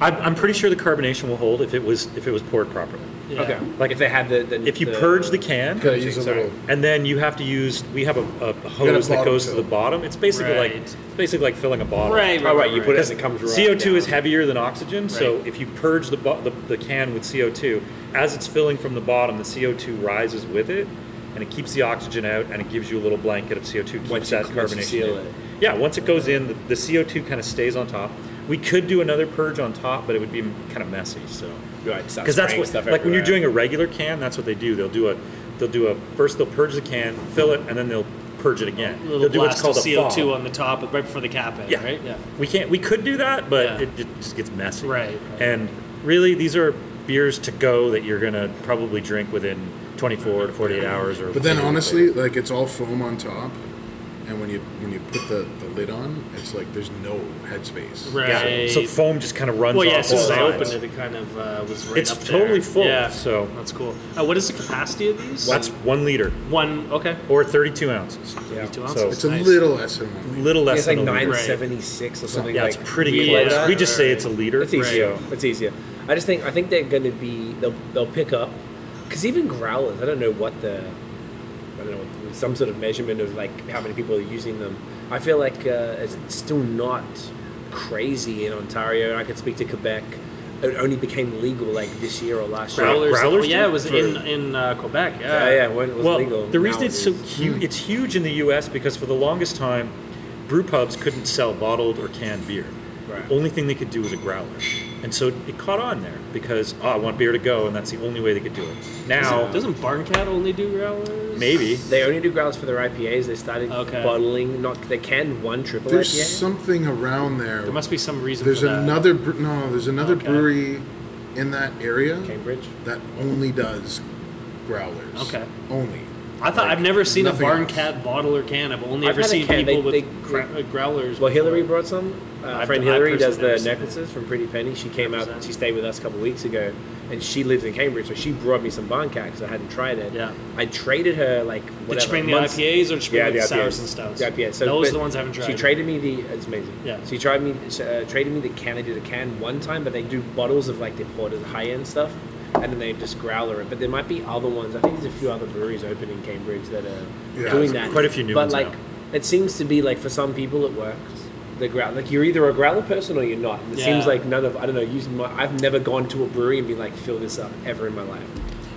Speaker 4: I'm, I'm pretty sure the carbonation will hold if it was if it was poured properly.
Speaker 3: Yeah.
Speaker 2: Okay.
Speaker 4: Like,
Speaker 2: Like if they had the, the
Speaker 4: If you purge the can,
Speaker 5: Gotta use a
Speaker 2: Sorry.
Speaker 5: little.
Speaker 4: and then you have to use we have a, a hose that
Speaker 5: bottom
Speaker 4: goes to
Speaker 5: fill.
Speaker 4: the bottom. It's basically like
Speaker 3: Right.
Speaker 4: it's basically like filling a bottle.
Speaker 3: Right,
Speaker 2: All Oh, right, you put it
Speaker 4: Because
Speaker 2: as it comes. right
Speaker 4: CO2
Speaker 2: down.
Speaker 4: is heavier than oxygen, so if you purge the, bo- the the can with CO2, as it's filling from the bottom, the CO2 rises with it, and it keeps the oxygen out, and it gives you a little blanket of CO2 keeps
Speaker 2: Once you-
Speaker 4: that
Speaker 2: once
Speaker 4: carbonation.
Speaker 2: you seal
Speaker 4: in.
Speaker 2: it.
Speaker 4: Yeah, once it goes in, the, the CO2 kind of stays on top. We could do another purge on top, but it would be kind of messy. So
Speaker 2: Right, start
Speaker 4: because that's
Speaker 2: spraying
Speaker 4: what
Speaker 2: stuff
Speaker 4: like when you're
Speaker 2: everywhere.
Speaker 4: doing a regular can, that's what they do. They'll do a they'll do a first they'll purge the can, fill it, and then they'll purge it again.
Speaker 3: Little
Speaker 4: they'll do what's
Speaker 3: blast
Speaker 4: called a
Speaker 3: of CO2
Speaker 4: fog.
Speaker 3: on the top right before the cap end,
Speaker 4: Yeah.
Speaker 3: right? Yeah.
Speaker 4: We can't. We could do that, but
Speaker 3: Yeah.
Speaker 4: it, it just gets messy.
Speaker 3: Right.
Speaker 4: And really, these are beers to go that you're gonna probably drink within 24 to 48 hours. Or
Speaker 5: But then honestly, like it's all foam on top, and when you when you put the, the lid on, it's like there's no headspace.
Speaker 4: yeah.
Speaker 3: Right.
Speaker 4: So foam just kind of runs
Speaker 3: well, yeah,
Speaker 4: off
Speaker 3: as soon
Speaker 4: the
Speaker 3: as I
Speaker 4: sides.
Speaker 3: opened it, it kind of uh, was right
Speaker 4: It's
Speaker 3: up
Speaker 4: totally
Speaker 3: there.
Speaker 4: full,
Speaker 3: Yeah.
Speaker 4: so-
Speaker 3: that's cool. Uh, what is the capacity of these?
Speaker 4: That's one liter
Speaker 3: one. Okay.
Speaker 4: or 32 ounces.
Speaker 2: Yeah.
Speaker 3: Two
Speaker 4: So-
Speaker 3: ounces.
Speaker 5: It's a
Speaker 3: Nice.
Speaker 5: little less than one.
Speaker 4: Little less
Speaker 2: It's like
Speaker 4: than a liter.
Speaker 2: nine
Speaker 3: Right.
Speaker 2: seventy six or something.
Speaker 4: Yeah,
Speaker 2: like,
Speaker 4: it's pretty
Speaker 2: weird
Speaker 4: close.
Speaker 2: like that.
Speaker 4: We just say it's a liter.
Speaker 2: It's easier.
Speaker 3: Right.
Speaker 2: It's easier. I just think I think they're going to be they'll they'll pick up because even growlers. I don't know what the I don't know what- some sort of measurement of like how many people are using them. I feel like uh, it's still not crazy in Ontario. And I could speak to Quebec. It only became legal like this year or last year.
Speaker 3: Growlers.
Speaker 4: Growlers
Speaker 3: oh, yeah,
Speaker 4: do?
Speaker 3: it was
Speaker 4: For-
Speaker 3: in in uh, Quebec. Yeah.
Speaker 2: Yeah, yeah, when it was
Speaker 4: well,
Speaker 2: legal.
Speaker 4: the reason
Speaker 2: now
Speaker 4: it's
Speaker 2: it
Speaker 4: so
Speaker 2: is.
Speaker 4: huge, it's huge in the U.S. because for the longest time, brew pubs couldn't sell bottled or canned beer.
Speaker 2: Right.
Speaker 4: Only thing they could do was a growler, and so it caught on there because oh, I want beer to go, and that's the only way they could do it. Now,
Speaker 3: Doesn't, doesn't Barncat only do growlers?
Speaker 4: maybe
Speaker 2: They only do growlers for their IPAs. They started
Speaker 3: Okay.
Speaker 2: bottling. Not they can one triple
Speaker 5: There's
Speaker 2: IPA.
Speaker 5: something around there.
Speaker 3: There must be some reason.
Speaker 5: there's
Speaker 3: for that.
Speaker 5: another bre- no. There's another
Speaker 3: Okay.
Speaker 5: brewery in that area
Speaker 2: Cambridge.
Speaker 5: that only does growlers.
Speaker 3: Okay.
Speaker 5: Only.
Speaker 3: I thought I've never seen a
Speaker 5: nothing
Speaker 3: barn
Speaker 5: else.
Speaker 3: cat bottle or can. I've only
Speaker 2: I've
Speaker 3: ever
Speaker 2: had a
Speaker 3: seen
Speaker 2: can.
Speaker 3: people
Speaker 2: They-
Speaker 3: with
Speaker 2: they-
Speaker 3: gra- uh, growlers.
Speaker 2: Well, Hillary
Speaker 3: before.
Speaker 2: brought some. Uh,
Speaker 3: I've-
Speaker 2: friend
Speaker 3: I
Speaker 2: Hillary does
Speaker 3: personally
Speaker 2: the
Speaker 3: never seen it.
Speaker 2: necklaces from Pretty Penny. She came out.
Speaker 3: 100%.
Speaker 2: She stayed with us a couple weeks ago, and she lives in Cambridge, so she brought me some Barn Cat because I hadn't tried it.
Speaker 3: Yeah.
Speaker 2: I traded her like. Whatever,
Speaker 3: Did she bring the
Speaker 2: months-
Speaker 3: IPAs or did she bring
Speaker 2: Yeah,
Speaker 3: like,
Speaker 2: the
Speaker 3: the
Speaker 2: IPAs.
Speaker 3: sours and stouts?
Speaker 2: The IPA. So
Speaker 3: those
Speaker 2: but
Speaker 3: are the ones I haven't tried.
Speaker 2: She traded me the. It's amazing.
Speaker 3: Yeah.
Speaker 2: She tried me uh, traded me the can. They did a can one time, but they do bottles of like the porters, high end stuff, and then they just growler it. But there might be other ones. I think there's a few other breweries open in Cambridge that are
Speaker 5: Yeah,
Speaker 2: doing that.
Speaker 4: quite a few new
Speaker 2: But
Speaker 4: ones
Speaker 2: like,
Speaker 4: now.
Speaker 2: it seems to be like for some people it works. The growl, like you're either a growler person or you're not. And it
Speaker 3: Yeah.
Speaker 2: seems like none of I don't know. Using my, I've never gone to a brewery and been like fill this up ever in my life.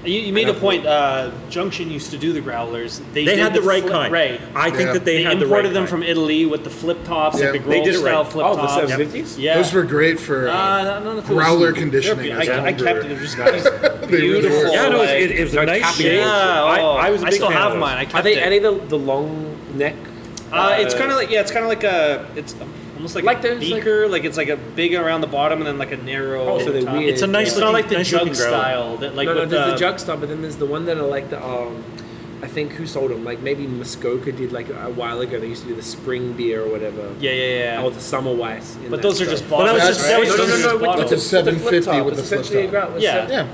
Speaker 3: You, you made a point. Uh, Junction used to do the growlers. They,
Speaker 4: they
Speaker 3: did
Speaker 4: had the right
Speaker 3: flip-
Speaker 4: kind.
Speaker 3: Right.
Speaker 4: I think
Speaker 5: Yeah.
Speaker 4: that they,
Speaker 3: They,
Speaker 4: had the right
Speaker 3: imported them
Speaker 4: kind.
Speaker 3: from Italy with the flip tops,
Speaker 5: Yeah.
Speaker 3: like the
Speaker 5: They
Speaker 3: roll
Speaker 4: did it
Speaker 3: style
Speaker 4: right.
Speaker 3: flip
Speaker 2: oh, the
Speaker 3: tops.
Speaker 2: seven fifties.
Speaker 3: Yeah.
Speaker 5: Those were great for.
Speaker 3: Uh,
Speaker 5: Uh,
Speaker 3: I don't know if it was-
Speaker 5: Growler
Speaker 3: they're
Speaker 5: conditioning.
Speaker 3: be-
Speaker 5: as a
Speaker 3: I, I
Speaker 5: homebrewer.
Speaker 3: kept it. It was just beautiful.
Speaker 5: were.
Speaker 4: Yeah, no, it,
Speaker 3: like-
Speaker 4: it, it was a nice
Speaker 2: cappy.
Speaker 4: shape.
Speaker 3: Yeah,
Speaker 4: I,
Speaker 3: oh,
Speaker 4: I was. a
Speaker 3: I
Speaker 4: big
Speaker 3: still
Speaker 4: fan
Speaker 3: have
Speaker 4: of those.
Speaker 3: mine. I
Speaker 2: Are
Speaker 3: kept
Speaker 2: they
Speaker 3: it.
Speaker 2: any of the, the long neck?
Speaker 3: Uh, it's kind of like yeah, it's kind of like a it's almost like,
Speaker 2: Like
Speaker 3: a
Speaker 2: those, like-
Speaker 3: beer, like, it's like a big around the bottom and then like a narrow.
Speaker 2: Oh, so they're
Speaker 3: top.
Speaker 2: weird.
Speaker 4: It's a nice.
Speaker 3: It's not
Speaker 4: looking-
Speaker 3: like the
Speaker 4: nice
Speaker 3: jug
Speaker 4: looking growler.
Speaker 3: style that like
Speaker 2: no, no,
Speaker 3: with um,
Speaker 2: there's
Speaker 3: the,
Speaker 2: the jug stuff, but then there's the one that are like the um, I think who sold them? Like maybe Muskoka did like a while ago. They used to do the spring beer or whatever.
Speaker 3: Yeah, yeah,
Speaker 2: Or
Speaker 3: yeah.
Speaker 2: the summer Weiss. in that
Speaker 3: But those are
Speaker 2: stuff.
Speaker 3: just bottles.
Speaker 4: that was just-
Speaker 3: right?
Speaker 4: that was
Speaker 3: Those
Speaker 4: just-
Speaker 2: no, no,
Speaker 3: are
Speaker 2: no.
Speaker 5: It's a
Speaker 3: bottles.
Speaker 5: seven fifty with the
Speaker 2: It's
Speaker 5: flip
Speaker 2: essentially a
Speaker 5: top.
Speaker 2: growl.
Speaker 3: Yeah.
Speaker 5: Yeah,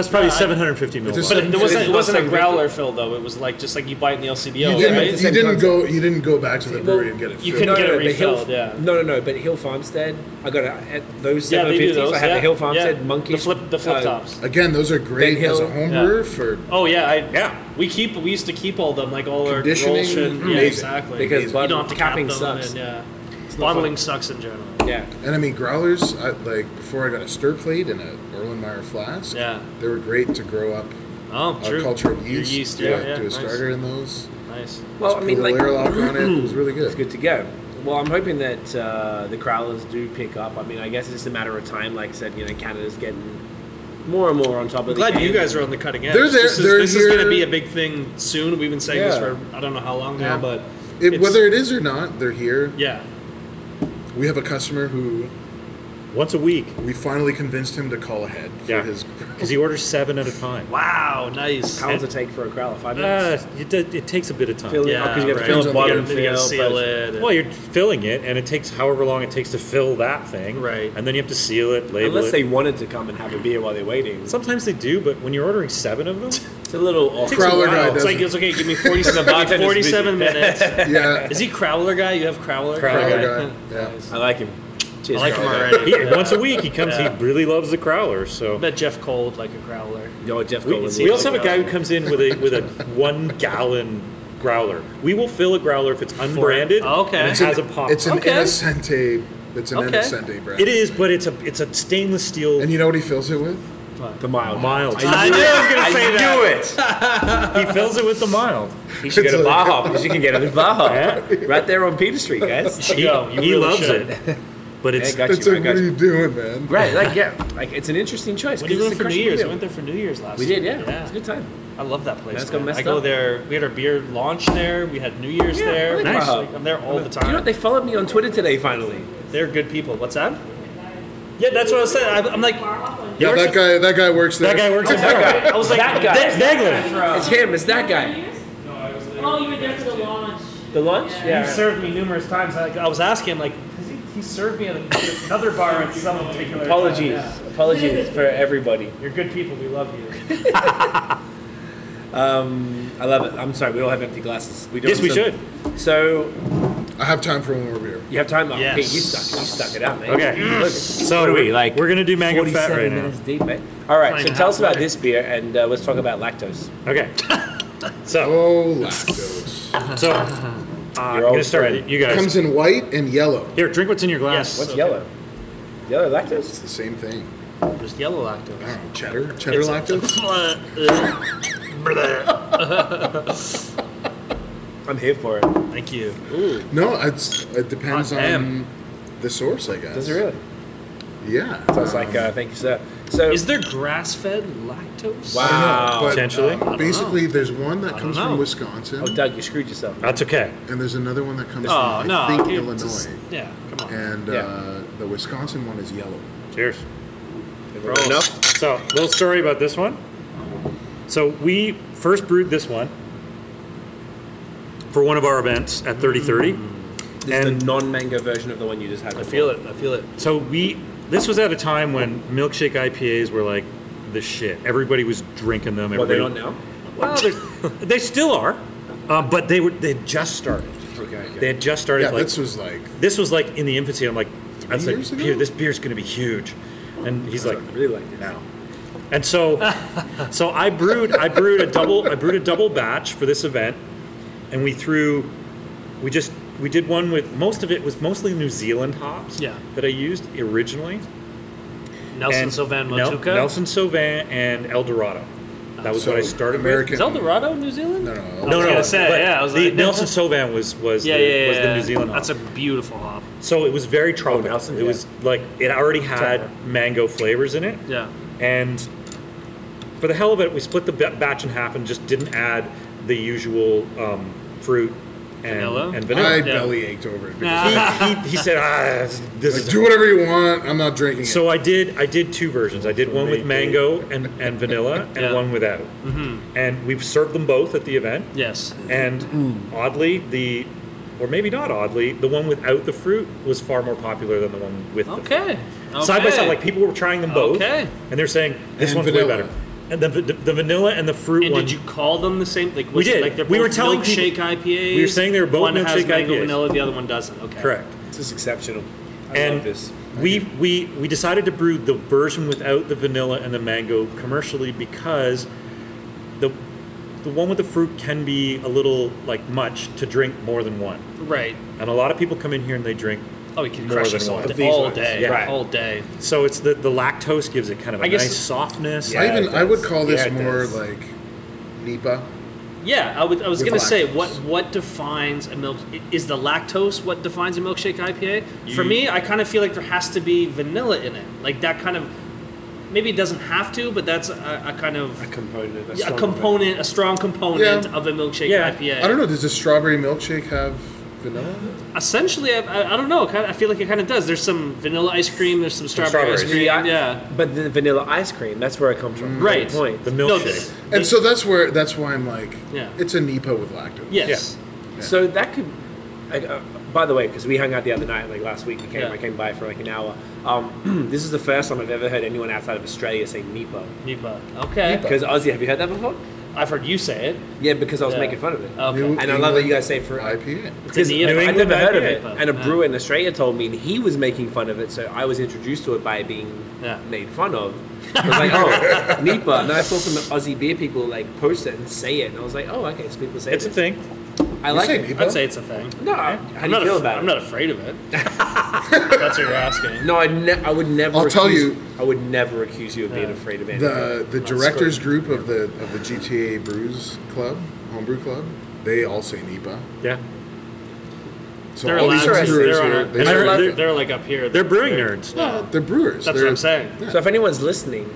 Speaker 4: That's probably
Speaker 3: I-
Speaker 4: 750
Speaker 5: It's
Speaker 4: milliliters.
Speaker 5: a-
Speaker 3: But it wasn't, it
Speaker 2: It's
Speaker 3: wasn't a
Speaker 2: not
Speaker 3: growler fill though. It was like just like you buy it in the LCBO.
Speaker 5: you
Speaker 3: right?
Speaker 5: didn't. You
Speaker 2: same
Speaker 5: didn't go. You didn't go back to the
Speaker 2: Well,
Speaker 5: brewery and get it.
Speaker 3: you couldn't
Speaker 5: filled.
Speaker 3: get it
Speaker 2: but Hill,
Speaker 3: refilled, yeah.
Speaker 2: No, no, no. But Hill Farmstead, I got a, at those
Speaker 3: Yeah,
Speaker 2: seven
Speaker 3: they do
Speaker 2: fifties.
Speaker 3: those.
Speaker 2: I had
Speaker 3: yeah.
Speaker 2: the Hill Farmstead
Speaker 3: yeah.
Speaker 2: monkey.
Speaker 3: The flip, the flip
Speaker 2: uh,
Speaker 3: tops.
Speaker 5: Again, those are great
Speaker 2: Ben Hill.
Speaker 5: as a home
Speaker 3: Yeah.
Speaker 5: brewer for.
Speaker 3: Oh yeah, I,
Speaker 4: Yeah.
Speaker 3: We keep we used to keep all them like all our
Speaker 5: Conditioning,
Speaker 3: roll shit. Yeah,
Speaker 5: amazing.
Speaker 3: exactly.
Speaker 2: Because
Speaker 3: you
Speaker 2: bottle-
Speaker 3: don't have to cap
Speaker 2: capping
Speaker 3: them
Speaker 2: sucks.
Speaker 3: And, yeah,
Speaker 2: not
Speaker 3: bottling sucks in general.
Speaker 2: Yeah.
Speaker 5: And I mean growlers. I, like before, I got a stir plate and a Erlenmeyer flask.
Speaker 3: Yeah.
Speaker 5: they were great to grow up
Speaker 3: Oh,
Speaker 5: a
Speaker 3: true.
Speaker 5: culture of
Speaker 3: Your
Speaker 5: yeast.
Speaker 3: yeast,
Speaker 5: yeah,
Speaker 3: yeah, yeah,
Speaker 5: do a
Speaker 3: nice.
Speaker 5: starter in those.
Speaker 3: Nice.
Speaker 2: Well, I
Speaker 5: Put
Speaker 2: mean,
Speaker 5: a
Speaker 2: like
Speaker 5: layer lock on it. It was really good.
Speaker 2: it's good to go. Well, I'm hoping that uh, the Crowlers do pick up. I mean, I guess it's just a matter of time. Like I said, you know, Canada's getting more and more on top of the
Speaker 3: Glad
Speaker 2: game.
Speaker 3: you guys are on the cutting edge.
Speaker 5: They're there-
Speaker 3: This is,
Speaker 5: they're
Speaker 3: this is going
Speaker 5: here-
Speaker 3: to be a big thing soon. We've been saying this
Speaker 2: Yeah.
Speaker 3: for I don't know how long
Speaker 5: Yeah.
Speaker 3: now, but
Speaker 5: It,
Speaker 3: it's-
Speaker 5: whether it is or not, they're here.
Speaker 3: yeah,
Speaker 5: We have a customer who
Speaker 4: once a week.
Speaker 5: We finally convinced him to call ahead for
Speaker 4: Yeah,
Speaker 5: his.
Speaker 4: because he orders seven at a time.
Speaker 3: Wow, nice.
Speaker 2: How long does it take for a crowd?
Speaker 3: Ah,
Speaker 2: Five
Speaker 4: Uh,
Speaker 2: minutes.
Speaker 4: it, does- it takes a bit of time.
Speaker 2: Fill it-
Speaker 3: yeah,
Speaker 2: oh, 'cause you gotta
Speaker 3: right.
Speaker 2: fill
Speaker 5: Depends
Speaker 2: the
Speaker 5: on the
Speaker 2: bottom,
Speaker 3: You gotta
Speaker 2: fill,
Speaker 3: seal
Speaker 2: but-
Speaker 3: it. and-
Speaker 4: Well, you're filling it, and it takes however long it takes to fill that thing.
Speaker 3: Right.
Speaker 4: And then you have to seal it, label
Speaker 2: Unless
Speaker 4: it.
Speaker 2: they wanted to come and have a beer while they're waiting.
Speaker 4: Sometimes they do, but when you're ordering seven of them,
Speaker 2: It's a little off.
Speaker 4: takes a while.
Speaker 5: Crowler guy
Speaker 3: it's
Speaker 4: It's
Speaker 5: does doesn't-
Speaker 3: like it's okay. Give me forty-seven. about
Speaker 2: Bartender's
Speaker 3: forty-seven
Speaker 2: busy.
Speaker 3: minutes.
Speaker 5: Yeah.
Speaker 3: Is he Crowler guy? You have Crowler.
Speaker 4: Crowler
Speaker 5: Crowler
Speaker 4: guy.
Speaker 5: guy, Yeah.
Speaker 2: I like him. Cheers,
Speaker 3: I like him
Speaker 2: Carl.
Speaker 3: already.
Speaker 4: He, Once a week, he comes.
Speaker 3: Yeah.
Speaker 4: He really loves the crowler.
Speaker 3: I
Speaker 4: So
Speaker 3: bet Jeff Cole would like a Crowler.
Speaker 2: Yo, Jeff
Speaker 4: we,
Speaker 2: Goldblum
Speaker 4: we
Speaker 2: needs to
Speaker 4: also
Speaker 2: go.
Speaker 4: have a guy who comes in with a with a one gallon growler. We will fill a growler if it's unbranded.
Speaker 3: Okay.
Speaker 4: And it
Speaker 3: It's
Speaker 4: has a pop.
Speaker 5: It's an
Speaker 3: Okay.
Speaker 5: innocente. It's an
Speaker 3: Okay.
Speaker 5: innocente brand.
Speaker 4: it is, but it's a it's a stainless steel.
Speaker 5: And you know what he fills it with?
Speaker 2: The mild.
Speaker 4: Mild.
Speaker 3: I knew I was
Speaker 2: I
Speaker 3: gonna say that.
Speaker 2: knew it.
Speaker 4: he fills it with the mild.
Speaker 2: You should go to Bar Hop because you can get it at Bar
Speaker 4: Yeah.
Speaker 2: Hop. Right there on Peter Street, guys.
Speaker 4: He,
Speaker 3: go. You
Speaker 4: he
Speaker 3: really
Speaker 4: loves
Speaker 3: should.
Speaker 4: it, but
Speaker 2: Hey,
Speaker 4: it's
Speaker 2: got
Speaker 5: It's
Speaker 2: you. I
Speaker 5: like,
Speaker 2: got
Speaker 5: what are
Speaker 2: you.
Speaker 5: you doing, man?
Speaker 2: Right, like yeah, like it's an interesting choice.
Speaker 3: When
Speaker 2: 'cause
Speaker 3: you go
Speaker 2: it's
Speaker 3: for
Speaker 2: a
Speaker 3: New
Speaker 2: Christian
Speaker 3: Years,
Speaker 2: meal.
Speaker 3: we went there for New Year's last.
Speaker 2: We did,
Speaker 3: year.
Speaker 2: yeah. It was a good time.
Speaker 3: I love that place.
Speaker 2: That's got
Speaker 3: man.
Speaker 2: messed
Speaker 3: I go
Speaker 2: up.
Speaker 3: there. We had our beer launch there. We had New Year's
Speaker 2: Yeah, I
Speaker 3: there.
Speaker 2: like Nice. Baja.
Speaker 3: I'm there all the
Speaker 2: Do
Speaker 3: time.
Speaker 2: you know what? They followed me on Twitter today. Finally,
Speaker 3: They're good people. What's that? Yeah, that's what I was saying. I, I'm like,
Speaker 5: Yeah, that guy. That guy works there.
Speaker 4: that guy works. at
Speaker 2: that guy.
Speaker 3: I was like,
Speaker 2: That guy.
Speaker 3: "That-
Speaker 4: Degler.
Speaker 2: It's him. It's that guy.
Speaker 9: Oh, you were there for the launch.
Speaker 2: The lunch.
Speaker 3: He served me numerous times. I, I was asking him, like, has he, he served me at another bar at some particular. time.
Speaker 2: Apologies.
Speaker 3: Yeah.
Speaker 2: Apologies for everybody.
Speaker 3: You're good people. We love you.
Speaker 2: I love it. I'm sorry. We all have empty glasses. We don't
Speaker 4: Yes, we
Speaker 2: so- So
Speaker 5: I have time for one more beer.
Speaker 2: you have time. Oh,
Speaker 3: Yes.
Speaker 2: Pete, you stuck. You stuck it out, man.
Speaker 4: Okay. So
Speaker 2: What are we, like,
Speaker 4: We're gonna do mango fat
Speaker 2: 47
Speaker 4: right now.
Speaker 2: minutes deep, mate. All right.
Speaker 3: Fine,
Speaker 2: so tell us about
Speaker 3: halfway.
Speaker 2: this beer, and uh, let's talk about lactose.
Speaker 4: Okay. So
Speaker 5: Oh, lactose.
Speaker 4: so uh, I'm
Speaker 2: old
Speaker 4: gonna start.
Speaker 2: friend.
Speaker 4: You guys.
Speaker 5: Comes in white and yellow.
Speaker 4: Here, drink what's in your glass.
Speaker 3: Yes.
Speaker 2: What's
Speaker 3: Okay.
Speaker 2: yellow? Yellow lactose.
Speaker 5: It's the same thing.
Speaker 3: Just yellow lactose.
Speaker 5: I don't know, cheddar. Cheddar lactose.
Speaker 2: I'm here for it.
Speaker 3: Thank you.
Speaker 5: No, it's it depends
Speaker 3: Hot
Speaker 5: on
Speaker 3: damn.
Speaker 5: the source, I guess.
Speaker 2: Does it really?
Speaker 5: Yeah.
Speaker 2: So it's like, uh, thank you, sir. So
Speaker 3: Is there grass-fed lactose?
Speaker 5: I don't know,
Speaker 2: wow.
Speaker 5: but,
Speaker 4: Potentially.
Speaker 5: uh, basically, there's one that comes
Speaker 3: know.
Speaker 5: from Wisconsin,
Speaker 2: Oh, Doug, you screwed yourself.
Speaker 4: That's okay.
Speaker 5: and there's another one that comes
Speaker 3: Oh
Speaker 5: from
Speaker 3: no,
Speaker 5: I think
Speaker 3: dude,
Speaker 5: Illinois.
Speaker 3: just- yeah, come on.
Speaker 5: and
Speaker 2: Yeah.
Speaker 5: uh, the Wisconsin one is yellow.
Speaker 4: Cheers.
Speaker 2: Bro. Enough.
Speaker 4: So, little story about this one. So we first brewed this one for one of our events at 3030.
Speaker 2: This is
Speaker 4: And-
Speaker 2: the non-mango version of the one you just had.
Speaker 3: I feel it. I feel it.
Speaker 4: So we this was at a time when milkshake IPAs were like the shit. Everybody was drinking them.
Speaker 2: Well, they
Speaker 4: Everybody,
Speaker 2: don't now.
Speaker 4: Well, they're- they still are, uh, but they were they had just started.
Speaker 2: Okay. okay.
Speaker 4: They had just started.
Speaker 5: yeah,
Speaker 4: like,
Speaker 5: this was like
Speaker 4: this was like in the infancy. I'm like, I was
Speaker 5: years
Speaker 4: like,
Speaker 5: ago?
Speaker 4: beer, this beer's gonna be huge, and he's like,
Speaker 2: I really like this. Now.
Speaker 4: and so, so I brewed, I brewed a double, I brewed a double batch for this event, and we threw, we just, we did one with most of it was mostly New Zealand hops
Speaker 3: Yeah.
Speaker 4: that I used originally.
Speaker 3: Nelson
Speaker 4: And
Speaker 3: Sylvan
Speaker 4: Nel-
Speaker 3: Motuka.
Speaker 4: Nelson Sauvin and El Dorado. That was
Speaker 5: so
Speaker 4: what I started
Speaker 5: American.
Speaker 4: with.
Speaker 3: Is El Dorado New Zealand?
Speaker 5: No, no,
Speaker 4: No,
Speaker 3: was
Speaker 4: no,
Speaker 3: gonna say,
Speaker 4: but
Speaker 3: yeah, I was
Speaker 4: the
Speaker 3: like-
Speaker 4: Nelson Sauvin was was
Speaker 3: Yeah,
Speaker 4: the,
Speaker 3: yeah, yeah.
Speaker 4: was the
Speaker 3: yeah.
Speaker 4: New Zealand. hop.
Speaker 3: That's a beautiful hop.
Speaker 4: So it was very tropical.
Speaker 2: Nelson,
Speaker 4: it
Speaker 2: yeah.
Speaker 4: was like it already had mango flavors in it,
Speaker 3: Yeah.
Speaker 4: and for the hell of it, we split the ba- batch in half and just didn't add the usual um, fruit and
Speaker 3: Vanilla?
Speaker 4: And
Speaker 5: I
Speaker 4: vanilla.
Speaker 3: Yeah.
Speaker 5: belly ached over it. Because,
Speaker 4: he, he, he said, "Ah, this
Speaker 5: like,
Speaker 4: is."
Speaker 5: do whatever you want. I'm not drinking it.
Speaker 4: So I did. I did two versions. I did one with mango and, and vanilla, and
Speaker 3: Yeah. Mm-hmm.
Speaker 4: one without. And we've served them both at the event.
Speaker 3: Yes.
Speaker 4: And oddly, the or maybe not oddly, the one without the fruit was far more popular than the one with the fruit.
Speaker 3: Okay.
Speaker 4: side by
Speaker 3: Okay.
Speaker 4: side. Like people were trying them both,
Speaker 3: Okay.
Speaker 4: and they're saying this
Speaker 5: And
Speaker 4: one's way
Speaker 5: vanilla.
Speaker 4: better. And the, the, the vanilla and the fruit
Speaker 3: And
Speaker 4: one.
Speaker 3: did you call them the same? Like was
Speaker 4: We
Speaker 3: it
Speaker 4: did.
Speaker 3: Like they're
Speaker 4: We were
Speaker 3: both
Speaker 4: telling
Speaker 3: milkshake
Speaker 4: people-
Speaker 3: IPAs.
Speaker 4: we were saying they were both
Speaker 3: one has
Speaker 4: milkshake
Speaker 3: mango
Speaker 4: IPAs.
Speaker 3: vanilla, the other one doesn't. Okay.
Speaker 4: correct.
Speaker 2: This is exceptional. I love
Speaker 4: and
Speaker 2: this.
Speaker 4: we we we decided to brew the version without the vanilla and the mango commercially because the the one with the fruit can be a little like much to drink more than one.
Speaker 3: Right.
Speaker 4: And a lot of people come in here and they drink
Speaker 3: Oh, you can
Speaker 4: More
Speaker 3: crush
Speaker 4: than
Speaker 3: this all,
Speaker 4: one.
Speaker 3: day,
Speaker 2: These
Speaker 3: all
Speaker 2: ones.
Speaker 3: day.
Speaker 4: Yeah. Right.
Speaker 3: All day.
Speaker 4: So it's the the lactose gives it kind of a
Speaker 3: I guess-
Speaker 4: nice
Speaker 3: uh,
Speaker 4: softness.
Speaker 5: I even
Speaker 2: it
Speaker 5: I would
Speaker 2: does.
Speaker 5: call this
Speaker 2: Yeah, it
Speaker 5: more
Speaker 2: does.
Speaker 5: like Nipa.
Speaker 3: Yeah, I, would, I was
Speaker 5: With
Speaker 3: going to say
Speaker 5: lactose.
Speaker 3: what what defines a milk is the lactose what defines a milkshake IPA? For me, I kind of feel like there has to be vanilla in it. Like that kind of maybe it doesn't have to, but that's a, a kind of
Speaker 2: A component.
Speaker 3: a,
Speaker 2: strong
Speaker 3: component, a strong component
Speaker 5: Yeah.
Speaker 3: of a milkshake
Speaker 4: Yeah.
Speaker 3: IPA.
Speaker 5: I don't know. Does the strawberry milkshake have vanilla?
Speaker 3: Essentially, I, I, I don't know. Kind of, I feel like it kind of does. The's some vanilla ice cream. There's some strawberry ice
Speaker 4: strawberries.
Speaker 2: Yeah.
Speaker 3: cream. Yeah.
Speaker 2: But the vanilla ice cream, that's where it comes from.
Speaker 3: Right.
Speaker 2: Good point.
Speaker 4: The
Speaker 3: No,
Speaker 4: milkshake.
Speaker 5: And so that's where that's why I'm like,
Speaker 3: Yeah.
Speaker 5: it's a Nipa with lactose.
Speaker 3: yes.
Speaker 2: So that could, like, uh, by the way, because we hung out the other night, like last week, we came,
Speaker 3: Yeah.
Speaker 2: I came by for like an hour. Um, this is the first time I've ever heard anyone outside of Australia say Nipa.
Speaker 3: Nipa. Okay.
Speaker 2: Because Aussie, have you heard that before?
Speaker 3: I've heard you say it.
Speaker 2: Yeah, because I was
Speaker 3: Yeah.
Speaker 2: making fun of it.
Speaker 3: Okay.
Speaker 5: New
Speaker 2: And I love that you guys say
Speaker 5: England
Speaker 2: for
Speaker 5: IPA.
Speaker 2: Because
Speaker 3: New
Speaker 2: I
Speaker 3: England
Speaker 2: never heard of it,
Speaker 3: IPA.
Speaker 2: and a
Speaker 3: Yeah.
Speaker 2: brewer in Australia told me, and he was making fun of it. So I was introduced to it by being
Speaker 3: Yeah.
Speaker 2: made fun of. I was like, oh, Nipa. And then I saw some Aussie beer people like post it and say it, and I was like, oh, okay, so people say
Speaker 4: It's a
Speaker 2: it.
Speaker 4: thing.
Speaker 2: I like
Speaker 5: say
Speaker 2: it.
Speaker 5: Nipa?
Speaker 3: I'd say it's a thing.
Speaker 2: No, how
Speaker 3: I'm
Speaker 2: do you
Speaker 3: not.
Speaker 2: feel
Speaker 3: af-
Speaker 2: about
Speaker 3: I'm
Speaker 2: it?
Speaker 3: not afraid of it. That's what you're asking.
Speaker 2: No, I, ne- I would never.
Speaker 5: I'll tell
Speaker 2: accuse-
Speaker 5: you-
Speaker 2: I would never accuse you of being afraid of anything.
Speaker 5: The the directors group of the of the GTA Brews Club, Homebrew Club, they all say Nipa.
Speaker 4: Yeah.
Speaker 5: So
Speaker 3: They're
Speaker 5: all these
Speaker 3: allowed.
Speaker 5: brewers
Speaker 3: They're, on
Speaker 5: are-
Speaker 3: a-
Speaker 5: they
Speaker 4: I
Speaker 3: they're,
Speaker 4: love
Speaker 5: say
Speaker 3: they're,
Speaker 5: Nipa.
Speaker 3: like up here.
Speaker 4: They're brewing nerds.
Speaker 5: Yeah, they're brewers.
Speaker 3: That's
Speaker 5: They're-
Speaker 3: what I'm saying.
Speaker 5: yeah.
Speaker 2: so if anyone's listening,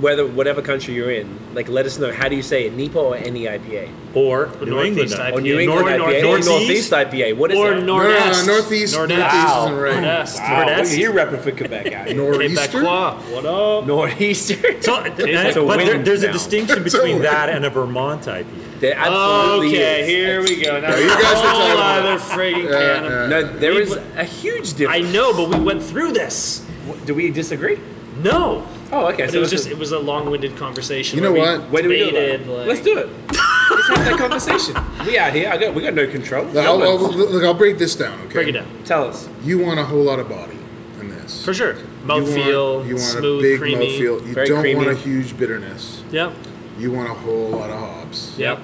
Speaker 2: whether whatever country you're in, like let us know how do you say it, Nipa or any IPA
Speaker 4: Or New England.
Speaker 3: Northeast
Speaker 4: nerds.
Speaker 3: IPA.
Speaker 2: or New England
Speaker 3: Nor-
Speaker 2: IPA or
Speaker 3: North-
Speaker 4: Northeast?
Speaker 2: Northeast IPA. What is
Speaker 3: Or
Speaker 2: that?
Speaker 5: No, no, no,
Speaker 3: Northeast.
Speaker 5: Northeast-
Speaker 3: Northeast.
Speaker 5: Northeast isn't right.
Speaker 3: Northeast.
Speaker 2: Wow, look at
Speaker 4: Nordest?
Speaker 2: you repping for Quebec, guy.
Speaker 5: Nor'easter.
Speaker 3: Quebecois. Ah, What up?
Speaker 2: Northeastern.
Speaker 4: So,
Speaker 2: It's a
Speaker 4: but there-
Speaker 2: win
Speaker 4: there's a
Speaker 2: now.
Speaker 4: distinction
Speaker 5: It's a
Speaker 4: between
Speaker 5: win.
Speaker 4: that and a Vermont IPA.
Speaker 2: There absolutely
Speaker 3: Okay,
Speaker 2: is.
Speaker 3: here we go. Now
Speaker 5: you guys
Speaker 3: a
Speaker 5: were talking
Speaker 3: whole
Speaker 5: about-
Speaker 3: other freaking
Speaker 5: Yeah,
Speaker 3: can.
Speaker 5: yeah.
Speaker 3: of-
Speaker 2: No, there
Speaker 3: We
Speaker 2: is
Speaker 3: put-
Speaker 2: a huge
Speaker 3: I
Speaker 2: difference.
Speaker 3: know, but we went through this.
Speaker 2: Do we disagree?
Speaker 3: No,
Speaker 2: Oh, okay.
Speaker 3: but
Speaker 2: so
Speaker 3: it was
Speaker 2: let's
Speaker 3: just it was a long-winded conversation.
Speaker 5: You know
Speaker 3: where we
Speaker 5: what?
Speaker 2: When do we do
Speaker 3: debated,
Speaker 2: it?
Speaker 3: like-
Speaker 2: Let's do it. Let's have that conversation. We out here. I got. We got no control.
Speaker 5: Now,
Speaker 2: No
Speaker 5: I'll, I'll,
Speaker 2: one-
Speaker 5: look, I'll break this down. Okay.
Speaker 3: Break it down
Speaker 2: Tell us.
Speaker 5: You want a whole lot of body in this.
Speaker 3: for sure.
Speaker 5: You want-
Speaker 3: Mouthfeel,
Speaker 5: you want
Speaker 3: smooth,
Speaker 5: a big
Speaker 3: creamy.
Speaker 5: mouthfeel. You
Speaker 2: very
Speaker 5: don't want a
Speaker 2: creamy.
Speaker 5: huge bitterness.
Speaker 3: Yep.
Speaker 5: You want a whole lot of hops.
Speaker 3: Yep.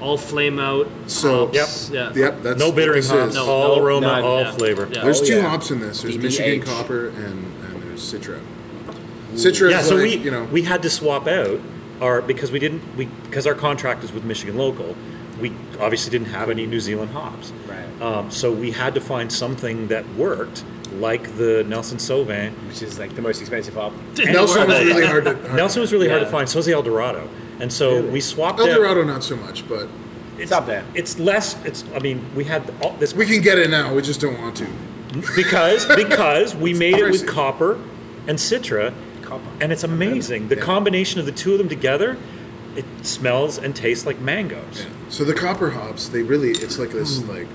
Speaker 3: All flame out.
Speaker 5: So
Speaker 3: hops. Yep.
Speaker 5: Yep, that's
Speaker 4: No
Speaker 5: what this
Speaker 4: bittering hops.
Speaker 5: is. Oh,
Speaker 3: No,
Speaker 4: all
Speaker 3: no,
Speaker 4: aroma,
Speaker 2: none,
Speaker 4: all
Speaker 3: yeah.
Speaker 4: flavor.
Speaker 3: Yeah.
Speaker 5: There's
Speaker 2: Oh,
Speaker 5: two
Speaker 2: yeah.
Speaker 5: hops in this. There's
Speaker 2: DDH.
Speaker 5: Michigan copper and, and there's Citra. Citra
Speaker 4: Yeah,
Speaker 5: is
Speaker 4: so
Speaker 5: like,
Speaker 4: we
Speaker 5: you know
Speaker 4: we had to swap out our because we didn't we because our contract is with Michigan Local. We obviously didn't have any New Zealand hops,
Speaker 2: Right.
Speaker 4: um, so we had to find something that worked, like the Nelson Sauvin.
Speaker 2: Which is like the most expensive op.
Speaker 5: Nelson was really hard to hard
Speaker 4: Nelson was really hard to
Speaker 2: Yeah.
Speaker 4: find. So was the El Dorado, and so we swapped
Speaker 5: El
Speaker 4: out.
Speaker 5: Dorado not so much, but
Speaker 2: It's up there.
Speaker 4: It's less. It's. I mean, we had all this
Speaker 5: we can get it now. We just don't want to.
Speaker 4: because because we made it with
Speaker 5: pricey.
Speaker 4: copper and Citra,
Speaker 2: Copper.
Speaker 4: and it's amazing. The
Speaker 5: Yeah.
Speaker 4: combination of the two of them together, it smells and tastes like mangoes.
Speaker 5: So the copper hops, they really it's like this
Speaker 3: Hmm.
Speaker 5: like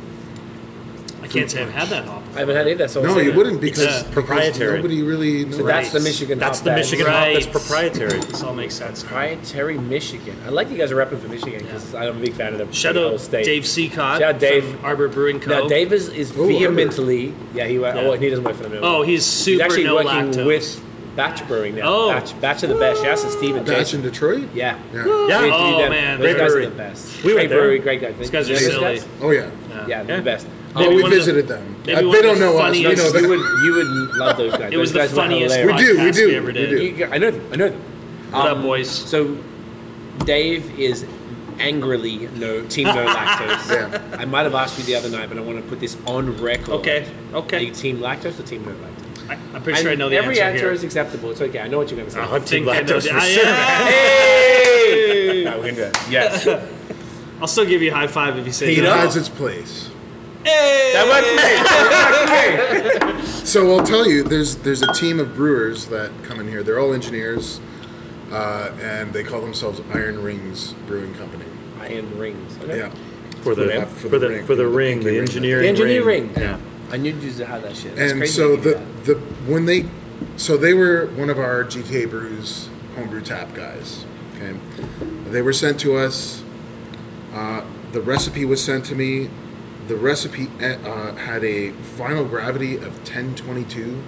Speaker 3: I can't say I've had that hop.
Speaker 2: I haven't had it. That's all. I'm
Speaker 5: no,
Speaker 2: saying.
Speaker 5: you wouldn't because,
Speaker 4: uh,
Speaker 5: because
Speaker 4: proprietary.
Speaker 5: nobody really knows.
Speaker 2: So that's the Michigan.
Speaker 4: That's
Speaker 2: hop
Speaker 4: the
Speaker 2: bag.
Speaker 4: Michigan
Speaker 3: Right.
Speaker 4: hop that's proprietary.
Speaker 3: This all makes sense.
Speaker 2: Proprietary Michigan. I like you guys are repping for Michigan because I'm a big fan of them.
Speaker 3: Shout
Speaker 2: the whole
Speaker 3: out
Speaker 2: state.
Speaker 3: Dave Seacott
Speaker 2: Shout out Dave.
Speaker 3: from Arbor Brewing Co.
Speaker 2: Now Dave is, is
Speaker 5: Oh, I remember.
Speaker 2: vehemently. Yeah, he. wa- Oh, he doesn't work for the middle.
Speaker 3: Oh, he's
Speaker 2: He's
Speaker 3: super
Speaker 2: actually
Speaker 3: no
Speaker 2: working
Speaker 3: lactose.
Speaker 2: with Batch Brewing now.
Speaker 3: Oh.
Speaker 2: Batch, Batch of the Best. Shout out to Steve and
Speaker 5: Batch
Speaker 2: Jason.
Speaker 5: in Detroit?
Speaker 2: Yeah.
Speaker 5: Yeah.
Speaker 4: Yeah.
Speaker 2: We interviewed
Speaker 3: Oh,
Speaker 2: them.
Speaker 3: man,
Speaker 2: Those
Speaker 4: great
Speaker 2: guys are
Speaker 4: brewery.
Speaker 2: the best.
Speaker 4: We
Speaker 2: great
Speaker 4: went there.
Speaker 2: brewery, great guys. These
Speaker 3: guys are silly.
Speaker 5: Oh yeah.
Speaker 2: Yeah, they're
Speaker 4: Yeah.
Speaker 2: the best.
Speaker 5: Oh,
Speaker 3: Maybe
Speaker 5: we
Speaker 3: one of the-
Speaker 5: visited them.
Speaker 3: maybe
Speaker 5: Uh,
Speaker 3: one
Speaker 5: they
Speaker 3: of the
Speaker 5: don't know us. We know
Speaker 3: funniest-
Speaker 2: You
Speaker 5: them.
Speaker 2: would, you would love those guys.
Speaker 3: It was
Speaker 2: those
Speaker 3: the
Speaker 2: guys were
Speaker 3: funniest
Speaker 2: hilarious.
Speaker 5: We do, we
Speaker 3: podcast
Speaker 5: do,
Speaker 3: ever
Speaker 5: we
Speaker 3: did.
Speaker 5: do.
Speaker 2: You- I know them. I know them.
Speaker 3: What up,
Speaker 2: Um,
Speaker 3: boys?
Speaker 2: So, Dave is angrily no team no lactose.
Speaker 5: Yeah.
Speaker 2: I might have asked you the other night, but I want to put this on record.
Speaker 3: Okay,
Speaker 2: Are you
Speaker 3: okay.
Speaker 2: team lactose or team no lactose?
Speaker 3: I, I'm pretty sure I
Speaker 2: And
Speaker 3: know the
Speaker 2: every
Speaker 3: answer here. Uh-huh.
Speaker 2: is acceptable. It's okay. I know what you're going to say.
Speaker 4: I'm
Speaker 3: I
Speaker 4: team
Speaker 3: think I know
Speaker 4: lactose
Speaker 3: the-
Speaker 4: for
Speaker 3: I-
Speaker 4: sure.
Speaker 2: Hey! no, we're gonna do it. Yes. that
Speaker 3: I'll still give you a high five if you say
Speaker 5: It
Speaker 3: no.
Speaker 5: has its place.
Speaker 2: worked for me. That worked for me.
Speaker 5: So I'll tell you, there's there's a team of brewers that come in here. They're all engineers, uh, and they call themselves Iron Rings Brewing Company.
Speaker 2: Iron rings. Okay.
Speaker 5: Yeah,
Speaker 4: For
Speaker 5: Yeah,
Speaker 4: the for,
Speaker 5: for the
Speaker 4: the,
Speaker 5: ring,
Speaker 4: for the
Speaker 5: the
Speaker 4: ring,
Speaker 5: pinky
Speaker 4: the
Speaker 5: ring.
Speaker 4: engineering,
Speaker 2: The engineer ring.
Speaker 5: yeah.
Speaker 2: I knew you had that shit. That's
Speaker 5: And
Speaker 2: crazy that
Speaker 5: so
Speaker 2: you
Speaker 5: the
Speaker 2: do that.
Speaker 5: the when they so they were one of our GK Brews homebrew tap guys. Okay, they were sent to us. Uh, the recipe was sent to me. The recipe eh, uh, had a final gravity of 1022.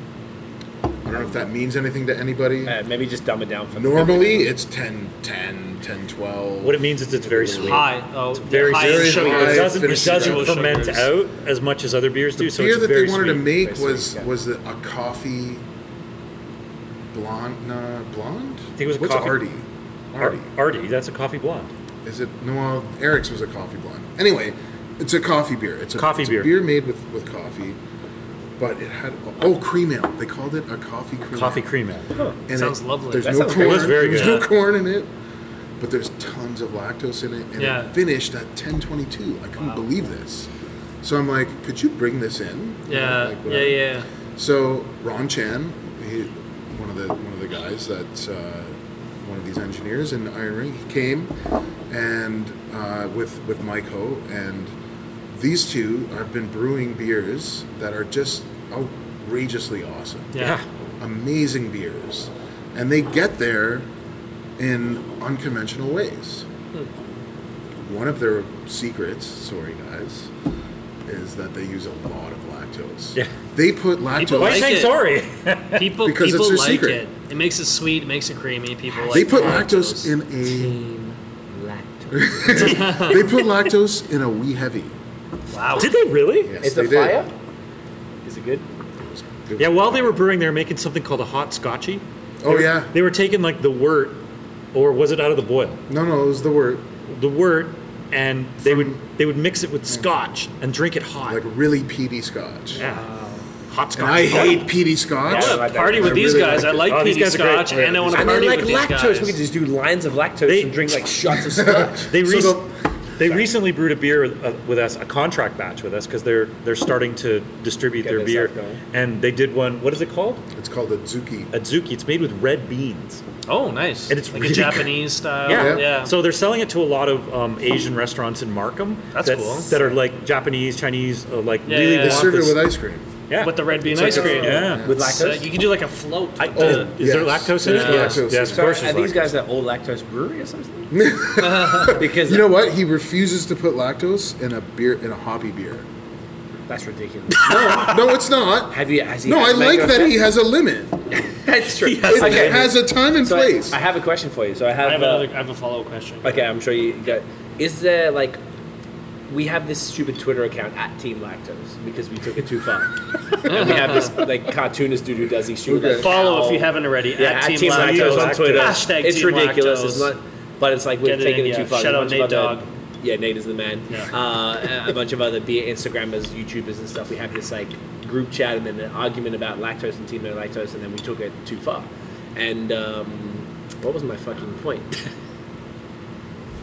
Speaker 5: I don't know if that means anything to anybody.
Speaker 2: Uh, maybe just dumb it down for me.
Speaker 5: Normally it's 10, 10, 10, 12.
Speaker 4: What it means is it's very sweet.
Speaker 3: High. Oh,
Speaker 4: Very
Speaker 3: high
Speaker 5: very
Speaker 3: in
Speaker 4: sweet.
Speaker 3: sugar.
Speaker 5: high.
Speaker 4: It doesn't, it
Speaker 5: Finished
Speaker 4: doesn't
Speaker 3: sugars.
Speaker 4: ferment out as much as other beers do. so
Speaker 5: beer
Speaker 4: it's
Speaker 5: that
Speaker 4: very
Speaker 5: they wanted to
Speaker 4: sweet.
Speaker 5: make
Speaker 2: Very
Speaker 5: was
Speaker 2: sweet, yeah.
Speaker 5: was a coffee blonde. Uh, blonde? I
Speaker 4: think it was a
Speaker 5: What's
Speaker 4: coffee-
Speaker 5: Artie? Artie.
Speaker 4: Artie, that's a coffee blonde.
Speaker 5: Is it? No, well, Eric's was a coffee blonde. Anyway, it's a coffee beer. It's a
Speaker 4: Coffee
Speaker 5: it's
Speaker 4: beer.
Speaker 5: A beer made with, with coffee, but it had oh cream ale. They called it a coffee cream.
Speaker 4: Coffee
Speaker 5: ale.
Speaker 4: cream ale.
Speaker 5: And
Speaker 3: Sounds
Speaker 5: it-
Speaker 3: lovely.
Speaker 5: There's
Speaker 2: That
Speaker 5: no
Speaker 2: sounds great.
Speaker 5: corn.
Speaker 4: It was very
Speaker 5: there's
Speaker 4: good.
Speaker 5: no corn in it, but there's tons of lactose in it, and
Speaker 3: Yeah.
Speaker 5: it finished at 10:22. I couldn't believe this. So I'm like, could you bring this in? You know,
Speaker 3: Yeah,
Speaker 5: like,
Speaker 3: yeah,
Speaker 5: whatever.
Speaker 3: yeah.
Speaker 5: So Ron Chan, he, one of the one of the guys that's uh, one of these engineers in Iron Ring, he came and uh, with with Mike Ho and these two have been brewing beers that are just outrageously awesome,
Speaker 3: Yeah.
Speaker 5: amazing beers, and they get there in unconventional ways. One of their secrets, sorry guys, is that they use a lot of lactose.
Speaker 4: Yeah.
Speaker 5: They put lactose.
Speaker 4: Why
Speaker 3: Like
Speaker 4: are you saying
Speaker 3: it.
Speaker 4: sorry?
Speaker 3: People
Speaker 5: Because
Speaker 3: people
Speaker 5: it's their
Speaker 3: like
Speaker 5: secret.
Speaker 3: it. It makes it sweet, it makes it creamy. People like uh,
Speaker 5: they put
Speaker 3: it.
Speaker 5: lactose in a
Speaker 2: Team lactose.
Speaker 5: they put lactose in a wee heavy.
Speaker 3: Wow.
Speaker 4: Did they really?
Speaker 5: Yes,
Speaker 2: Is
Speaker 5: they
Speaker 2: it
Speaker 5: did.
Speaker 2: fire? Is it good?
Speaker 4: Yeah, while they were brewing, they were making something called a hot scotchy.
Speaker 5: Oh yeah.
Speaker 4: They were taking like the wort, or was it out of the boil?
Speaker 5: No, no, it was the word
Speaker 4: The wort, and they would they would mix it with scotch and drink it hot.
Speaker 5: like really peaty scotch.
Speaker 4: hot
Speaker 5: And
Speaker 4: scotch.
Speaker 5: I hate peaty scotch.
Speaker 3: I want to party with
Speaker 5: I
Speaker 3: these
Speaker 5: really
Speaker 3: guys.
Speaker 5: like
Speaker 3: I like
Speaker 4: Oh, these
Speaker 3: peaty
Speaker 4: guys are great.
Speaker 3: scotch, and I want to
Speaker 2: I mean,
Speaker 3: party
Speaker 2: like
Speaker 3: with these
Speaker 2: lactose, we
Speaker 3: guys.
Speaker 2: could just do lines of lactose
Speaker 4: They-
Speaker 2: and drink like shots of scotch.
Speaker 4: They,
Speaker 5: So
Speaker 4: rec-
Speaker 5: the-
Speaker 4: they recently brewed a beer uh, with us, a contract batch with us, because they're they're starting to distribute
Speaker 2: Get
Speaker 4: their
Speaker 2: this
Speaker 4: beer.
Speaker 2: stuff going.
Speaker 4: And they did one. What is it called?
Speaker 5: It's called adzuki.
Speaker 4: Adzuki. It's made with red beans.
Speaker 3: Oh, nice.
Speaker 4: And it's
Speaker 3: like
Speaker 4: really
Speaker 3: a Japanese style.
Speaker 4: Yeah.
Speaker 3: Yeah.
Speaker 4: So they're selling it to a lot of um, Asian restaurants in Markham.
Speaker 3: That's cool.
Speaker 4: That are like Japanese, Chinese, uh, like
Speaker 3: Yeah,
Speaker 4: really
Speaker 3: yeah,
Speaker 5: They
Speaker 3: yeah.
Speaker 4: want
Speaker 5: serve it
Speaker 4: this-
Speaker 5: with ice cream.
Speaker 4: Yeah.
Speaker 3: with the red bean
Speaker 4: It's like
Speaker 3: ice
Speaker 4: a-
Speaker 3: cream.
Speaker 4: Yeah.
Speaker 2: With
Speaker 3: So uh,
Speaker 2: lactose?
Speaker 3: you can do like a float.
Speaker 4: I-
Speaker 3: like
Speaker 4: uh,
Speaker 3: the-
Speaker 4: is there
Speaker 5: yes.
Speaker 4: lactose in it?
Speaker 5: There's
Speaker 4: Yeah.
Speaker 5: lactose.
Speaker 4: Yes, of
Speaker 2: so
Speaker 4: course.
Speaker 2: are
Speaker 4: there's
Speaker 2: these
Speaker 4: lactose.
Speaker 2: guys that old lactose brewery or something? because
Speaker 5: You know what? He refuses to put lactose in a beer in a hobby beer.
Speaker 2: that's ridiculous.
Speaker 5: No, it's not.
Speaker 2: Have you? Has he
Speaker 5: No,
Speaker 2: had
Speaker 5: I like
Speaker 2: mango
Speaker 5: that he
Speaker 2: syrup?
Speaker 5: has a limit.
Speaker 2: That's true.
Speaker 5: It
Speaker 2: Okay.
Speaker 5: has a time and
Speaker 2: So I-
Speaker 5: place.
Speaker 2: I, have a question for you. So I have,
Speaker 3: I have
Speaker 2: uh,
Speaker 3: another. I have a follow-up question.
Speaker 2: Okay, I'm sure you got. Is there like, we have this stupid Twitter account at Team Lactose because we took it too far. and we have this like cartoonist dude who does these stupid like,
Speaker 3: Follow if
Speaker 2: cow-
Speaker 3: you haven't already.
Speaker 2: Yeah, at Team, Lactose, on Twitter.
Speaker 3: Hashtag
Speaker 2: it's
Speaker 3: Team
Speaker 2: ridiculous.
Speaker 3: Lactose.
Speaker 2: It's not, but it's like we're
Speaker 3: Get it
Speaker 2: taking
Speaker 3: in,
Speaker 2: it too
Speaker 3: yeah.
Speaker 2: far.
Speaker 3: Shout
Speaker 2: A
Speaker 3: out
Speaker 2: bunch
Speaker 3: Nate
Speaker 2: of other-
Speaker 3: Dogg.
Speaker 2: Yeah, Nate is the man.
Speaker 3: Yeah.
Speaker 2: Uh, a- a bunch of other beer Instagrammers, YouTubers, and stuff. We have this like group chat and then an argument about lactose and team no lactose, and then we took it too far. And um, what was my fucking point?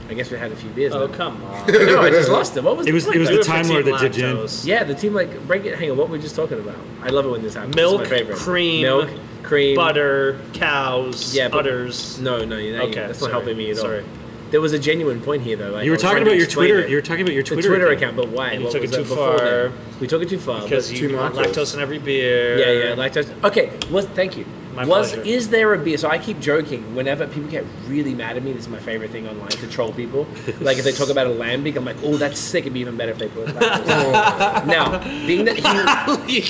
Speaker 2: I guess we had a few beers.
Speaker 3: Oh
Speaker 2: now.
Speaker 3: come on.
Speaker 2: no, I just lost it. What was
Speaker 4: It
Speaker 2: the
Speaker 4: was
Speaker 2: point?
Speaker 4: it was
Speaker 2: though?
Speaker 4: the Time Lord that did in.
Speaker 3: Lactose.
Speaker 2: Yeah, the team like break it. Hang on, what were we just talking about? I love it when this happens. It's
Speaker 3: Milk,
Speaker 2: my favorite.
Speaker 3: cream,
Speaker 2: milk, cream,
Speaker 3: butter, cows,
Speaker 2: Yeah, but-
Speaker 3: utters.
Speaker 2: No, no, you-
Speaker 3: Okay,
Speaker 2: that's
Speaker 3: sorry,
Speaker 2: not helping me at all.
Speaker 3: sorry.
Speaker 2: There was a genuine point here, though. Like,
Speaker 4: You
Speaker 2: I
Speaker 4: were
Speaker 2: was
Speaker 4: talking
Speaker 2: trying
Speaker 4: about
Speaker 2: to
Speaker 4: your
Speaker 2: explain
Speaker 4: Twitter.
Speaker 2: it.
Speaker 4: You were talking about your Twitter.
Speaker 2: the Twitter
Speaker 4: account.
Speaker 2: account, but why?
Speaker 3: And you
Speaker 2: What
Speaker 3: took
Speaker 2: was
Speaker 3: it too
Speaker 2: before then?
Speaker 3: far.
Speaker 2: We took it too far.
Speaker 3: because
Speaker 2: but-
Speaker 3: you
Speaker 5: too
Speaker 3: want
Speaker 5: much.
Speaker 3: lactose in every beer.
Speaker 2: yeah, yeah, lactose. Okay, was thank you.
Speaker 3: My
Speaker 2: was
Speaker 3: pleasure.
Speaker 2: is there a beer? So I keep joking whenever people get really mad at me. This is my favorite thing online to troll people. like if they talk about a lambic, I'm like, oh, that's sick. It'd be even better if they put. lactose. now, being that he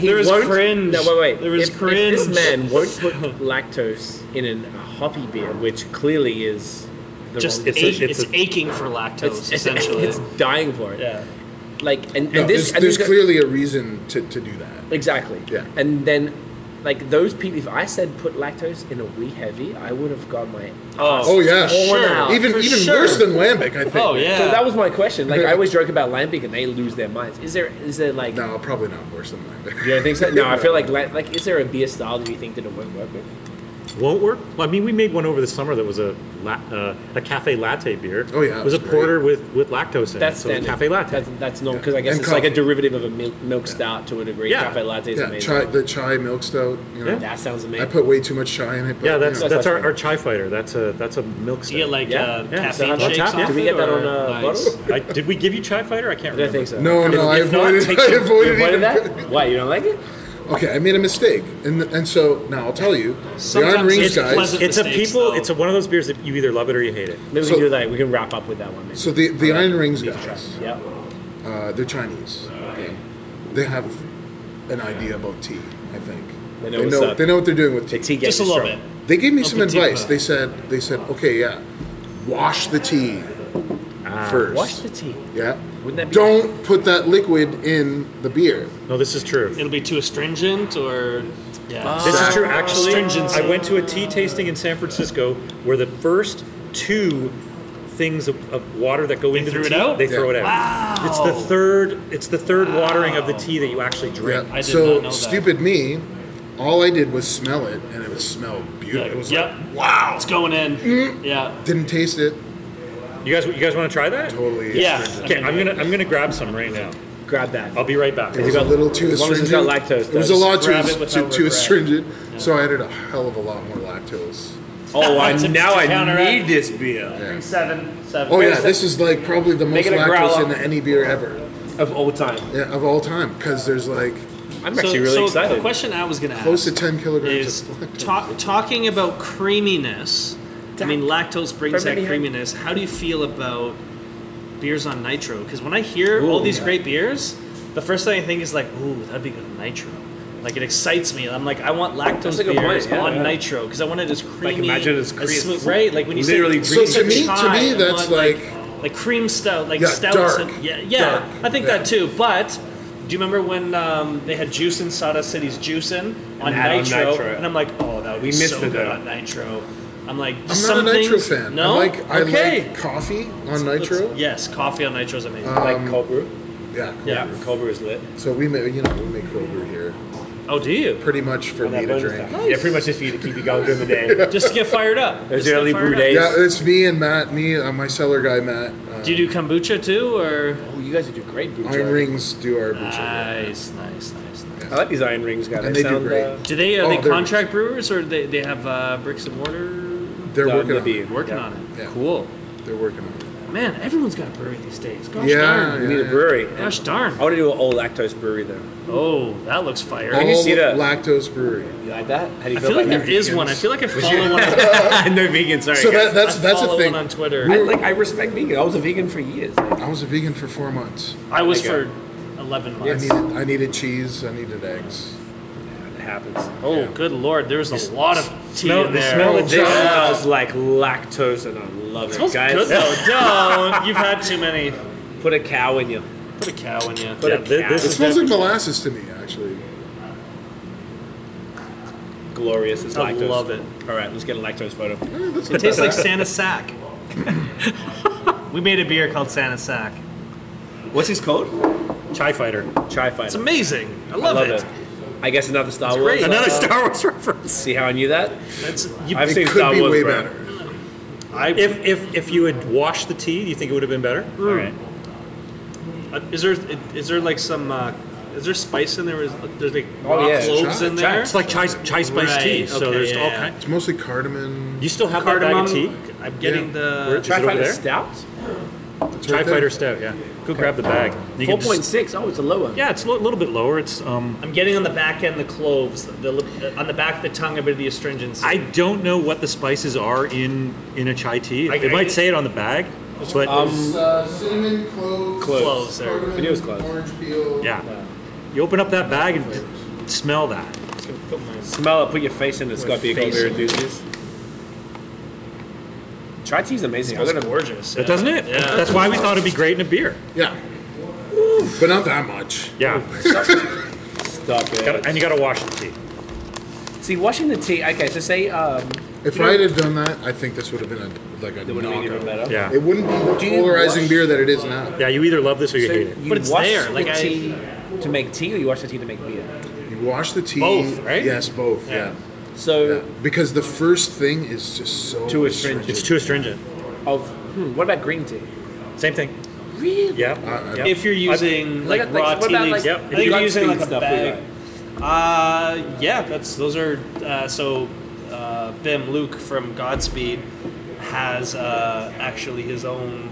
Speaker 2: He
Speaker 3: there was
Speaker 2: won't-
Speaker 3: cringe.
Speaker 2: No, wait, wait.
Speaker 3: There was
Speaker 2: if, if
Speaker 3: cringe.
Speaker 2: this man won't put lactose in an, a hoppy beer, which clearly is the
Speaker 3: just
Speaker 2: wrong
Speaker 4: it's
Speaker 3: it's,
Speaker 4: a-
Speaker 3: it's,
Speaker 4: it's a-
Speaker 3: aching for lactose
Speaker 2: it's, it's,
Speaker 3: essentially.
Speaker 2: it's dying for it.
Speaker 3: yeah.
Speaker 2: Like, and, and
Speaker 5: No,
Speaker 2: this,
Speaker 5: there's
Speaker 2: and
Speaker 5: there's
Speaker 2: this-
Speaker 5: clearly a reason to, to do that.
Speaker 2: exactly.
Speaker 5: Yeah.
Speaker 2: And then, like those people, if I said put lactose in a wee heavy, I would have got my.
Speaker 5: Oh yeah,
Speaker 2: Sure. out.
Speaker 5: Even
Speaker 3: For
Speaker 5: even
Speaker 3: sure.
Speaker 5: worse than lambic, I think.
Speaker 3: Oh yeah.
Speaker 2: So that was my question. Like I always joke about lambic, and they lose their minds. Is there? Is there like?
Speaker 5: No, probably not worse than lambic.
Speaker 2: You don't think so? No, I feel like la- like is there a beer style that you think that it won't work with?
Speaker 4: Won't work. Well, I mean, we made one over the summer that was a la- uh, a cafe latte beer.
Speaker 5: Oh, yeah,
Speaker 4: it was a
Speaker 5: it was
Speaker 4: porter with, with lactose in
Speaker 2: That's
Speaker 4: it. So it
Speaker 2: standard.
Speaker 4: was a cafe latte.
Speaker 2: That's, that's normal because I guess
Speaker 5: And
Speaker 2: it's like a
Speaker 5: coffee.
Speaker 2: derivative of a milk, milk stout to a degree.
Speaker 4: Yeah.
Speaker 2: Cafe latte is
Speaker 5: yeah,
Speaker 2: amazing.
Speaker 5: chai, the chai milk stout. You know,
Speaker 4: Yeah.
Speaker 2: That sounds
Speaker 5: I
Speaker 2: amazing.
Speaker 5: put way too much chai in it. But,
Speaker 4: yeah, that's
Speaker 5: you know,
Speaker 2: that's
Speaker 4: that's our,
Speaker 2: fine.
Speaker 4: our chai fighter. That's a that's a milk.
Speaker 3: you get
Speaker 4: stout.
Speaker 3: like
Speaker 2: Yeah.
Speaker 3: uh,
Speaker 4: Yeah. So
Speaker 3: caffeine
Speaker 4: how's that
Speaker 3: shakes.
Speaker 4: tap?
Speaker 3: off
Speaker 4: Did
Speaker 2: we
Speaker 3: it,
Speaker 2: get that
Speaker 3: or-
Speaker 2: on, uh,
Speaker 3: Nice.
Speaker 2: bottle?
Speaker 4: I, did we give you chai fighter? I can't
Speaker 2: I don't
Speaker 4: remember.
Speaker 2: think so.
Speaker 5: no, no, I
Speaker 4: if not,
Speaker 5: avoided.
Speaker 4: take
Speaker 5: I
Speaker 4: some-
Speaker 5: avoided
Speaker 2: You avoided
Speaker 5: even-
Speaker 2: that? Why you don't like it?
Speaker 5: Okay, I made a mistake, and and so now I'll tell you. the Iron
Speaker 3: Sometimes
Speaker 5: Rings
Speaker 3: it's
Speaker 5: guys.
Speaker 3: pleasant.
Speaker 4: It's a
Speaker 3: Mistakes,
Speaker 4: people.
Speaker 3: though.
Speaker 4: It's a, one of those beers that you either love it or you hate it.
Speaker 2: Maybe we
Speaker 5: So-
Speaker 2: can do that. We can wrap up with that one. Maybe.
Speaker 5: So the the Iron Rings
Speaker 2: Need to try.
Speaker 5: guys,
Speaker 2: Yeah.
Speaker 5: uh, they're Chinese. Okay, they have an idea about tea. I think
Speaker 2: They know what's up.
Speaker 5: they know what they're doing with
Speaker 2: The
Speaker 5: tea.
Speaker 2: tea game
Speaker 3: Just a
Speaker 2: is
Speaker 3: little bit.
Speaker 2: strong.
Speaker 5: They gave me some
Speaker 3: Open tea
Speaker 5: advice.
Speaker 3: pot.
Speaker 5: They said they said okay, yeah, wash the tea first.
Speaker 2: Ah, Wash the tea.
Speaker 5: yeah.
Speaker 2: Wouldn't that be?
Speaker 5: Don't put that liquid in the beer.
Speaker 4: No, this is true.
Speaker 3: It'll be too astringent or yeah.
Speaker 2: Ah.
Speaker 4: This is true. Actually,
Speaker 3: Astringency.
Speaker 4: I went to a tea tasting in San Francisco where the first two things of, of water that go into
Speaker 3: threw
Speaker 4: the
Speaker 3: it
Speaker 4: tea,
Speaker 3: out?
Speaker 4: they throw it out.
Speaker 3: Wow.
Speaker 4: It's the third. It's the third watering of the tea that you actually drink.
Speaker 5: Yeah.
Speaker 3: I did
Speaker 5: so
Speaker 3: not know that.
Speaker 5: stupid me, all I did was smell it, and it was smell beautiful. It was
Speaker 3: yep.
Speaker 5: like wow.
Speaker 3: It's going in. Yeah.
Speaker 5: Didn't taste it.
Speaker 4: You guys, you guys want to try that?
Speaker 5: Totally.
Speaker 3: Yeah.
Speaker 5: astringent.
Speaker 4: Okay, I'm gonna I'm gonna grab some right now.
Speaker 2: Grab that.
Speaker 4: I'll be right back.
Speaker 5: It was a little too
Speaker 2: As long as it's
Speaker 5: astringent.
Speaker 2: not lactose,
Speaker 5: it was a
Speaker 2: though.
Speaker 5: lot too,
Speaker 8: Grab it
Speaker 5: too,
Speaker 8: without
Speaker 5: too
Speaker 8: regret.
Speaker 5: astringent, so I added a hell of a lot more lactose.
Speaker 2: Oh, I,
Speaker 8: To-
Speaker 2: now
Speaker 8: to
Speaker 2: I
Speaker 8: counteract-
Speaker 2: need this beer
Speaker 7: Three, seven, seven.
Speaker 5: Oh yeah, this is like probably the most
Speaker 2: Make it a
Speaker 5: lactose
Speaker 2: growler.
Speaker 5: in any beer ever
Speaker 2: of all time.
Speaker 5: yeah, of all time because there's like
Speaker 2: I'm
Speaker 3: So-
Speaker 2: actually really
Speaker 3: so The
Speaker 2: excited.
Speaker 3: question I was going to ask
Speaker 5: close to 10 kilograms
Speaker 3: is
Speaker 5: of lactose.
Speaker 3: ta- talking about creaminess. I mean, lactose brings that creaminess. How do you feel about beers on nitro? Because when I hear all these great beers, the first thing I think is like, ooh, that'd be good on nitro. Like it excites me. I'm like, I want lactose
Speaker 2: a good point,
Speaker 3: beers
Speaker 2: yeah,
Speaker 3: on
Speaker 2: yeah.
Speaker 3: nitro because I want it as creamy,
Speaker 2: imagine it's
Speaker 3: as
Speaker 2: cre-
Speaker 3: smooth, right? Like when you
Speaker 2: literally
Speaker 3: say,
Speaker 5: so
Speaker 2: green.
Speaker 3: you say
Speaker 5: to me, to
Speaker 3: chai,
Speaker 5: me,
Speaker 3: I
Speaker 5: that's
Speaker 3: want,
Speaker 5: like
Speaker 3: like cream stout, like
Speaker 5: Yeah,
Speaker 3: stouts.
Speaker 5: dark.
Speaker 3: and, yeah, yeah.
Speaker 5: Dark.
Speaker 3: I think
Speaker 5: Yeah.
Speaker 3: that too. But do you remember when um, they had juice in Sada City's juicing on,
Speaker 2: had it on
Speaker 3: nitro,
Speaker 2: Nitro.
Speaker 3: And I'm like, oh, that would be
Speaker 2: We missed
Speaker 3: so
Speaker 2: it,
Speaker 3: good
Speaker 2: though.
Speaker 3: on nitro. I'm like,
Speaker 5: I'm not a
Speaker 3: some
Speaker 5: nitro
Speaker 3: things-
Speaker 5: fan.
Speaker 3: No,
Speaker 5: I like I
Speaker 3: okay.
Speaker 5: like coffee
Speaker 3: Let's-
Speaker 5: on nitro. Uh,
Speaker 3: yes, coffee on nitro is amazing.
Speaker 2: like cold brew.
Speaker 5: yeah, cool.
Speaker 3: yeah.
Speaker 2: Cold brew is lit.
Speaker 5: So we make you know we make cold brew here
Speaker 3: Oh, do you?
Speaker 5: pretty much for me to drink.
Speaker 2: Yeah, pretty much just for you to keep you going during the day.
Speaker 3: Just to get fired up.
Speaker 2: There's
Speaker 3: Just
Speaker 2: the
Speaker 3: get
Speaker 2: early
Speaker 3: fired
Speaker 2: brew
Speaker 3: up.
Speaker 2: days.
Speaker 5: Yeah, it's me and Matt, me uh, my cellar guy Matt. Uh,
Speaker 3: Do you do kombucha too, or
Speaker 2: Oh, you guys would do great brew.
Speaker 5: Iron
Speaker 2: job.
Speaker 5: Rings do our bouchard.
Speaker 3: nice, nice, nice, nice.
Speaker 2: I like these iron rings, guys.
Speaker 5: And they do
Speaker 2: sound,
Speaker 5: great.
Speaker 2: uh,
Speaker 3: Do they are
Speaker 5: Oh,
Speaker 3: they
Speaker 5: they're-
Speaker 3: contract brewers or they they have uh, bricks and mortar?
Speaker 5: They're
Speaker 2: done
Speaker 5: working
Speaker 2: the
Speaker 5: on
Speaker 2: beer.
Speaker 5: it.
Speaker 3: Working
Speaker 2: Yeah.
Speaker 3: on it.
Speaker 5: Yeah.
Speaker 3: Cool.
Speaker 5: They're working on it.
Speaker 3: Man, everyone's got a brewery these days. Gosh
Speaker 5: Yeah,
Speaker 3: darn.
Speaker 2: We need a brewery.
Speaker 3: Gosh
Speaker 2: I
Speaker 3: darn.
Speaker 2: want to do an all lactose brewery though.
Speaker 3: Oh, that looks fire.
Speaker 5: All
Speaker 2: you see that?
Speaker 5: lactose brewery.
Speaker 2: You like that? How do you
Speaker 3: I feel like there
Speaker 2: about
Speaker 3: is one. I feel like I follow one. on-
Speaker 2: that? no vegan. Sorry.
Speaker 5: So
Speaker 2: guys.
Speaker 5: that, that's
Speaker 3: I
Speaker 5: that's
Speaker 3: follow
Speaker 5: a thing.
Speaker 3: one on Twitter.
Speaker 2: I, like I respect vegan. I was a vegan for years. Like,
Speaker 5: I was a vegan for four months.
Speaker 3: I was
Speaker 2: There
Speaker 3: for
Speaker 2: you
Speaker 3: eleven
Speaker 5: I
Speaker 3: months.
Speaker 5: needed I needed cheese. I needed eggs.
Speaker 2: it happens.
Speaker 3: Oh, good lord, there was a lot of tea
Speaker 4: smell-
Speaker 3: in
Speaker 4: the
Speaker 3: there.
Speaker 4: smell
Speaker 2: This smells like lactose, and I love it,
Speaker 3: Smells
Speaker 2: guys.
Speaker 3: good though. Don't. You've had too many.
Speaker 2: Put a cow in you.
Speaker 3: Put a cow in you.
Speaker 2: Put
Speaker 4: Yeah,
Speaker 2: a
Speaker 4: thi-
Speaker 2: cow.
Speaker 4: this
Speaker 5: It
Speaker 4: is
Speaker 5: smells like molasses to me, actually.
Speaker 2: glorious. It's
Speaker 3: I
Speaker 2: lactose.
Speaker 3: love it.
Speaker 2: All right, let's get a lactose photo.
Speaker 5: Yeah, that's
Speaker 3: It tastes like Santa Sack. we made a beer called Santa Sack.
Speaker 2: What's his code?
Speaker 4: Chai Fighter.
Speaker 2: Chai Fighter.
Speaker 3: It's amazing. I love,
Speaker 2: I love it. I guess another Star
Speaker 3: It's
Speaker 2: Wars. Uh,
Speaker 3: great.
Speaker 4: Another Star Wars reference.
Speaker 2: See how I knew that?
Speaker 3: That's, you,
Speaker 2: I've
Speaker 5: it
Speaker 2: seen
Speaker 5: could
Speaker 2: Star
Speaker 5: be
Speaker 2: Wars,
Speaker 5: way
Speaker 2: bro.
Speaker 5: better.
Speaker 3: I,
Speaker 4: If if if you had washed the tea, do you think it would have been better? All right.
Speaker 3: Uh, Is there is there like some uh, is there spice in there? Is there's like
Speaker 2: Oh,
Speaker 3: raw
Speaker 2: yeah.
Speaker 3: cloves in there?
Speaker 4: It's like chai chai spice
Speaker 3: Right,
Speaker 4: tea. So
Speaker 3: okay,
Speaker 4: there's
Speaker 3: yeah,
Speaker 4: all
Speaker 3: yeah.
Speaker 4: kinds.
Speaker 5: It's mostly cardamom.
Speaker 4: You still have
Speaker 3: cardamom. uh,
Speaker 4: that bag of tea?
Speaker 3: I'm getting
Speaker 5: Yeah.
Speaker 3: the.
Speaker 4: Where-
Speaker 2: Chai
Speaker 4: Is it over
Speaker 2: Fighter
Speaker 4: there?
Speaker 2: Stout?
Speaker 5: It's
Speaker 4: Chai
Speaker 5: right there.
Speaker 4: Fighter Stout. Yeah. Go grab the bag. You can just-
Speaker 2: 4.6. Oh, it's a lower.
Speaker 4: yeah, it's a li- little bit lower. It's um.
Speaker 3: I'm getting on the back end the cloves, the, the on the back of the tongue a bit of the astringency.
Speaker 4: I don't know what the spices are in in a chai tea.
Speaker 3: I-
Speaker 4: They
Speaker 3: I-
Speaker 4: might say it on the bag, but
Speaker 3: um,
Speaker 5: It's, uh, cinnamon, cloves,
Speaker 2: Cloves.
Speaker 3: Cloves, there.
Speaker 5: cardamom,
Speaker 2: It is cloves.
Speaker 5: orange peel.
Speaker 4: yeah, you open up that bag and smell that.
Speaker 2: Smell it, put your face in it. It's got the
Speaker 3: face
Speaker 2: beer
Speaker 3: in
Speaker 2: enthusiast. Chai tea's amazing. I'm
Speaker 3: That's
Speaker 2: gonna,
Speaker 3: gorgeous.
Speaker 4: But doesn't it?
Speaker 3: Yeah.
Speaker 4: That's why we thought it'd be great in a beer.
Speaker 5: Yeah. But not that much.
Speaker 4: Yeah.
Speaker 3: Oh.
Speaker 2: stop it.
Speaker 4: Gotta- and you gotta wash the tea.
Speaker 2: See, washing the tea. Okay, so say um,
Speaker 5: If I had done that, I think this would have been a like a
Speaker 2: it would have been even
Speaker 5: knockout.
Speaker 2: better.
Speaker 4: Yeah.
Speaker 5: It wouldn't be
Speaker 2: Do
Speaker 5: the
Speaker 2: you
Speaker 5: polarizing
Speaker 2: wash-
Speaker 5: beer that it is now.
Speaker 4: Yeah. You either love this or you
Speaker 2: So
Speaker 4: hate it.
Speaker 2: you
Speaker 3: But it's
Speaker 2: wash
Speaker 3: there,
Speaker 2: the
Speaker 3: like I-
Speaker 2: tea to make tea, or you wash the tea to make beer.
Speaker 5: You wash the tea.
Speaker 3: Both, right?
Speaker 5: Yes, both. Yeah.
Speaker 2: So,
Speaker 5: Yeah. Because the first thing is just so
Speaker 2: Too astringent.
Speaker 4: It's too astringent.
Speaker 2: of hmm, what about green tea?
Speaker 4: Same thing.
Speaker 2: Really?
Speaker 4: Yeah.
Speaker 2: uh,
Speaker 5: I-
Speaker 4: yeah.
Speaker 3: If you're using like,
Speaker 2: What about,
Speaker 3: raw
Speaker 2: what
Speaker 3: tea
Speaker 2: about,
Speaker 3: leaves,
Speaker 2: like,
Speaker 4: Yep.
Speaker 3: I
Speaker 4: if
Speaker 3: think
Speaker 4: you
Speaker 3: you're
Speaker 2: like
Speaker 3: using like
Speaker 2: speed
Speaker 3: a
Speaker 2: stuff, we
Speaker 3: bag. Uh, yeah, that's those are uh, so. Uh, Bim Luke from Godspeed has uh, actually his own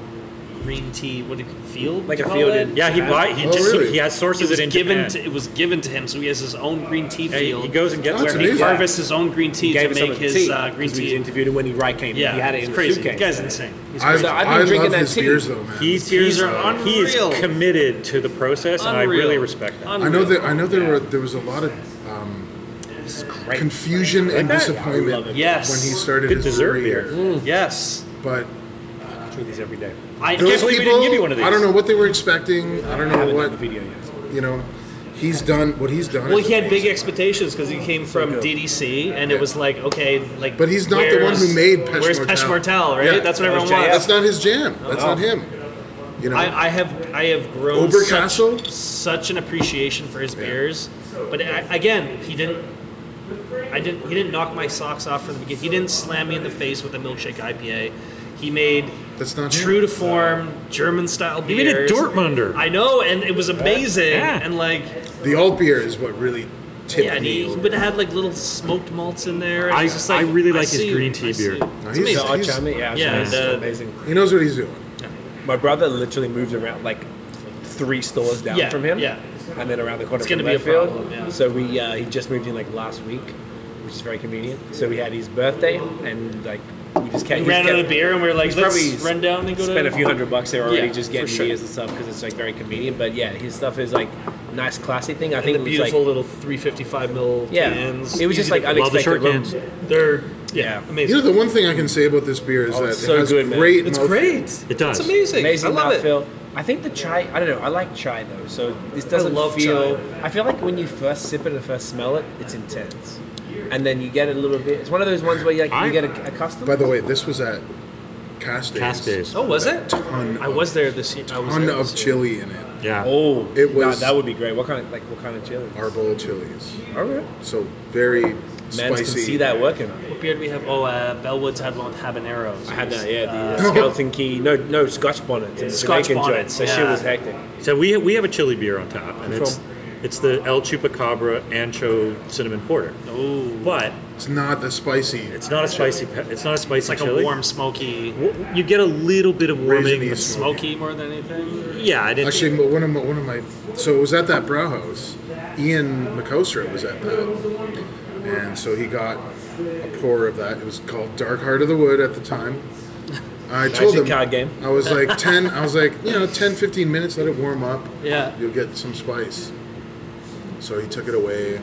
Speaker 3: green tea. What do you field?
Speaker 2: Like a
Speaker 3: call
Speaker 2: field
Speaker 3: it?
Speaker 2: in-
Speaker 4: yeah. He buy. He
Speaker 5: Oh,
Speaker 4: just.
Speaker 5: really?
Speaker 4: He has
Speaker 3: It
Speaker 4: sources
Speaker 3: was
Speaker 4: it in
Speaker 3: given.
Speaker 4: Japan.
Speaker 3: To, it was given to him, so he has his own green tea
Speaker 4: Yeah, he-
Speaker 3: field.
Speaker 4: he goes and gets
Speaker 5: That's
Speaker 4: it.
Speaker 3: where he
Speaker 5: amazing.
Speaker 3: harvests his own green tea
Speaker 2: Gave
Speaker 3: to
Speaker 2: us some
Speaker 3: make
Speaker 2: of the
Speaker 3: his
Speaker 2: tea,
Speaker 3: uh, green
Speaker 2: 'cause we
Speaker 3: tea.
Speaker 2: interviewed him when he right came.
Speaker 3: yeah,
Speaker 2: he had it
Speaker 3: it's
Speaker 2: in a
Speaker 3: crazy.
Speaker 2: suitcase.
Speaker 3: You guys, are insane. He's
Speaker 5: I,
Speaker 3: crazy.
Speaker 2: I've been
Speaker 5: I
Speaker 2: drinking
Speaker 5: love
Speaker 2: that
Speaker 5: his
Speaker 2: tea.
Speaker 5: beers though, man.
Speaker 4: He's,
Speaker 3: Tears
Speaker 4: he's,
Speaker 3: are
Speaker 4: he is
Speaker 3: unreal.
Speaker 4: committed to the process, and I really respect that.
Speaker 5: I know that I know there were there was a lot of um, confusion
Speaker 4: that?
Speaker 5: and
Speaker 2: Yeah, I
Speaker 5: disappointment
Speaker 2: love it.
Speaker 3: Yes.
Speaker 5: when he started
Speaker 4: Good
Speaker 5: his
Speaker 4: dessert
Speaker 5: brewery
Speaker 4: beer.
Speaker 5: here.
Speaker 3: Yes.
Speaker 5: But
Speaker 2: I drink these every day.
Speaker 3: I
Speaker 5: those
Speaker 3: can't believe we
Speaker 5: people,
Speaker 3: didn't give you one of these.
Speaker 5: I don't know what they were expecting. I
Speaker 2: I haven't
Speaker 5: don't know
Speaker 2: done the
Speaker 5: what
Speaker 2: video yet.
Speaker 5: you know. He's done what he's done.
Speaker 3: Well,
Speaker 5: is
Speaker 3: he had big
Speaker 5: amazing.
Speaker 3: expectations because he came from DDC, and it was like, okay, like.
Speaker 5: But he's not the one who
Speaker 3: where's-
Speaker 5: made Pesh
Speaker 3: Where's
Speaker 5: Mortel.
Speaker 3: Pesh Mortel, right?
Speaker 5: Yeah.
Speaker 3: That's what everyone
Speaker 2: That
Speaker 3: wants.
Speaker 5: That's not his jam. That's not him. You know,
Speaker 3: I, I have I have grown such,
Speaker 5: Obercastle.
Speaker 3: such an appreciation for his beers, but I, again, he didn't. I didn't. He didn't knock my socks off from the beginning. He didn't slam me in the face with a milkshake IPA. He made
Speaker 5: That's not
Speaker 3: true to form German style
Speaker 4: You
Speaker 3: beers.
Speaker 4: made a Dortmunder.
Speaker 3: I know, and it was amazing.
Speaker 4: Yeah.
Speaker 3: And like,
Speaker 5: The alt beer is what really tipped
Speaker 3: yeah, and
Speaker 5: me
Speaker 3: he,
Speaker 5: over.
Speaker 3: but it had like little smoked malts in there. And
Speaker 4: I-
Speaker 3: it was just like,
Speaker 4: I really like
Speaker 3: see
Speaker 4: his
Speaker 3: you,
Speaker 4: green tea
Speaker 3: I see
Speaker 4: beer.
Speaker 3: you.
Speaker 5: No,
Speaker 3: It's
Speaker 5: he's-
Speaker 3: amazing.
Speaker 2: The
Speaker 5: he's-
Speaker 2: Ochami, yeah,
Speaker 3: Yeah,
Speaker 2: it's
Speaker 3: the-
Speaker 2: amazing.
Speaker 5: he knows what he's doing.
Speaker 2: My brother literally moved around like three stores down
Speaker 3: Yeah,
Speaker 2: from him.
Speaker 3: yeah.
Speaker 2: And then around the corner
Speaker 3: It's
Speaker 2: from
Speaker 3: gonna be a
Speaker 2: Redfield.
Speaker 3: problem, yeah.
Speaker 2: So we uh, he just moved in like last week, which is very convenient. So we had his birthday and like we just kept
Speaker 3: We
Speaker 2: he
Speaker 3: ran
Speaker 2: kept-
Speaker 3: out of beer, and we were like,
Speaker 2: he's
Speaker 3: let's
Speaker 2: probably
Speaker 3: run down and go
Speaker 2: spent
Speaker 3: to.
Speaker 2: a few hundred bucks there already
Speaker 3: Yeah,
Speaker 2: just
Speaker 3: for
Speaker 2: getting
Speaker 3: sure.
Speaker 2: beers and stuff because it's like very convenient. But yeah, his stuff is like nice, classy thing. I think
Speaker 3: and
Speaker 2: it was
Speaker 3: the beautiful
Speaker 2: like
Speaker 3: little 355 mil
Speaker 2: yeah,
Speaker 3: cans.
Speaker 2: it was just
Speaker 3: Easy
Speaker 2: like
Speaker 3: to-
Speaker 4: Love the
Speaker 2: unexpected.
Speaker 4: short
Speaker 2: little-
Speaker 4: cans.
Speaker 3: they're
Speaker 2: Yeah,
Speaker 5: You
Speaker 3: amazing.
Speaker 5: know, the one thing I can say about this beer is
Speaker 2: Oh,
Speaker 5: that
Speaker 2: it's
Speaker 5: it
Speaker 2: so
Speaker 5: has
Speaker 2: good, man.
Speaker 5: great.
Speaker 3: it's
Speaker 5: mouthfeel.
Speaker 3: great.
Speaker 4: It does.
Speaker 3: It's amazing.
Speaker 2: amazing
Speaker 3: I love it.
Speaker 2: mouthfeel. I think the chai. I don't know. I like chai though, so this doesn't
Speaker 3: love
Speaker 2: feel.
Speaker 3: chai.
Speaker 2: I feel like when you first sip it and first smell it, it's intense, and then you get it a little bit. It's one of those ones where you like
Speaker 4: I-
Speaker 2: you get a- accustomed.
Speaker 5: By the way, this was at Cast Days.
Speaker 4: Cast days.
Speaker 3: Oh, was it?
Speaker 5: Ton
Speaker 3: I
Speaker 5: of-
Speaker 3: was there this year. I was
Speaker 5: Ton
Speaker 3: there
Speaker 5: of
Speaker 3: this year.
Speaker 5: chili in it.
Speaker 4: Yeah.
Speaker 2: oh,
Speaker 5: It
Speaker 2: nah,
Speaker 5: was-
Speaker 2: that would be great. What kind of like what kind of chili?
Speaker 5: Arbol chilies.
Speaker 2: All right,
Speaker 5: So very
Speaker 2: man, can
Speaker 5: spicy.
Speaker 2: see that working.
Speaker 3: What beer do we have? Oh, uh, Bellwoods had one with habaneros.
Speaker 2: I had that, yeah. The uh, skeleton key, no, no Scotch bonnets. and
Speaker 3: Scotch
Speaker 2: Jamaican
Speaker 3: bonnets,
Speaker 2: joints. So
Speaker 3: yeah.
Speaker 2: shit was hectic.
Speaker 4: So we have, we have a chili beer on top, and
Speaker 2: Which
Speaker 4: it's it's the El Chupacabra Ancho Cinnamon Porter.
Speaker 3: uh,
Speaker 4: Oh. But
Speaker 5: It's not the spicy.
Speaker 4: it's not a spicy. pe- It's not a
Speaker 3: It's
Speaker 4: spicy
Speaker 3: like
Speaker 4: chili.
Speaker 3: a warm, smoky,
Speaker 4: W- You get a little bit of warming.
Speaker 5: Raisiny
Speaker 4: with-
Speaker 3: smoky more than anything.
Speaker 4: Yeah, I didn't.
Speaker 5: Actually, but one of my, one of my so it was at that brow house. Ian Makosra was at that, and so he got a pour of that. It was called Dark Heart of the Wood at the time. I told him
Speaker 2: card game.
Speaker 5: I was like ten. I was like you know 10, 15 minutes. Let it warm up.
Speaker 3: Yeah.
Speaker 5: You'll get some spice. So he took it away,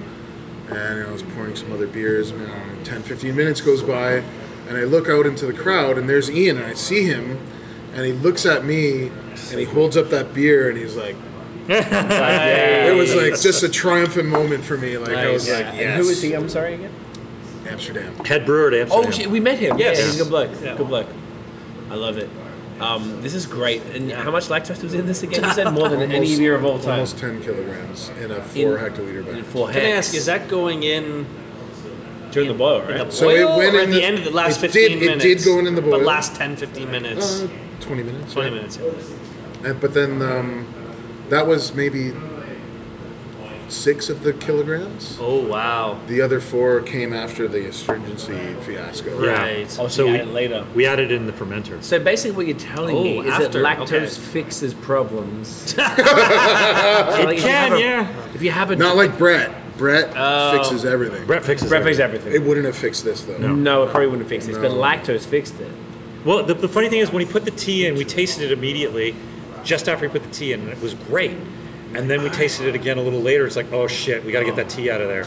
Speaker 5: and I was pouring some other beers. And uh, 10, 15 minutes goes by, and I look out into the crowd, and there's Ian, and I see him, and he looks at me, and he holds up that beer, and he's like, it was like just a triumphant moment for me. Like I was
Speaker 3: Nice.
Speaker 5: like,
Speaker 2: And
Speaker 5: yes,
Speaker 2: who was he? I'm sorry again.
Speaker 5: Amsterdam.
Speaker 4: head brewer at
Speaker 2: Oh,
Speaker 4: Amsterdam.
Speaker 2: shit, we met him.
Speaker 3: Yes.
Speaker 2: Yeah, he's a good bloke.
Speaker 3: Yeah.
Speaker 2: Good bloke. I love it. Um, this is great. And how much lactose was in this again? You said more than any beer of all time.
Speaker 5: Almost 10 kilograms in a four
Speaker 2: In-
Speaker 5: hectoliter
Speaker 2: In
Speaker 5: bag.
Speaker 2: four
Speaker 3: Can I
Speaker 2: hands.
Speaker 3: ask, is that going in
Speaker 2: during the boil,
Speaker 3: in the
Speaker 2: right?
Speaker 3: boil
Speaker 5: So it went
Speaker 3: or at
Speaker 5: in
Speaker 3: the,
Speaker 5: the-
Speaker 3: end of the last
Speaker 5: it did-
Speaker 3: 15
Speaker 5: it did
Speaker 3: minutes?
Speaker 5: go in in the
Speaker 3: But
Speaker 5: boil.
Speaker 3: last 10, 15 minutes.
Speaker 5: Uh, 20 minutes.
Speaker 3: 20
Speaker 5: yeah.
Speaker 3: minutes.
Speaker 5: Uh, but then um, that was maybe six of the kilograms.
Speaker 3: Oh, wow.
Speaker 5: The other four came after the astringency fiasco.
Speaker 4: Yeah.
Speaker 3: Right.
Speaker 2: Oh, so
Speaker 4: So
Speaker 2: you
Speaker 4: we,
Speaker 2: add it later.
Speaker 4: we added it in the fermenter.
Speaker 2: So basically, what you're telling
Speaker 3: Oh,
Speaker 2: me is
Speaker 3: after,
Speaker 2: that
Speaker 3: okay.
Speaker 2: lactose fixes problems. it
Speaker 4: Can yeah.
Speaker 2: If you have a
Speaker 5: Not like Brett. Brett fixes everything.
Speaker 4: Brett fixes
Speaker 2: Brett fixed
Speaker 4: everything.
Speaker 2: everything.
Speaker 5: It wouldn't have fixed this though.
Speaker 2: no. it probably wouldn't fix this, but
Speaker 5: No.
Speaker 2: lactose fixed it.
Speaker 4: Well, the, the funny thing is, when he put the tea in, we tasted it immediately, just after he put the tea in, and it was great. And then we tasted it again a little later. It's like, oh shit, we got to get that tea out of there.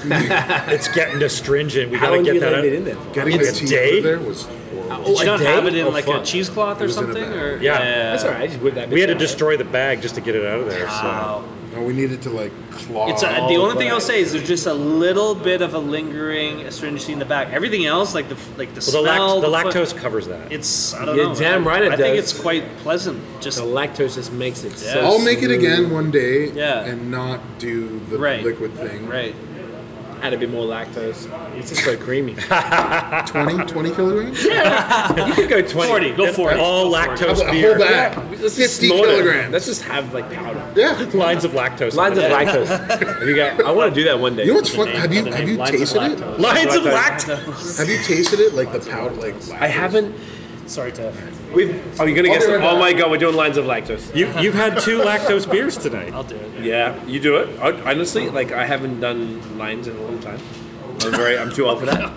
Speaker 4: it's getting astringent. We
Speaker 2: How
Speaker 4: got to
Speaker 2: long do
Speaker 4: get
Speaker 2: you
Speaker 4: that
Speaker 2: leave
Speaker 4: out.
Speaker 2: it in there? For?
Speaker 5: Getting
Speaker 4: It's
Speaker 5: the
Speaker 4: a
Speaker 5: tea
Speaker 4: day?
Speaker 5: out of there was horrible.
Speaker 3: Did you
Speaker 2: a
Speaker 3: not have it
Speaker 2: day?
Speaker 3: in
Speaker 2: Oh,
Speaker 3: like a
Speaker 2: fuck.
Speaker 3: cheesecloth or
Speaker 5: was in a
Speaker 3: something?
Speaker 5: bag.
Speaker 3: Or
Speaker 4: Yeah.
Speaker 2: That's all right. I just whip that.
Speaker 4: We
Speaker 2: bitch
Speaker 4: had to
Speaker 2: out.
Speaker 4: destroy the bag just to get it out of there.
Speaker 3: Wow.
Speaker 5: No, we needed to like claw.
Speaker 3: It's a, the
Speaker 5: Oh,
Speaker 3: only thing I'll say is there's just a little bit of a lingering astringency in the back. Everything else, like the f- like the
Speaker 4: So
Speaker 3: smell,
Speaker 4: well, the, lact-
Speaker 3: fl-
Speaker 4: the lactose covers that.
Speaker 3: It's I don't
Speaker 2: You're
Speaker 3: know.
Speaker 2: damn right
Speaker 3: I,
Speaker 2: it
Speaker 3: I think
Speaker 2: does.
Speaker 3: it's quite pleasant. Just
Speaker 2: The lactose just makes it. So
Speaker 3: Yeah.
Speaker 5: I'll make it
Speaker 2: smooth.
Speaker 5: again one day
Speaker 3: Yeah.
Speaker 5: and not do the
Speaker 3: Right.
Speaker 5: liquid thing.
Speaker 3: right.
Speaker 2: Add a bit more lactose. It's just so creamy.
Speaker 5: 20, 20 kilograms?
Speaker 2: you could go 20.
Speaker 3: Forty. Go forty.
Speaker 4: All
Speaker 3: Go for it.
Speaker 5: How
Speaker 4: lactose
Speaker 5: about-
Speaker 4: beer.
Speaker 5: Hold that.
Speaker 2: Let's just
Speaker 5: 50
Speaker 2: snort it.
Speaker 5: kilograms.
Speaker 2: Let's just have like powder.
Speaker 5: yeah.
Speaker 4: Lines of lactose.
Speaker 2: Lines of lactose. Have you got- I want to do that one day.
Speaker 5: You know what's fun?
Speaker 3: name-
Speaker 5: Have you
Speaker 3: the
Speaker 5: have
Speaker 3: name
Speaker 5: you
Speaker 3: Lines of
Speaker 5: tasted it?
Speaker 3: Lactose.
Speaker 4: Lines of
Speaker 2: Lactose.
Speaker 4: lactose.
Speaker 5: Have you tasted it? Like the powder, like
Speaker 2: I haven't.
Speaker 3: Sorry, Tiff.
Speaker 2: We've. Are you gonna guess?
Speaker 5: right
Speaker 2: oh my god, we're doing lines of lactose.
Speaker 4: You, you've had two lactose beers tonight.
Speaker 3: I'll do it.
Speaker 2: Yeah, you do it. I, honestly, like I haven't done lines in a long time. I'm very. I'm too old for that.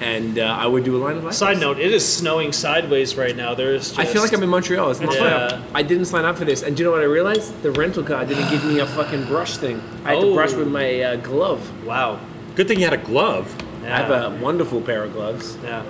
Speaker 2: And uh, I would do a line of lactose.
Speaker 3: Side note: It is snowing sideways right now. There is. Just,
Speaker 2: I feel like I'm in Montreal. It's not
Speaker 3: Yeah.
Speaker 2: fair. I didn't sign up for this, and do you know what I realized? The rental car didn't give me a fucking brush thing. I had
Speaker 3: Oh.
Speaker 2: to brush with my uh, glove.
Speaker 3: Wow.
Speaker 4: Good thing you had a glove.
Speaker 3: Yeah.
Speaker 2: I have a wonderful pair of gloves.
Speaker 3: yeah.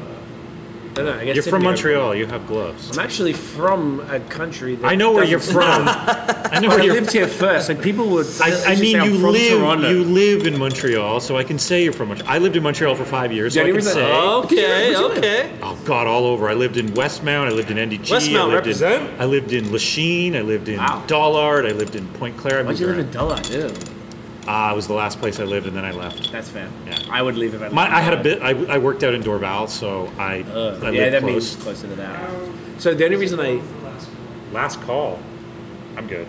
Speaker 2: I don't know, I guess
Speaker 4: You're from
Speaker 2: technically-
Speaker 4: Montreal. You have gloves.
Speaker 2: I'm actually from a country that
Speaker 4: I know where you're
Speaker 2: doesn't-
Speaker 4: from. I know
Speaker 2: I
Speaker 4: where you're.
Speaker 2: lived here first, and people would.
Speaker 4: I, I
Speaker 2: just
Speaker 4: mean,
Speaker 2: say I'm
Speaker 4: you
Speaker 2: from
Speaker 4: live
Speaker 2: Toronto.
Speaker 4: you live in Montreal, so I can say you're from Montreal. I lived in Montreal for five years, so
Speaker 2: Yeah,
Speaker 4: I
Speaker 2: you
Speaker 4: can
Speaker 2: were-
Speaker 4: say. Oh.
Speaker 2: Oh,
Speaker 3: Okay.
Speaker 2: Yeah,
Speaker 3: Okay.
Speaker 4: God, all over. I lived in Westmount. I lived in NDG. I
Speaker 3: Westmount,
Speaker 4: lived
Speaker 3: represent.
Speaker 4: In, I lived in Lachine. I lived in
Speaker 2: Wow.
Speaker 4: Dollard. I lived in Point Claire. I
Speaker 2: Why'd
Speaker 4: moved
Speaker 2: you live
Speaker 4: around.
Speaker 2: in Dullah? Ew.
Speaker 4: Uh, it was the last place I lived, and then I left.
Speaker 2: That's fair.
Speaker 4: Yeah.
Speaker 2: I would leave if I.
Speaker 4: My, I had a bit. I, I worked out in Dorval, so I,
Speaker 2: Ugh.
Speaker 4: I
Speaker 2: Uh, yeah,
Speaker 4: lived
Speaker 2: that
Speaker 4: close.
Speaker 2: means closer to that. So the only reason I,
Speaker 4: Last call. I'm good.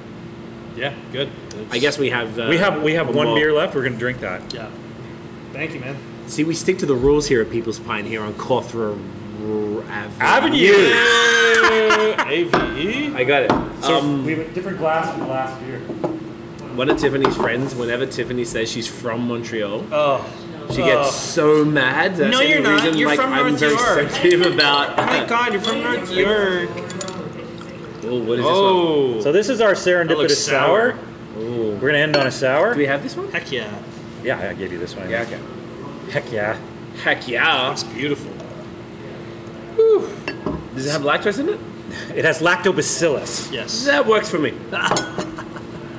Speaker 3: Yeah, good.
Speaker 2: I guess we have uh,
Speaker 4: we have we have one
Speaker 2: more.
Speaker 4: beer left. We're gonna drink that.
Speaker 3: Yeah. Thank you, man.
Speaker 2: See, we stick to the rules here at People's Pine here on Cawthra Avenue.
Speaker 3: E?
Speaker 8: AVE?
Speaker 2: I got it. um,
Speaker 4: we have a different glass from the last beer.
Speaker 2: one of Tiffany's friends, whenever Tiffany says she's from Montreal,
Speaker 3: Oh,
Speaker 2: she gets so mad. That's the
Speaker 3: No,
Speaker 2: only
Speaker 3: you're not.
Speaker 2: Reason,
Speaker 3: You're
Speaker 2: like,
Speaker 3: from
Speaker 2: I'm
Speaker 3: North
Speaker 2: very
Speaker 3: York.
Speaker 2: sensitive about.
Speaker 3: oh my God, you're from North York.
Speaker 2: oh, what is this
Speaker 3: Oh,
Speaker 4: So this is our serendipitous
Speaker 3: looks sour.
Speaker 4: sour.
Speaker 2: one? Oh.
Speaker 4: We're gonna end on a sour.
Speaker 2: Do we have this one?
Speaker 3: heck yeah.
Speaker 4: yeah, I gave you this one.
Speaker 2: Yeah. Okay.
Speaker 4: Heck yeah.
Speaker 2: Heck yeah.
Speaker 3: It's beautiful.
Speaker 2: Does it have lactose in it?
Speaker 4: It has lactobacillus.
Speaker 3: Yes.
Speaker 2: That works for me.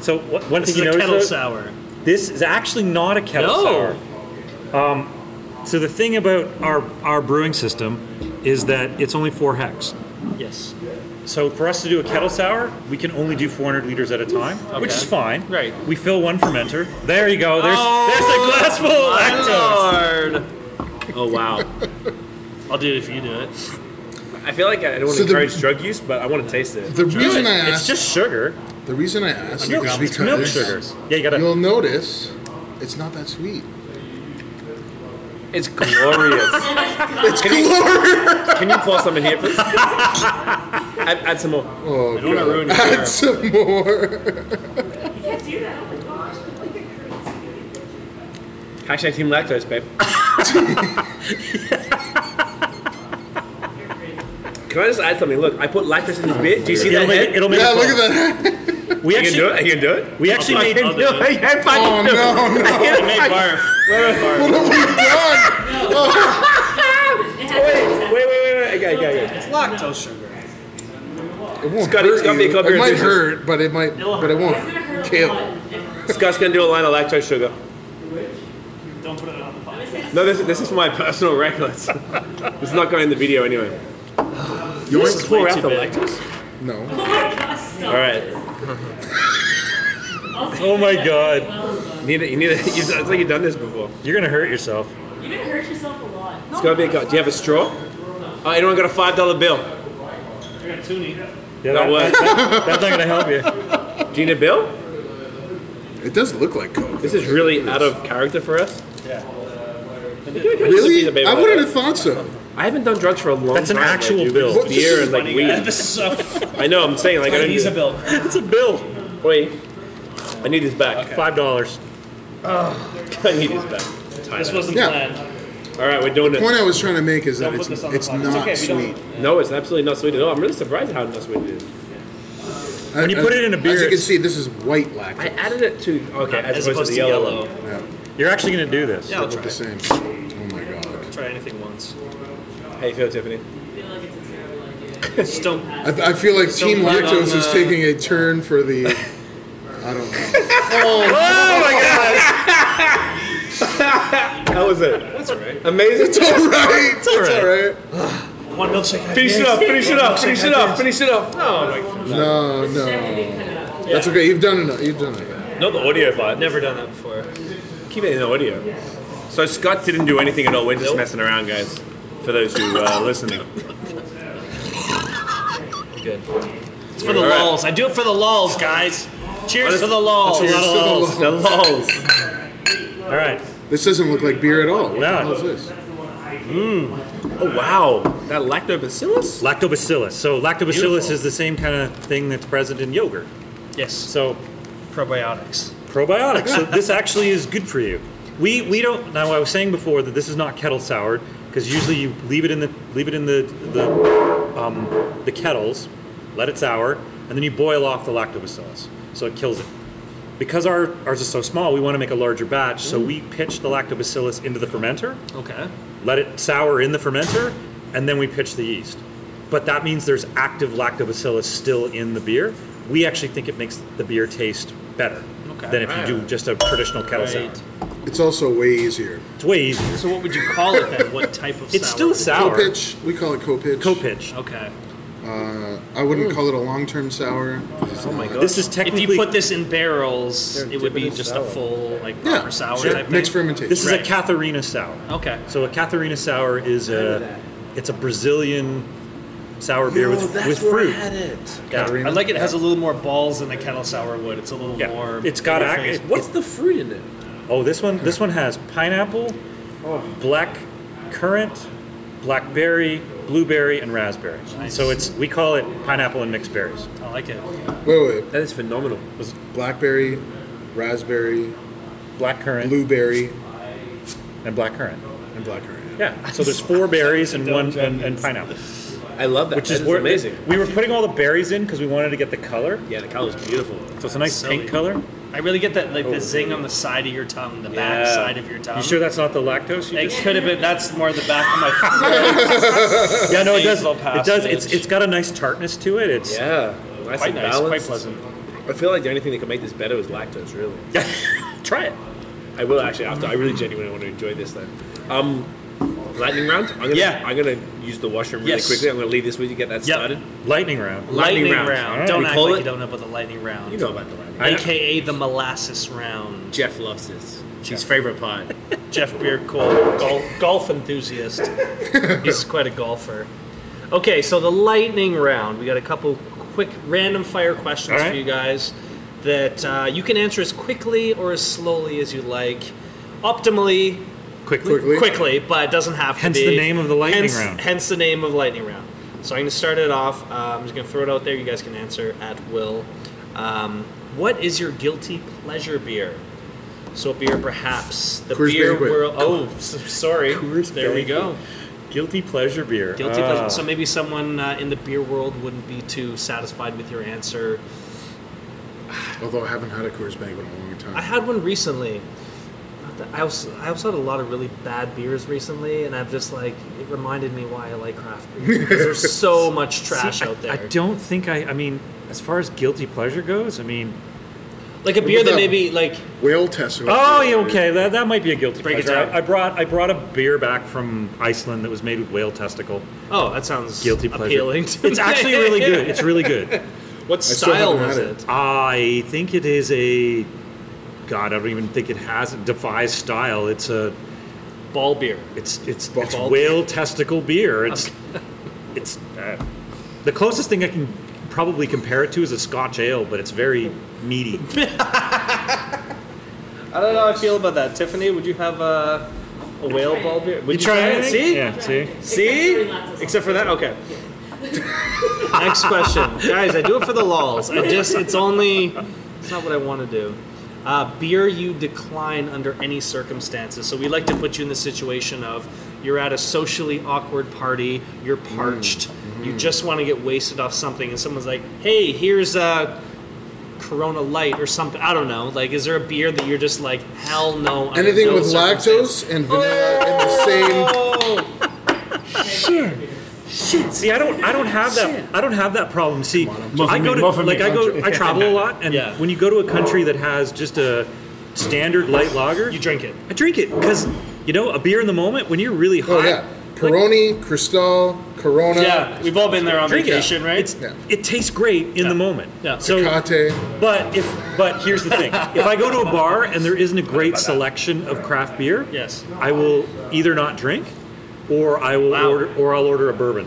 Speaker 4: So what, one
Speaker 3: This is
Speaker 4: thing you
Speaker 3: a
Speaker 4: notice
Speaker 3: kettle
Speaker 4: though,
Speaker 3: sour.
Speaker 4: this is actually not a kettle
Speaker 3: No.
Speaker 4: sour. Um, so the thing about our our brewing system is that it's only four hex.
Speaker 3: Yes.
Speaker 4: So for us to do a kettle sour, we can only do 400 liters at a time, which is fine.
Speaker 3: Right. Oh.
Speaker 4: We fill one fermenter. There you go. There's there's a glass full of lactose.
Speaker 3: My Lord.
Speaker 2: Oh wow.
Speaker 3: I'll do it if you do it.
Speaker 2: I feel like I don't want
Speaker 5: So
Speaker 2: to
Speaker 5: the-
Speaker 2: encourage drug use, but I want to taste it.
Speaker 5: The reason I
Speaker 4: It's
Speaker 5: asked,
Speaker 4: just sugar.
Speaker 5: the reason I asked
Speaker 4: Milk,
Speaker 5: is
Speaker 4: it's milk
Speaker 5: because
Speaker 4: sugar. Yeah, you gotta.
Speaker 5: you'll notice it's not that sweet.
Speaker 2: It's glorious.
Speaker 5: It's glorious.
Speaker 2: Can you pour some in here, please? add, add some more.
Speaker 5: Oh,
Speaker 3: I don't want to ruin your
Speaker 5: Add some more.
Speaker 9: You can't do that. Oh my gosh. Like you're crazy.
Speaker 2: Hashtag Team Lactose, babe. Can I just add something? Look, I put lactose in this beer. Do you see that
Speaker 4: It'll make,
Speaker 2: head?
Speaker 4: it'll make
Speaker 5: Yeah,
Speaker 4: it
Speaker 5: look
Speaker 4: fall.
Speaker 5: at that.
Speaker 4: We
Speaker 2: You can do
Speaker 4: actually,
Speaker 2: it. You can do it.
Speaker 4: we actually
Speaker 3: I'll
Speaker 4: made.
Speaker 3: do it.
Speaker 2: I can fucking
Speaker 5: Oh
Speaker 2: do it.
Speaker 5: no, no.
Speaker 2: I
Speaker 3: Hey,
Speaker 2: fucking-
Speaker 3: barf.
Speaker 5: What have we done?
Speaker 9: It has-
Speaker 2: Wait, wait, wait, wait. Okay, okay, okay.
Speaker 3: It's lactose sugar.
Speaker 5: It won't
Speaker 2: gotta-
Speaker 5: hurt
Speaker 2: it's gotta be a
Speaker 5: you.
Speaker 2: couple
Speaker 5: It might
Speaker 2: years.
Speaker 5: hurt, but it might,
Speaker 3: It'll
Speaker 5: but it won't
Speaker 9: It's gonna hurt a
Speaker 5: kill.
Speaker 9: lot.
Speaker 2: Scott's gonna do a line of lactose sugar.
Speaker 3: Don't put it on the pot.
Speaker 2: No, this, this is for my personal records. It's not going in the video anyway.
Speaker 5: You
Speaker 2: This is
Speaker 5: want-
Speaker 2: pour
Speaker 3: way
Speaker 2: out
Speaker 3: too
Speaker 2: the
Speaker 3: big.
Speaker 2: lactose.
Speaker 9: Oh
Speaker 5: No.
Speaker 9: my gosh. Stop.
Speaker 2: All right.
Speaker 9: Also,
Speaker 4: Oh my god,
Speaker 2: You need it. You need it. It's like you've done this before.
Speaker 4: you're gonna hurt yourself.
Speaker 9: You're gonna hurt yourself a lot.
Speaker 2: It's gotta be a cup. Do you have a straw? Oh, anyone got a five dollar bill?
Speaker 3: I got toonie.
Speaker 4: Yeah,
Speaker 2: That
Speaker 4: that,
Speaker 2: works.
Speaker 4: that- that's not gonna help you.
Speaker 2: Do you need a bill?
Speaker 5: It does look like Coke.
Speaker 2: This is really out of character for us.
Speaker 5: Really?
Speaker 2: It's a baby
Speaker 5: I
Speaker 2: like
Speaker 5: wouldn't
Speaker 2: that.
Speaker 5: have thought so.
Speaker 2: I haven't done drugs for a long
Speaker 4: That's an
Speaker 2: time. like,
Speaker 4: actual
Speaker 2: dude.
Speaker 4: bill.
Speaker 2: It's Beer and like weed.
Speaker 3: This is so.
Speaker 2: I know. I'm saying like I don't need
Speaker 3: He's a
Speaker 2: this.
Speaker 3: bill.
Speaker 4: It's a bill.
Speaker 2: Wait, I need this back.
Speaker 4: Five dollars.
Speaker 2: I need this back.
Speaker 3: This wasn't
Speaker 5: Yeah.
Speaker 3: planned.
Speaker 2: All right, we're doing
Speaker 5: The point
Speaker 2: it.
Speaker 5: I was trying to make is that
Speaker 3: Don't
Speaker 5: it's,
Speaker 3: put this on the
Speaker 5: it's
Speaker 3: podcast.
Speaker 5: not
Speaker 3: it's okay, We
Speaker 5: sweet.
Speaker 3: don't,
Speaker 2: No, it's absolutely not sweet at all. I'm really surprised how not sweet it is.
Speaker 5: When
Speaker 4: you put it in a beer,
Speaker 5: as you can
Speaker 4: it's-
Speaker 5: see, this is white
Speaker 2: I
Speaker 5: lactose.
Speaker 2: added it to okay, as,
Speaker 3: as
Speaker 2: opposed to the yellow. one.
Speaker 5: Yeah,
Speaker 4: You're actually gonna do this.
Speaker 3: Yeah, I'll try.
Speaker 5: look the
Speaker 3: it.
Speaker 5: same. Oh my god.
Speaker 3: Try anything once.
Speaker 2: How you feel, Tiffany?
Speaker 3: Just don't.
Speaker 5: I, I feel like Team
Speaker 3: let on,
Speaker 5: Lactose is
Speaker 3: uh,
Speaker 5: taking a turn for the. I don't know.
Speaker 2: How was it? That's alright. Amazing.
Speaker 5: It's all right. It's all right.
Speaker 3: One milkshake.
Speaker 2: Finish it up. Finish it up. Finish it up. Finish it up. No,
Speaker 5: No, no. That's okay. You've done enough. You've done enough.
Speaker 2: not the audio part.
Speaker 3: Never done that before.
Speaker 2: Keep it in the audio. So Scott didn't do anything at all. We're just messing around, guys. For those who uh, are listening.
Speaker 3: Good. It's for the lulls. I do it for the lulls, guys. Cheers for the lulls.
Speaker 5: Here's to the lo-
Speaker 2: The lols.
Speaker 4: All right.
Speaker 5: This doesn't look like beer at all. What the
Speaker 4: No.
Speaker 5: hell is this?
Speaker 2: Oh wow, that lactobacillus.
Speaker 4: Lactobacillus. So lactobacillus
Speaker 3: Beautiful.
Speaker 4: is the same kind of thing that's present in yogurt.
Speaker 3: Yes.
Speaker 4: So
Speaker 3: Probiotics.
Speaker 4: probiotics. so this actually is good for you. We we don't. Now I was saying before that this is not kettle soured because usually you leave it in the leave it in the the um, the kettles, let it sour, and then you boil off the lactobacillus, so it kills it. Because our, ours is so small, we want to make a larger batch, so we pitch the lactobacillus into the fermenter,
Speaker 3: Okay.
Speaker 4: let it sour in the fermenter, and then we pitch the yeast. But that means there's active lactobacillus still in the beer. We actually think it makes the beer taste better
Speaker 3: Okay.
Speaker 4: than if you do just a traditional kettle
Speaker 3: Right.
Speaker 4: sour.
Speaker 5: It's also way easier.
Speaker 4: It's way easier.
Speaker 3: So what would you call it then? What type of?
Speaker 4: It's
Speaker 3: sour?
Speaker 4: still sour.
Speaker 5: Co-pitch. We call it co-pitch.
Speaker 4: Co-pitch.
Speaker 3: Okay.
Speaker 5: Um, Uh, I wouldn't call it a long-term sour.
Speaker 2: Oh my god.
Speaker 4: This is
Speaker 3: If
Speaker 4: technically
Speaker 3: you put this in barrels,
Speaker 2: They're
Speaker 3: it would be
Speaker 2: dipping it
Speaker 3: just
Speaker 2: sour.
Speaker 3: a full like
Speaker 5: Yeah,
Speaker 3: proper sour
Speaker 5: sure.
Speaker 3: type thing.
Speaker 5: Mixed fermentation.
Speaker 4: this is
Speaker 3: Right.
Speaker 4: a Catharina sour.
Speaker 3: Okay.
Speaker 4: So a Catharina sour is a it's a Brazilian sour beer
Speaker 2: Oh,
Speaker 4: with with fruit.
Speaker 2: it.
Speaker 4: Yeah.
Speaker 5: Catharina.
Speaker 3: I like it. it has a little more balls than the kettle sour would. It's a little
Speaker 4: Yeah.
Speaker 3: more.
Speaker 4: It's got
Speaker 3: more
Speaker 4: ac-
Speaker 3: face.
Speaker 2: What's the fruit in it?
Speaker 4: Oh, this one this one has pineapple,
Speaker 3: Oh.
Speaker 4: black currant, blackberry, blueberry, and raspberry.
Speaker 3: Nice.
Speaker 4: So it's we call it pineapple and mixed berries.
Speaker 3: I like it.
Speaker 5: Wait, wait.
Speaker 2: That is phenomenal.
Speaker 5: Blackberry, raspberry,
Speaker 4: Black currant
Speaker 5: blueberry,
Speaker 4: and black currant.
Speaker 5: and blackberry.
Speaker 4: Yeah. So there's four berries and one and, and pineapple,
Speaker 2: I love that.
Speaker 4: which
Speaker 2: That
Speaker 4: is where-
Speaker 2: amazing.
Speaker 4: We were putting all the berries in because we wanted to get the color.
Speaker 2: Yeah, the color's beautiful.
Speaker 4: So it's a nice
Speaker 3: Silly.
Speaker 4: pink color.
Speaker 3: I really get that like the zing on the side of your tongue, the back
Speaker 4: Oh. Yeah.
Speaker 3: side of your tongue.
Speaker 4: You sure that's not the lactose? You
Speaker 3: It
Speaker 4: just-
Speaker 3: could have been. That's more the back of my.
Speaker 4: yeah, no, it does.
Speaker 3: nasal
Speaker 4: It does. It's
Speaker 3: passage.
Speaker 4: it's got a nice tartness to it. It's
Speaker 2: Yeah. Nice
Speaker 3: quite
Speaker 2: and
Speaker 3: nice,
Speaker 2: balanced.
Speaker 3: quite pleasant.
Speaker 2: I feel like the only thing that could make this better is lactose, really.
Speaker 4: try it.
Speaker 2: I will actually after. I really genuinely want to enjoy this though. Um, lightning round. I'm gonna,
Speaker 3: Yeah.
Speaker 2: I'm gonna use the washroom really
Speaker 3: Yes.
Speaker 2: quickly. I'm gonna leave this with you. Get that
Speaker 3: Yep.
Speaker 2: started.
Speaker 4: Lightning round.
Speaker 2: Lightning
Speaker 3: Lightning,
Speaker 2: round.
Speaker 3: round.
Speaker 4: Alright.
Speaker 3: Don't
Speaker 2: We
Speaker 3: act
Speaker 2: call
Speaker 3: like
Speaker 2: it-
Speaker 3: you don't know about the lightning round.
Speaker 2: You know about the lightning. round.
Speaker 3: AKA the molasses round.
Speaker 2: Jeff loves this. It's his favorite part.
Speaker 3: Jeff Beardcole, golf, golf enthusiast. He's quite a golfer. Okay, so the lightning round. We got a couple quick random fire questions
Speaker 4: All right.
Speaker 3: for you guys that uh, you can answer as quickly or as slowly as you like. Optimally,
Speaker 4: Quickly.
Speaker 5: Quickly.
Speaker 3: quickly, but it doesn't have
Speaker 4: Hence
Speaker 3: to be.
Speaker 4: the name of the lightning
Speaker 3: hence,
Speaker 4: round.
Speaker 3: Hence the name of lightning round. So I'm going to start it off. Uh, I'm just going to throw it out there. You guys can answer at will. Um, what is your guilty pleasure beer? So beer, perhaps the
Speaker 5: Coors
Speaker 3: beer
Speaker 5: Banquet.
Speaker 3: world. Oh, s- sorry.
Speaker 4: Coors
Speaker 3: there we go.
Speaker 4: Guilty pleasure beer.
Speaker 3: Guilty
Speaker 4: Ah.
Speaker 3: pleasure. So maybe someone uh, in the beer world wouldn't be too satisfied with your answer.
Speaker 5: Although I haven't had a Coors Banquet in a long time.
Speaker 3: I had one recently. Not that- I also, I also had a lot of really bad beers recently, and I've just like it reminded me why I like craft beer because there's so much trash
Speaker 4: See, I-
Speaker 3: out there.
Speaker 4: I don't think I. I mean, as far as guilty pleasure goes, I mean.
Speaker 3: like a beer
Speaker 5: about
Speaker 3: that
Speaker 5: that?
Speaker 3: maybe like
Speaker 5: Whale test.
Speaker 4: Oh, yeah, okay. That, that might be a guilty
Speaker 3: Break it
Speaker 4: pleasure.
Speaker 3: down.
Speaker 4: I, I brought I brought a beer back from Iceland that was made with whale testicle.
Speaker 3: oh that sounds
Speaker 4: Guilty pleasure.
Speaker 3: appealing. To
Speaker 4: It's actually really good. It's really good.
Speaker 3: what
Speaker 5: still
Speaker 3: style
Speaker 5: haven't
Speaker 3: was
Speaker 5: had
Speaker 3: it?
Speaker 4: I think it is a. God, I don't even think it has defies style. It's a
Speaker 3: Ball beer.
Speaker 4: It's it's it's
Speaker 3: Bald.
Speaker 4: whale testicle beer. It's it's uh, the closest thing I can probably compare it to is a Scotch ale, but it's very meaty.
Speaker 3: I don't know how I feel about that. Tiffany, would you have a, a whale ball beer? Would
Speaker 4: You try it?
Speaker 3: See,
Speaker 4: Yeah, see.
Speaker 3: see, except for that. Okay. Next question, guys. I do it for the lols. I just it's only it's not what I want to do. Uh, beer you decline under any circumstances. So we like to put you in the situation of you're at a socially awkward party, you're
Speaker 2: Mm.
Speaker 3: parched, you just want to get wasted off something, and someone's like, "Hey, here's a Corona Light or something." I don't know. Like, is there a beer that you're just like, "Hell no"? under
Speaker 5: Anything
Speaker 3: no
Speaker 5: with
Speaker 3: circumstance?"
Speaker 5: lactose and vanilla in the same.
Speaker 3: Oh,
Speaker 4: See, I don't I don't have that I don't have that problem. See, I go to like I go I travel a lot, and
Speaker 3: Yeah.
Speaker 4: when you go to a country that has just a standard light lager,
Speaker 3: you drink it.
Speaker 4: I drink it because you know a beer in the moment when you're really hot.
Speaker 5: Oh yeah, Peroni, Cristal, Corona,
Speaker 3: Yeah, we've all been there on
Speaker 4: Drink it.
Speaker 3: vacation, right?
Speaker 4: It's,
Speaker 5: Yeah.
Speaker 4: It tastes great in
Speaker 3: Yeah.
Speaker 4: the moment.
Speaker 3: Yeah.
Speaker 4: So
Speaker 5: Cate.
Speaker 4: But if but here's the thing: if I go to a bar and there isn't a great selection of craft beer,
Speaker 3: Yes.
Speaker 4: I will either not drink, or I will
Speaker 3: Wow.
Speaker 4: order or I'll order a bourbon.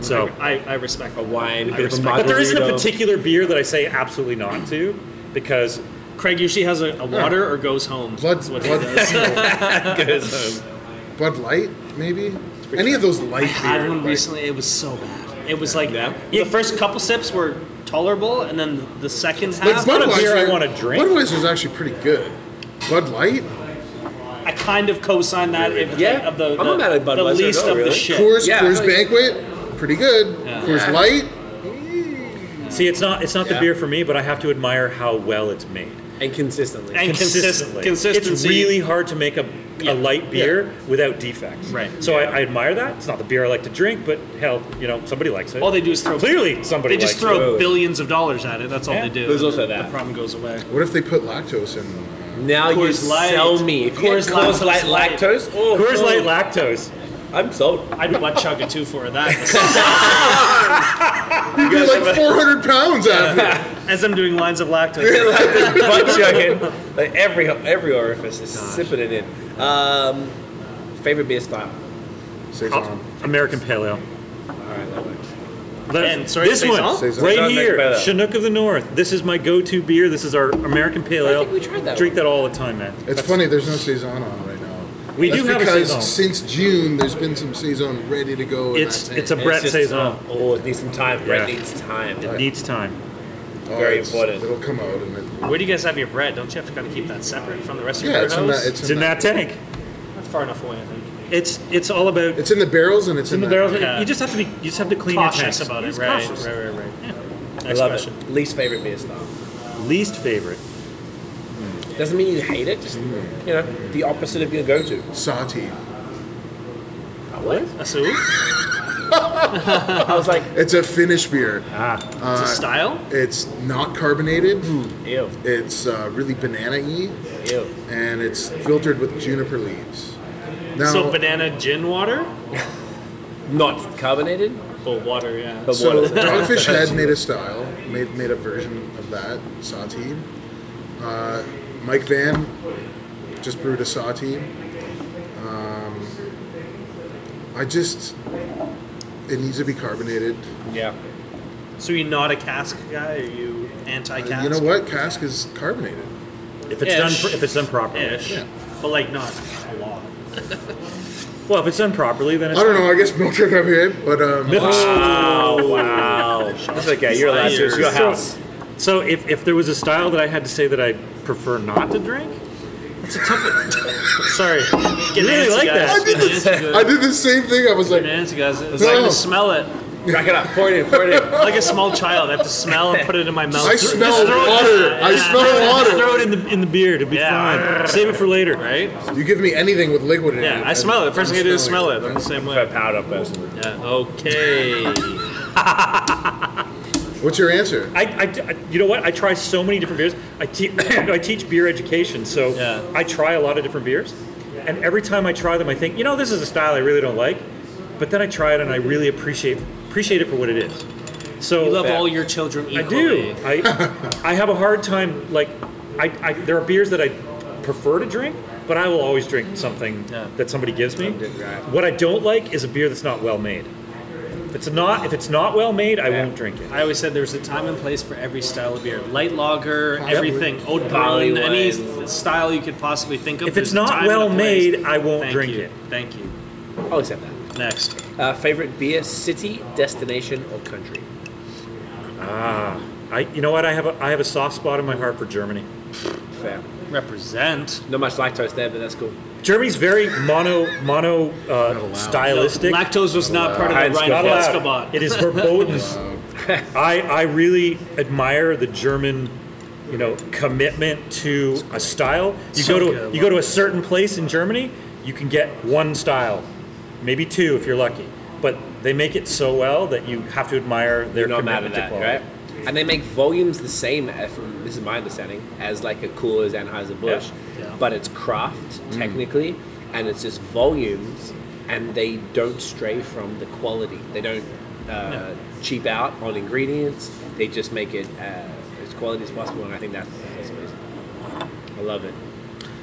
Speaker 4: So,
Speaker 3: I, I respect
Speaker 2: A wine, a bit of a
Speaker 4: but there isn't a
Speaker 2: margarita.
Speaker 4: particular beer that I say absolutely not to, because
Speaker 3: Oh. Craig usually has a, a water or goes home.
Speaker 5: Blood,
Speaker 3: That's what he does.
Speaker 5: blood, Bud Light, maybe. Any of those light
Speaker 3: had
Speaker 5: beer.
Speaker 3: one
Speaker 5: like-
Speaker 3: recently. It was so bad. It was like
Speaker 2: Yeah.
Speaker 3: the first couple sips were tolerable, and then the second
Speaker 5: Like
Speaker 3: half,
Speaker 4: not a beer I wanna drink.
Speaker 5: Budweiser's actually pretty good. Bud Light,
Speaker 3: I kind of co-signed that. It was
Speaker 2: Yeah.
Speaker 3: like of the,
Speaker 2: I'm not
Speaker 3: the,
Speaker 2: mad at
Speaker 3: the
Speaker 2: Budweiser at
Speaker 3: least
Speaker 2: all,
Speaker 3: of
Speaker 2: really.
Speaker 3: the shit.
Speaker 5: Coors,
Speaker 2: Yeah, I
Speaker 5: Coors
Speaker 2: feel like-
Speaker 5: Banquet, pretty good. Coors Light,
Speaker 4: see, it's not it's not the
Speaker 5: Yeah.
Speaker 4: beer for me, but I have to admire how well it's made.
Speaker 2: and consistently.
Speaker 3: And consist-
Speaker 4: consistently.
Speaker 3: consistency.
Speaker 4: It's really hard to make a,
Speaker 3: Yeah.
Speaker 4: a light beer without defects.
Speaker 3: Right.
Speaker 4: So I, I admire that. It's not the beer I like to drink, but hell, you know, somebody likes it.
Speaker 3: all they do is throw.
Speaker 4: Clearly, somebody
Speaker 3: They just
Speaker 4: likes it.
Speaker 3: throw
Speaker 2: it.
Speaker 3: billions of dollars at it. That's all
Speaker 4: Yeah.
Speaker 3: they do.
Speaker 2: There's also
Speaker 3: The
Speaker 2: that.
Speaker 3: problem goes away.
Speaker 5: What if they put lactose in?
Speaker 2: now you
Speaker 3: Coors Light.
Speaker 2: sell me. If you had
Speaker 3: Coors Light,
Speaker 2: Coors Light
Speaker 3: Light.
Speaker 2: lactose. Oh,
Speaker 4: Coors
Speaker 2: no.
Speaker 4: Light lactose.
Speaker 2: I'm sold.
Speaker 3: I'd butt chug a two for that.
Speaker 5: You'd be like 400 pounds after.
Speaker 3: As I'm doing lines of lactose.
Speaker 2: Butt chugging, like every every orifice is sipping it in. Um, favorite beer style.
Speaker 4: Oh,
Speaker 3: Oh,
Speaker 5: Saison.
Speaker 4: American Pale Ale.
Speaker 2: All right, that works.
Speaker 4: The-
Speaker 3: And sorry,
Speaker 4: this
Speaker 3: Saison?
Speaker 4: one
Speaker 5: Saison.
Speaker 4: right
Speaker 2: Saison Pale
Speaker 4: here,
Speaker 2: Ale.
Speaker 4: Chinook of the North. This is my go-to beer. This is our American Pale
Speaker 2: I
Speaker 4: Ale.
Speaker 2: think we tried that
Speaker 4: Drink that all the time, man.
Speaker 5: It's funny, there's no saison on right now.
Speaker 4: We
Speaker 5: That's
Speaker 4: do have a
Speaker 5: because
Speaker 4: saison.
Speaker 5: since June, there's been some saison ready to go. in
Speaker 4: It's
Speaker 5: that tank.
Speaker 4: it's a Brett
Speaker 2: It's just,
Speaker 4: saison.
Speaker 2: Oh, it needs some time. Bread
Speaker 4: Yeah.
Speaker 2: needs time.
Speaker 4: It needs time.
Speaker 5: Oh,
Speaker 2: very
Speaker 5: it's-
Speaker 2: important.
Speaker 5: It'll come out and it,
Speaker 3: Where do you guys have your bread? Don't you have to kind of keep that separate from the rest of
Speaker 5: yeah,
Speaker 3: your
Speaker 5: it's in
Speaker 3: house?
Speaker 5: that. It's,
Speaker 4: It's in that tank.
Speaker 3: Not far enough away, I think.
Speaker 4: It's it's all about
Speaker 5: It's in the barrels and it's,
Speaker 4: it's in the
Speaker 5: that
Speaker 4: barrels.
Speaker 5: tank.
Speaker 3: Yeah.
Speaker 4: You just have to be you just have to clean your
Speaker 3: Cautious
Speaker 4: tanks.
Speaker 3: about it,
Speaker 4: Just
Speaker 3: right?
Speaker 4: cautious.
Speaker 3: Right, right, right.
Speaker 2: I
Speaker 3: Next
Speaker 2: love
Speaker 3: question.
Speaker 2: it. Least favorite beer style.
Speaker 4: Least favorite.
Speaker 2: Doesn't mean you hate it. Just you know, the opposite of your go-to.
Speaker 5: Saute.
Speaker 2: What?
Speaker 3: Asu? It's
Speaker 2: I was like,
Speaker 5: It's a Finnish beer.
Speaker 3: a style?
Speaker 5: It's not carbonated.
Speaker 2: ew,
Speaker 5: It's uh, really banana-y,
Speaker 2: ew.
Speaker 5: and it's filtered with juniper leaves. Now,
Speaker 3: so banana gin water?
Speaker 2: Not carbonated,
Speaker 3: Well, water, yeah.
Speaker 2: but
Speaker 5: So
Speaker 2: Oh, water.
Speaker 5: Dogfish Head made a style, made made a version of that saute. Uh, Mike Van just brewed a saute. Um, I just it needs to be carbonated.
Speaker 2: yeah.
Speaker 3: So you're not a cask guy? Are you anti-cask?
Speaker 5: Uh, You know what? Cask is carbonated.
Speaker 4: If it's done
Speaker 3: Ish.
Speaker 4: if it's done properly.
Speaker 3: Ish.
Speaker 5: Yeah.
Speaker 3: But like not a lot.
Speaker 4: Well, if it's done properly, then
Speaker 5: I
Speaker 4: it's
Speaker 5: don't know. I guess milk trick IPA, but um,
Speaker 2: Oh wow. That's okay. You're allowed to. It's your house.
Speaker 4: So if, if there was a style that I had to say that I prefer not to drink, it's a tough one. Sorry.
Speaker 3: Get
Speaker 4: really
Speaker 3: antsy,
Speaker 4: like
Speaker 3: guys.
Speaker 4: that.
Speaker 5: I did, the, I did the same thing. I was like,
Speaker 3: Get antsy, guys. It's
Speaker 5: No.
Speaker 3: like to smell it.
Speaker 2: Crack it up. Pour it in. Pour it in.
Speaker 3: Like a small child. I have to smell and put it in my mouth.
Speaker 5: I smell water. I smell
Speaker 4: Just
Speaker 5: water.
Speaker 4: throw it in the in the beer. It'll be
Speaker 3: Yeah.
Speaker 4: fine. Save it for later.
Speaker 3: Right?
Speaker 5: You give me anything with liquid in it.
Speaker 3: Yeah, I smell it. The first thing I do is smell it. I'm the same
Speaker 2: A
Speaker 3: way.
Speaker 2: powder person.
Speaker 3: Yeah. Okay.
Speaker 5: What's your answer?
Speaker 4: I, I- I- you know what? I try so many different beers. I, te- I teach beer education, so
Speaker 3: Yeah.
Speaker 4: I try a lot of different beers. And every time I try them, I think, you know, this is a style I really don't like. But then I try it and I really appreciate appreciate it for what it is. So
Speaker 3: You love all your children
Speaker 4: I
Speaker 3: equally.
Speaker 4: do. I I have a hard time like I, I there are beers that I prefer to drink, but I will always drink something
Speaker 3: Yeah.
Speaker 4: that somebody gives me.
Speaker 2: right.
Speaker 4: What I don't like is a beer that's not well made. If it's not if it's not well made, I won't drink it.
Speaker 3: I always said there's a time and place for every style of beer. Light lager, everything, oat
Speaker 2: Barley
Speaker 3: barley, any
Speaker 2: wine.
Speaker 3: style you could possibly think of.
Speaker 4: If
Speaker 3: there's
Speaker 4: it's
Speaker 3: a
Speaker 4: not
Speaker 3: time and a
Speaker 4: well
Speaker 3: place.
Speaker 4: made, I won't
Speaker 3: Thank
Speaker 4: drink
Speaker 3: you.
Speaker 4: it.
Speaker 3: Thank you.
Speaker 2: I'll accept that.
Speaker 3: Next.
Speaker 2: Uh, favorite beer: city, destination, or country.
Speaker 4: I you know what? I have a I have a soft spot in my heart for Germany.
Speaker 2: Fair.
Speaker 3: Represent.
Speaker 2: Not much lactose there, but that's cool.
Speaker 4: Germany's very mono mono uh, stylistic.
Speaker 3: Lactose was not part of
Speaker 4: Heinz
Speaker 3: the
Speaker 4: Not
Speaker 3: Rhine
Speaker 4: allowed.
Speaker 3: Escobar.
Speaker 4: It is verboten.
Speaker 2: Oh,
Speaker 4: I, I really admire the German, you know, commitment to a style. You
Speaker 3: So
Speaker 4: go to
Speaker 3: good.
Speaker 4: you go to a certain place in Germany, you can get one style, maybe two if you're lucky. But they make it so well that you have to admire their
Speaker 2: You're not mad at
Speaker 4: commitment
Speaker 2: that,
Speaker 4: to quality.
Speaker 2: right? And they make volumes the same, uh, from this is my understanding, as like a Coors Anheuser Busch,
Speaker 3: Yeah. Yeah.
Speaker 2: but it's craft technically, and it's just volumes, and they don't stray from the quality. They don't uh, cheap out on ingredients. They just make it uh, as quality as possible, and I think that's, that's amazing. I love it.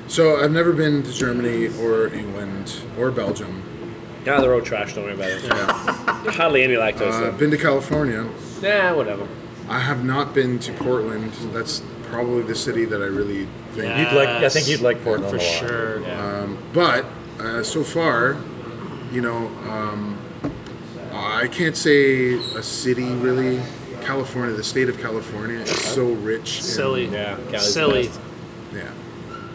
Speaker 5: So I've never been to Germany or England or Belgium.
Speaker 2: Now they're all trash. Don't worry about it. Hardly any lactose.
Speaker 5: Uh, I've been to California.
Speaker 2: though. Nah, whatever.
Speaker 5: I have not been to Portland. That's probably the city that I really think.
Speaker 3: Yeah.
Speaker 4: You'd like I think you'd like Portland
Speaker 3: For
Speaker 4: a lot.
Speaker 3: sure. Yeah.
Speaker 5: But uh, so far, you know, um, I can't say a city really. California, the state of California, is so rich. in-
Speaker 3: Silly.
Speaker 2: Yeah, Cali's
Speaker 3: Silly.
Speaker 2: best.
Speaker 5: yeah,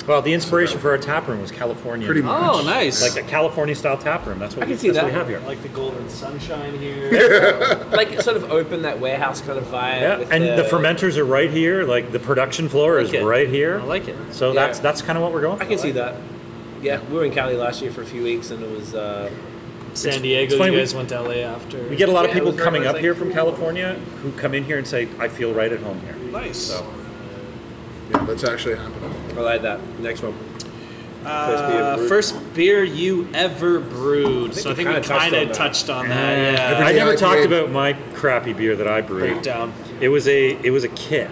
Speaker 4: Well, the inspiration for our tap room was California.
Speaker 5: pretty much.
Speaker 3: Oh, nice.
Speaker 4: like a California style tap room. That's what
Speaker 2: I
Speaker 4: we,
Speaker 2: can see
Speaker 4: that's what
Speaker 2: that.
Speaker 4: we have here.
Speaker 3: like the golden sunshine here.
Speaker 2: Like sort of open that warehouse kind of vibe.
Speaker 4: Yeah,
Speaker 2: with
Speaker 4: and the fermenters are right here. Like the production floor is
Speaker 2: it.
Speaker 4: right here.
Speaker 3: I like it.
Speaker 4: So
Speaker 2: Yeah.
Speaker 4: that's that's kind of what we're going.
Speaker 2: I can see that. Yeah, we were in Cali last year for a few weeks, and it was uh,
Speaker 3: San Diego,
Speaker 4: funny,
Speaker 3: you
Speaker 4: we-
Speaker 3: guys went to LA after.
Speaker 4: We get a lot of
Speaker 2: Yeah, it
Speaker 4: people
Speaker 2: was very
Speaker 4: coming
Speaker 2: nice,
Speaker 4: up
Speaker 2: like-
Speaker 4: here from California who come in here and say, "I feel right at home here."
Speaker 3: nice.
Speaker 5: Yeah, that's actually happening.
Speaker 2: I like that. Next one. First beer
Speaker 3: uh, first beer you ever brewed. so I think we
Speaker 2: kinda touched
Speaker 3: kind
Speaker 2: on
Speaker 3: of
Speaker 2: that.
Speaker 3: touched on that. Yeah.
Speaker 4: I never
Speaker 5: Yeah,
Speaker 4: talked
Speaker 5: yeah.
Speaker 4: about my crappy beer that I brewed.
Speaker 3: Breakdown.
Speaker 4: It was a it was a kit.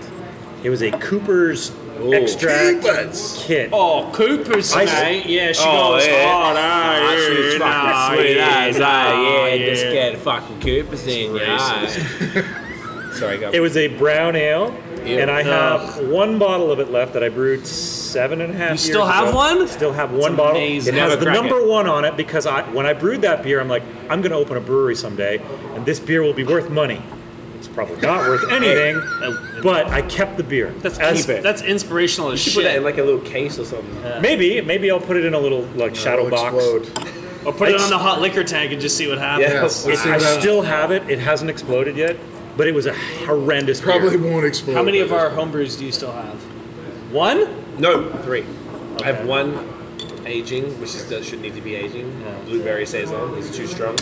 Speaker 4: It was a Cooper's extract
Speaker 5: Keepers.
Speaker 4: kit.
Speaker 3: Oh, Cooper's
Speaker 4: I-
Speaker 3: mate. Yeah, she
Speaker 2: Oh,
Speaker 3: goes
Speaker 2: yeah.
Speaker 3: hard. ah,
Speaker 2: Ah, she was
Speaker 3: yeah,
Speaker 2: fucking
Speaker 3: nah,
Speaker 2: sweet.
Speaker 3: yeah,
Speaker 2: as
Speaker 3: nah,
Speaker 2: ah, yeah,
Speaker 3: yeah.
Speaker 2: just get fucking Cooper's in, yeah. Sorry, go.
Speaker 4: It was a brown ale,
Speaker 2: Ew.
Speaker 4: and I have one bottle of it left that I brewed seven and a half.
Speaker 3: You still
Speaker 4: years
Speaker 3: have
Speaker 4: ago.
Speaker 3: one?
Speaker 4: Still have one bottle.
Speaker 3: amazing.
Speaker 4: It has
Speaker 2: Never
Speaker 4: the
Speaker 2: crack
Speaker 4: number
Speaker 2: it.
Speaker 4: one on it because I, when I brewed that beer, I'm like, I'm going to open a brewery someday, and this beer will be worth money. It's probably not worth anything,
Speaker 3: Oh,
Speaker 4: but I kept the beer.
Speaker 3: That's,
Speaker 4: As-
Speaker 3: ins- that's inspirational as
Speaker 2: you put that in
Speaker 3: shit.
Speaker 2: like a little case or something.
Speaker 4: Maybe maybe I'll put it in a little like shadow box.
Speaker 3: Or put it
Speaker 4: It's-
Speaker 3: on the hot liquor tank and just see what happens.
Speaker 2: Yeah.
Speaker 5: Yes, let's see
Speaker 4: I
Speaker 5: what happens.
Speaker 4: still have it. It hasn't exploded yet, but it was a horrendous
Speaker 5: probably
Speaker 4: beer.
Speaker 5: won't explode.
Speaker 3: How many of
Speaker 5: but
Speaker 3: our homebrews do you still have? One?
Speaker 2: No, three. I have one aging, which is, shouldn't need to be aging. Blueberry saison is too strong,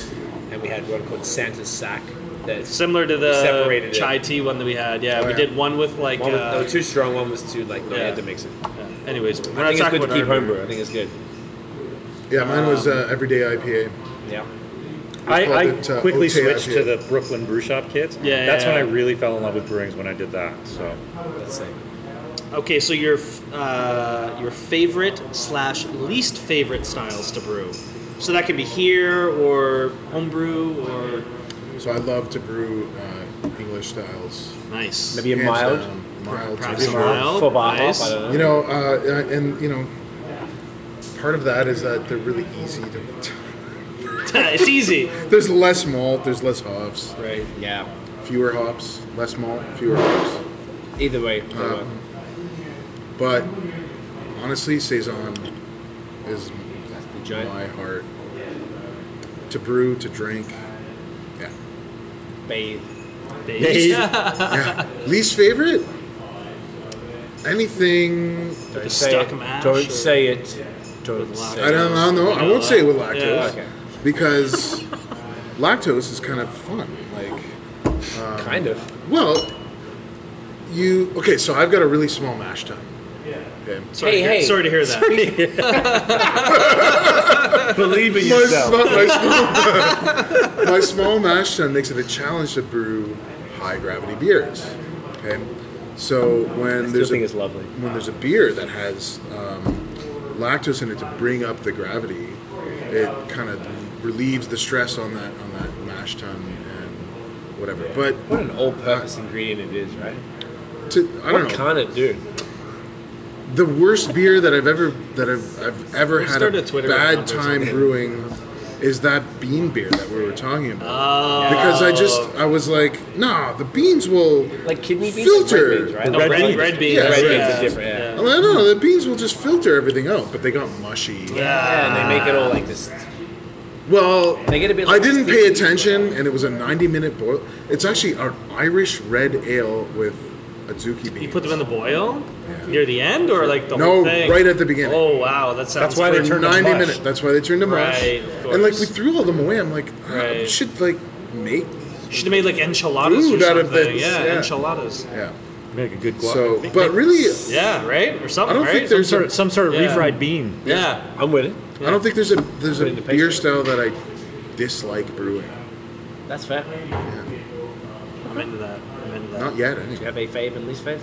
Speaker 2: and we had one called Santa's Sack. That's
Speaker 3: Similar to the
Speaker 2: separated it. Oh,
Speaker 3: chai tea one that we had. Yeah, we
Speaker 2: yeah.
Speaker 3: did one with like.
Speaker 2: one was,
Speaker 3: uh,
Speaker 2: no, too strong. One was too like no, you
Speaker 3: Yeah.
Speaker 2: had to mix it.
Speaker 3: yeah. Anyways, we're
Speaker 2: I
Speaker 3: not
Speaker 2: think it's
Speaker 3: talking
Speaker 2: good to
Speaker 3: about
Speaker 2: keep
Speaker 3: our-
Speaker 2: homebrew. I think it's good.
Speaker 5: it's- Yeah, mine was uh, everyday IPA.
Speaker 2: Yeah.
Speaker 4: I,
Speaker 5: called
Speaker 4: I
Speaker 5: it, uh,
Speaker 4: quickly
Speaker 5: OTIP.
Speaker 4: switched to the Brooklyn Brew Shop kit.
Speaker 3: Yeah, yeah,
Speaker 4: that's when
Speaker 3: yeah.
Speaker 4: I really fell in love with brewings when I did that. So
Speaker 2: That's it.
Speaker 3: Okay, so your f- uh, your favorite slash least favorite styles to brew. So that could be here or homebrew or
Speaker 5: So I love to brew uh, English styles.
Speaker 3: nice.
Speaker 2: Maybe a
Speaker 5: Hands
Speaker 2: mild.
Speaker 5: down, mild.
Speaker 3: Perhaps
Speaker 5: to
Speaker 3: a
Speaker 5: sure.
Speaker 3: mild.
Speaker 2: for Baja,
Speaker 3: Nice.
Speaker 2: I don't
Speaker 5: You
Speaker 2: know.
Speaker 5: know, uh, and- and you know, part of that is that they're really easy to.
Speaker 3: it's easy.
Speaker 5: There's less malt. There's less hops.
Speaker 2: Right. Yeah.
Speaker 5: Fewer hops. Less malt. Fewer hops.
Speaker 2: Either way. they
Speaker 5: Uh,
Speaker 2: work.
Speaker 5: But honestly, saison is
Speaker 2: the giant-
Speaker 5: my heart. To brew, to drink. Yeah.
Speaker 2: Bathe.
Speaker 5: yeah. Least favorite? Anything?
Speaker 2: Don't
Speaker 3: Just
Speaker 2: say
Speaker 3: stuck
Speaker 2: it.
Speaker 3: them ash
Speaker 2: Don't
Speaker 3: or-
Speaker 2: say it. Don't say
Speaker 5: I
Speaker 2: it.
Speaker 5: don't, I don't know. I won't say it with lactose
Speaker 3: Yeah.
Speaker 2: Okay.
Speaker 5: because lactose is kind of fun. Like,
Speaker 2: Kind of.
Speaker 5: well, you okay? So I've got a really small mash tun. Okay.
Speaker 3: Sorry,
Speaker 2: Hey,
Speaker 3: to hear,
Speaker 2: hey.
Speaker 3: sorry to hear that.
Speaker 2: Believe in
Speaker 5: My, my- my small, my small mash tun makes it a challenge to brew high gravity beers. Okay, so when
Speaker 2: Still
Speaker 5: there's
Speaker 2: think
Speaker 5: a,
Speaker 2: it's lovely.
Speaker 5: when there's a beer that has um, lactose in it to bring up the gravity, it kind of relieves the stress on that on that mash tun and whatever. But
Speaker 2: What an all-purpose ingredient it is, right?
Speaker 5: to, I don't
Speaker 2: what
Speaker 5: know.
Speaker 2: can't it do?
Speaker 5: the worst beer that I've ever that I've, I've ever had
Speaker 3: started
Speaker 5: a
Speaker 3: a Twitter
Speaker 5: bad
Speaker 3: account or
Speaker 5: time
Speaker 3: something.
Speaker 5: brewing is that bean beer that we were talking about.
Speaker 3: Oh.
Speaker 5: because I just I was like, nah, the beans will
Speaker 2: Like kidney beans,
Speaker 5: filter.
Speaker 2: like red beans, right? Oh,
Speaker 4: Red
Speaker 3: red,
Speaker 4: beans.
Speaker 3: red beans.
Speaker 5: Yeah,
Speaker 2: Red
Speaker 5: yeah.
Speaker 2: beans are different. Yeah.
Speaker 5: I'm like, no, the beans will just filter everything out, but they got mushy.
Speaker 2: Yeah, and they make it all like this.
Speaker 5: Well,
Speaker 2: They get a bit
Speaker 5: I didn't
Speaker 2: sticky.
Speaker 5: pay attention, and it was a 90 minute boil. It's actually an Irish red ale with azuki beans.
Speaker 3: You put them in the boil near the end or like the
Speaker 5: No,
Speaker 3: whole thing?
Speaker 5: right at the beginning.
Speaker 3: Oh wow, that sounds.
Speaker 4: That's why they
Speaker 3: pretty-
Speaker 4: turned to
Speaker 5: ninety
Speaker 4: mush.
Speaker 5: minutes. That's why they turned to mush.
Speaker 3: Right, of
Speaker 5: and like
Speaker 3: course.
Speaker 5: we threw all them away. I'm like, ah,
Speaker 3: Right.
Speaker 5: we should like make.
Speaker 3: Should have made like enchiladas
Speaker 5: Food
Speaker 3: or
Speaker 5: out
Speaker 3: something.
Speaker 5: of this,
Speaker 3: yeah,
Speaker 5: yeah.
Speaker 3: enchiladas.
Speaker 5: Yeah.
Speaker 4: make a good guac.
Speaker 5: So, but really,
Speaker 3: Yeah, right or something.
Speaker 5: I don't
Speaker 3: right?
Speaker 5: think
Speaker 3: Some
Speaker 5: there's
Speaker 4: sort
Speaker 5: a,
Speaker 4: of, some sort of
Speaker 3: Yeah.
Speaker 4: refried bean.
Speaker 3: Yeah,
Speaker 2: I'm with it.
Speaker 5: I don't think there's a there's a
Speaker 2: in the
Speaker 5: beer
Speaker 2: pastry.
Speaker 5: style that I dislike brewing.
Speaker 2: That's fair. Do
Speaker 3: I'm into that. I'm into that.
Speaker 5: Not yet. Anyway.
Speaker 2: you have a fave and least fave?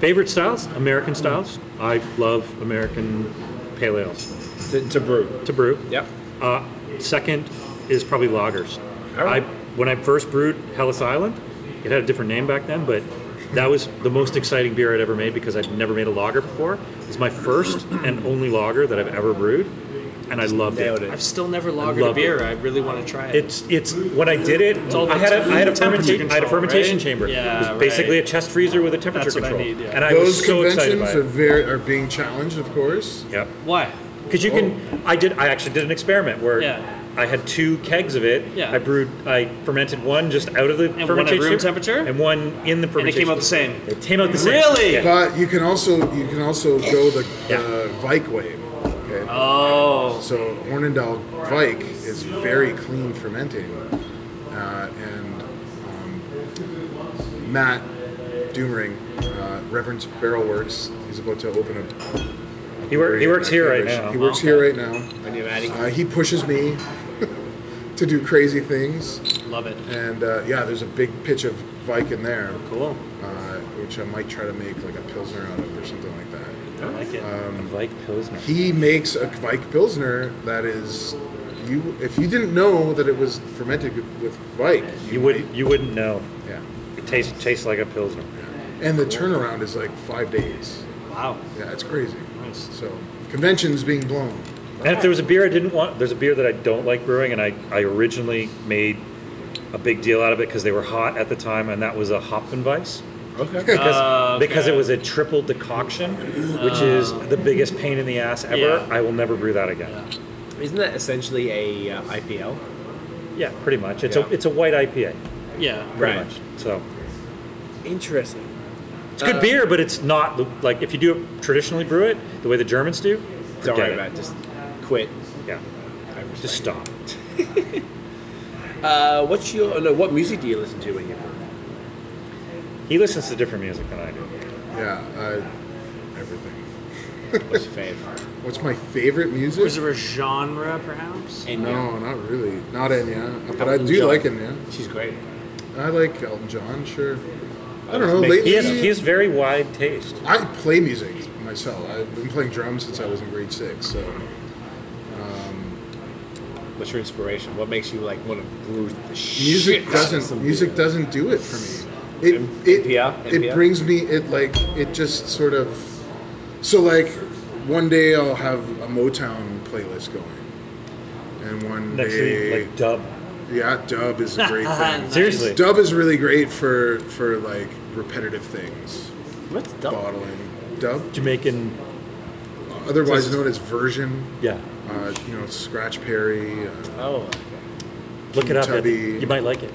Speaker 4: Favorite styles? American styles. I love American pale ales
Speaker 2: To, to brew.
Speaker 4: to brew.
Speaker 2: Yep.
Speaker 4: Uh, second is probably lagers.
Speaker 2: All right.
Speaker 4: I when I first brewed Hellas Island, it had a different name back then, but that was the most exciting beer I'd ever made because I'd never made a lager before. It's my first and only lager that I've ever brewed, and I loved
Speaker 2: Nailed
Speaker 4: it.
Speaker 2: it.
Speaker 3: I've still never lagered a
Speaker 4: love
Speaker 3: beer. I really want to try it.
Speaker 4: It's it's when I did it,
Speaker 3: all
Speaker 4: I had a I had a,
Speaker 3: temperature
Speaker 4: fermenta- I had a
Speaker 3: control,
Speaker 4: fermentation
Speaker 3: right?
Speaker 4: chamber.
Speaker 3: Yeah,
Speaker 4: it was basically
Speaker 3: right.
Speaker 4: a chest freezer with a temperature
Speaker 3: That's what I
Speaker 4: control,
Speaker 3: need, yeah.
Speaker 4: and I
Speaker 5: Those
Speaker 4: was so excited
Speaker 5: conventions
Speaker 4: by
Speaker 5: are
Speaker 4: it.
Speaker 5: very are being challenged, of course.
Speaker 4: Yep.
Speaker 3: Why?
Speaker 4: Because you
Speaker 5: Oh.
Speaker 4: can, I did. I actually did an experiment where
Speaker 3: Yeah.
Speaker 4: I had two kegs of it.
Speaker 3: Yeah.
Speaker 4: I brewed. I fermented one just out of the
Speaker 3: at
Speaker 4: fermentation
Speaker 3: room
Speaker 4: chamber
Speaker 3: temperature?
Speaker 4: and one in the
Speaker 3: And it
Speaker 4: fermentation.
Speaker 3: came out the same.
Speaker 4: It came out the same.
Speaker 3: Really?
Speaker 4: Yeah.
Speaker 5: But you can also you can also go the
Speaker 4: Yeah.
Speaker 5: uh, Vike way. Okay.
Speaker 3: Oh,
Speaker 5: So Hornendal Vike is very clean fermenting, uh, and um, Matt Doomering, uh, Reverence Barrel Works, he's about to open a, a
Speaker 4: He, wor- he works here right now.
Speaker 5: He works here right now.
Speaker 2: When you're adding,
Speaker 5: Uh, he pushes me to do crazy things,
Speaker 3: Love it.
Speaker 5: and uh, yeah, there's a big pitch of Vike in there,
Speaker 3: Oh, Cool.
Speaker 5: uh, which I might try to make like a pilsner out of or something like that.
Speaker 3: I like it.
Speaker 4: Like Pilsner.
Speaker 5: He makes a Vike pilsner that is, you if you didn't know that it was fermented with Vike,
Speaker 4: You wouldn't. You wouldn't know.
Speaker 5: yeah.
Speaker 4: It tastes tastes like a pilsner.
Speaker 5: And the turnaround is like five days.
Speaker 3: wow.
Speaker 5: Yeah, it's crazy.
Speaker 3: Nice.
Speaker 5: So conventions being blown.
Speaker 4: And if there was a beer I didn't want, there's a beer that I don't like brewing, and I I originally made a big deal out of it because they were hot at the time, and that was a Hopfenweiss.
Speaker 5: Okay.
Speaker 4: Because, because it was a triple decoction, which is the biggest pain in the ass ever.
Speaker 3: Yeah.
Speaker 4: I will never brew that again.
Speaker 2: isn't that essentially a uh, IPL?
Speaker 4: Yeah, pretty much. It's
Speaker 2: Yeah.
Speaker 4: a it's a white IPA,
Speaker 3: Yeah.
Speaker 4: pretty
Speaker 2: Right.
Speaker 4: much. So
Speaker 2: Interesting.
Speaker 4: it's good beer, but it's not the- like if you do it, traditionally brew it the way the Germans do.
Speaker 2: Don't
Speaker 4: forget
Speaker 2: worry
Speaker 4: it.
Speaker 2: about it. Just quit.
Speaker 4: Yeah, just stop.
Speaker 2: Uh, what's your no? What music do you listen to when you're
Speaker 4: He listens to different music than I do.
Speaker 5: Yeah, uh, everything.
Speaker 2: What's your favorite?
Speaker 5: What's my favorite music?
Speaker 3: Was there a genre, perhaps?
Speaker 2: And
Speaker 5: No, not really. Not Enya. But I
Speaker 2: Elton
Speaker 5: do
Speaker 2: John.
Speaker 5: like Enya.
Speaker 2: she's great.
Speaker 5: I like Elton John, sure. I don't know. Lately,
Speaker 4: He has he has very wide taste.
Speaker 5: I play music myself. I've been playing drums since I was in grade six. So
Speaker 2: What's your inspiration? What makes you like want to brew the
Speaker 5: music
Speaker 2: shit out of
Speaker 5: doesn't
Speaker 2: some
Speaker 5: music
Speaker 2: beer?
Speaker 5: doesn't do it for me. It
Speaker 2: M-
Speaker 5: it
Speaker 2: NPR?
Speaker 5: it
Speaker 2: NPR?
Speaker 5: brings me it like it just sort of so like one day I'll have a Motown playlist going. And one
Speaker 4: Next
Speaker 5: day,
Speaker 4: thing, like dub.
Speaker 5: yeah, dub is a great thing.
Speaker 4: Seriously,
Speaker 5: Dub is really great for for like repetitive things,
Speaker 2: What's dumb?
Speaker 5: bottling. Dub,
Speaker 4: Jamaican.
Speaker 5: otherwise known as version.
Speaker 4: Yeah,
Speaker 5: Uh, you know, Scratch Perry. Uh,
Speaker 2: Oh,
Speaker 4: look it up. I
Speaker 5: Tubby.
Speaker 4: think You might like it.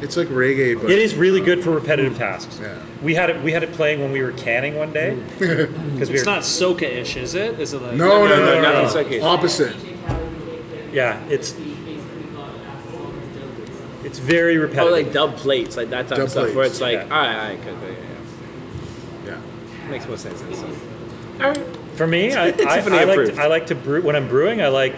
Speaker 5: it's like reggae, but uh,
Speaker 4: It is really good for repetitive tasks.
Speaker 5: Yeah. Mm.
Speaker 4: We had it. We had it playing when we were canning one day. Because we
Speaker 3: It's
Speaker 4: were,
Speaker 3: not soca-ish, is it? Is it like
Speaker 5: no, no, no,
Speaker 4: no,
Speaker 5: no,
Speaker 4: no,
Speaker 2: it's okay.
Speaker 5: Opposite.
Speaker 4: Yeah, it's. It's very
Speaker 2: oh,
Speaker 4: repetitive.
Speaker 2: like dub plates, like that type
Speaker 5: Dub
Speaker 2: of stuff, where
Speaker 5: plates,
Speaker 2: it's like,
Speaker 4: yeah.
Speaker 2: all right, all right, good, yeah, yeah,
Speaker 5: Yeah.
Speaker 2: yeah. makes more sense. Than some. All right.
Speaker 3: Oh,
Speaker 4: For me, I, I,
Speaker 2: Tiffany
Speaker 4: I, like
Speaker 2: approved.
Speaker 4: to, I like to brew when I'm brewing. I like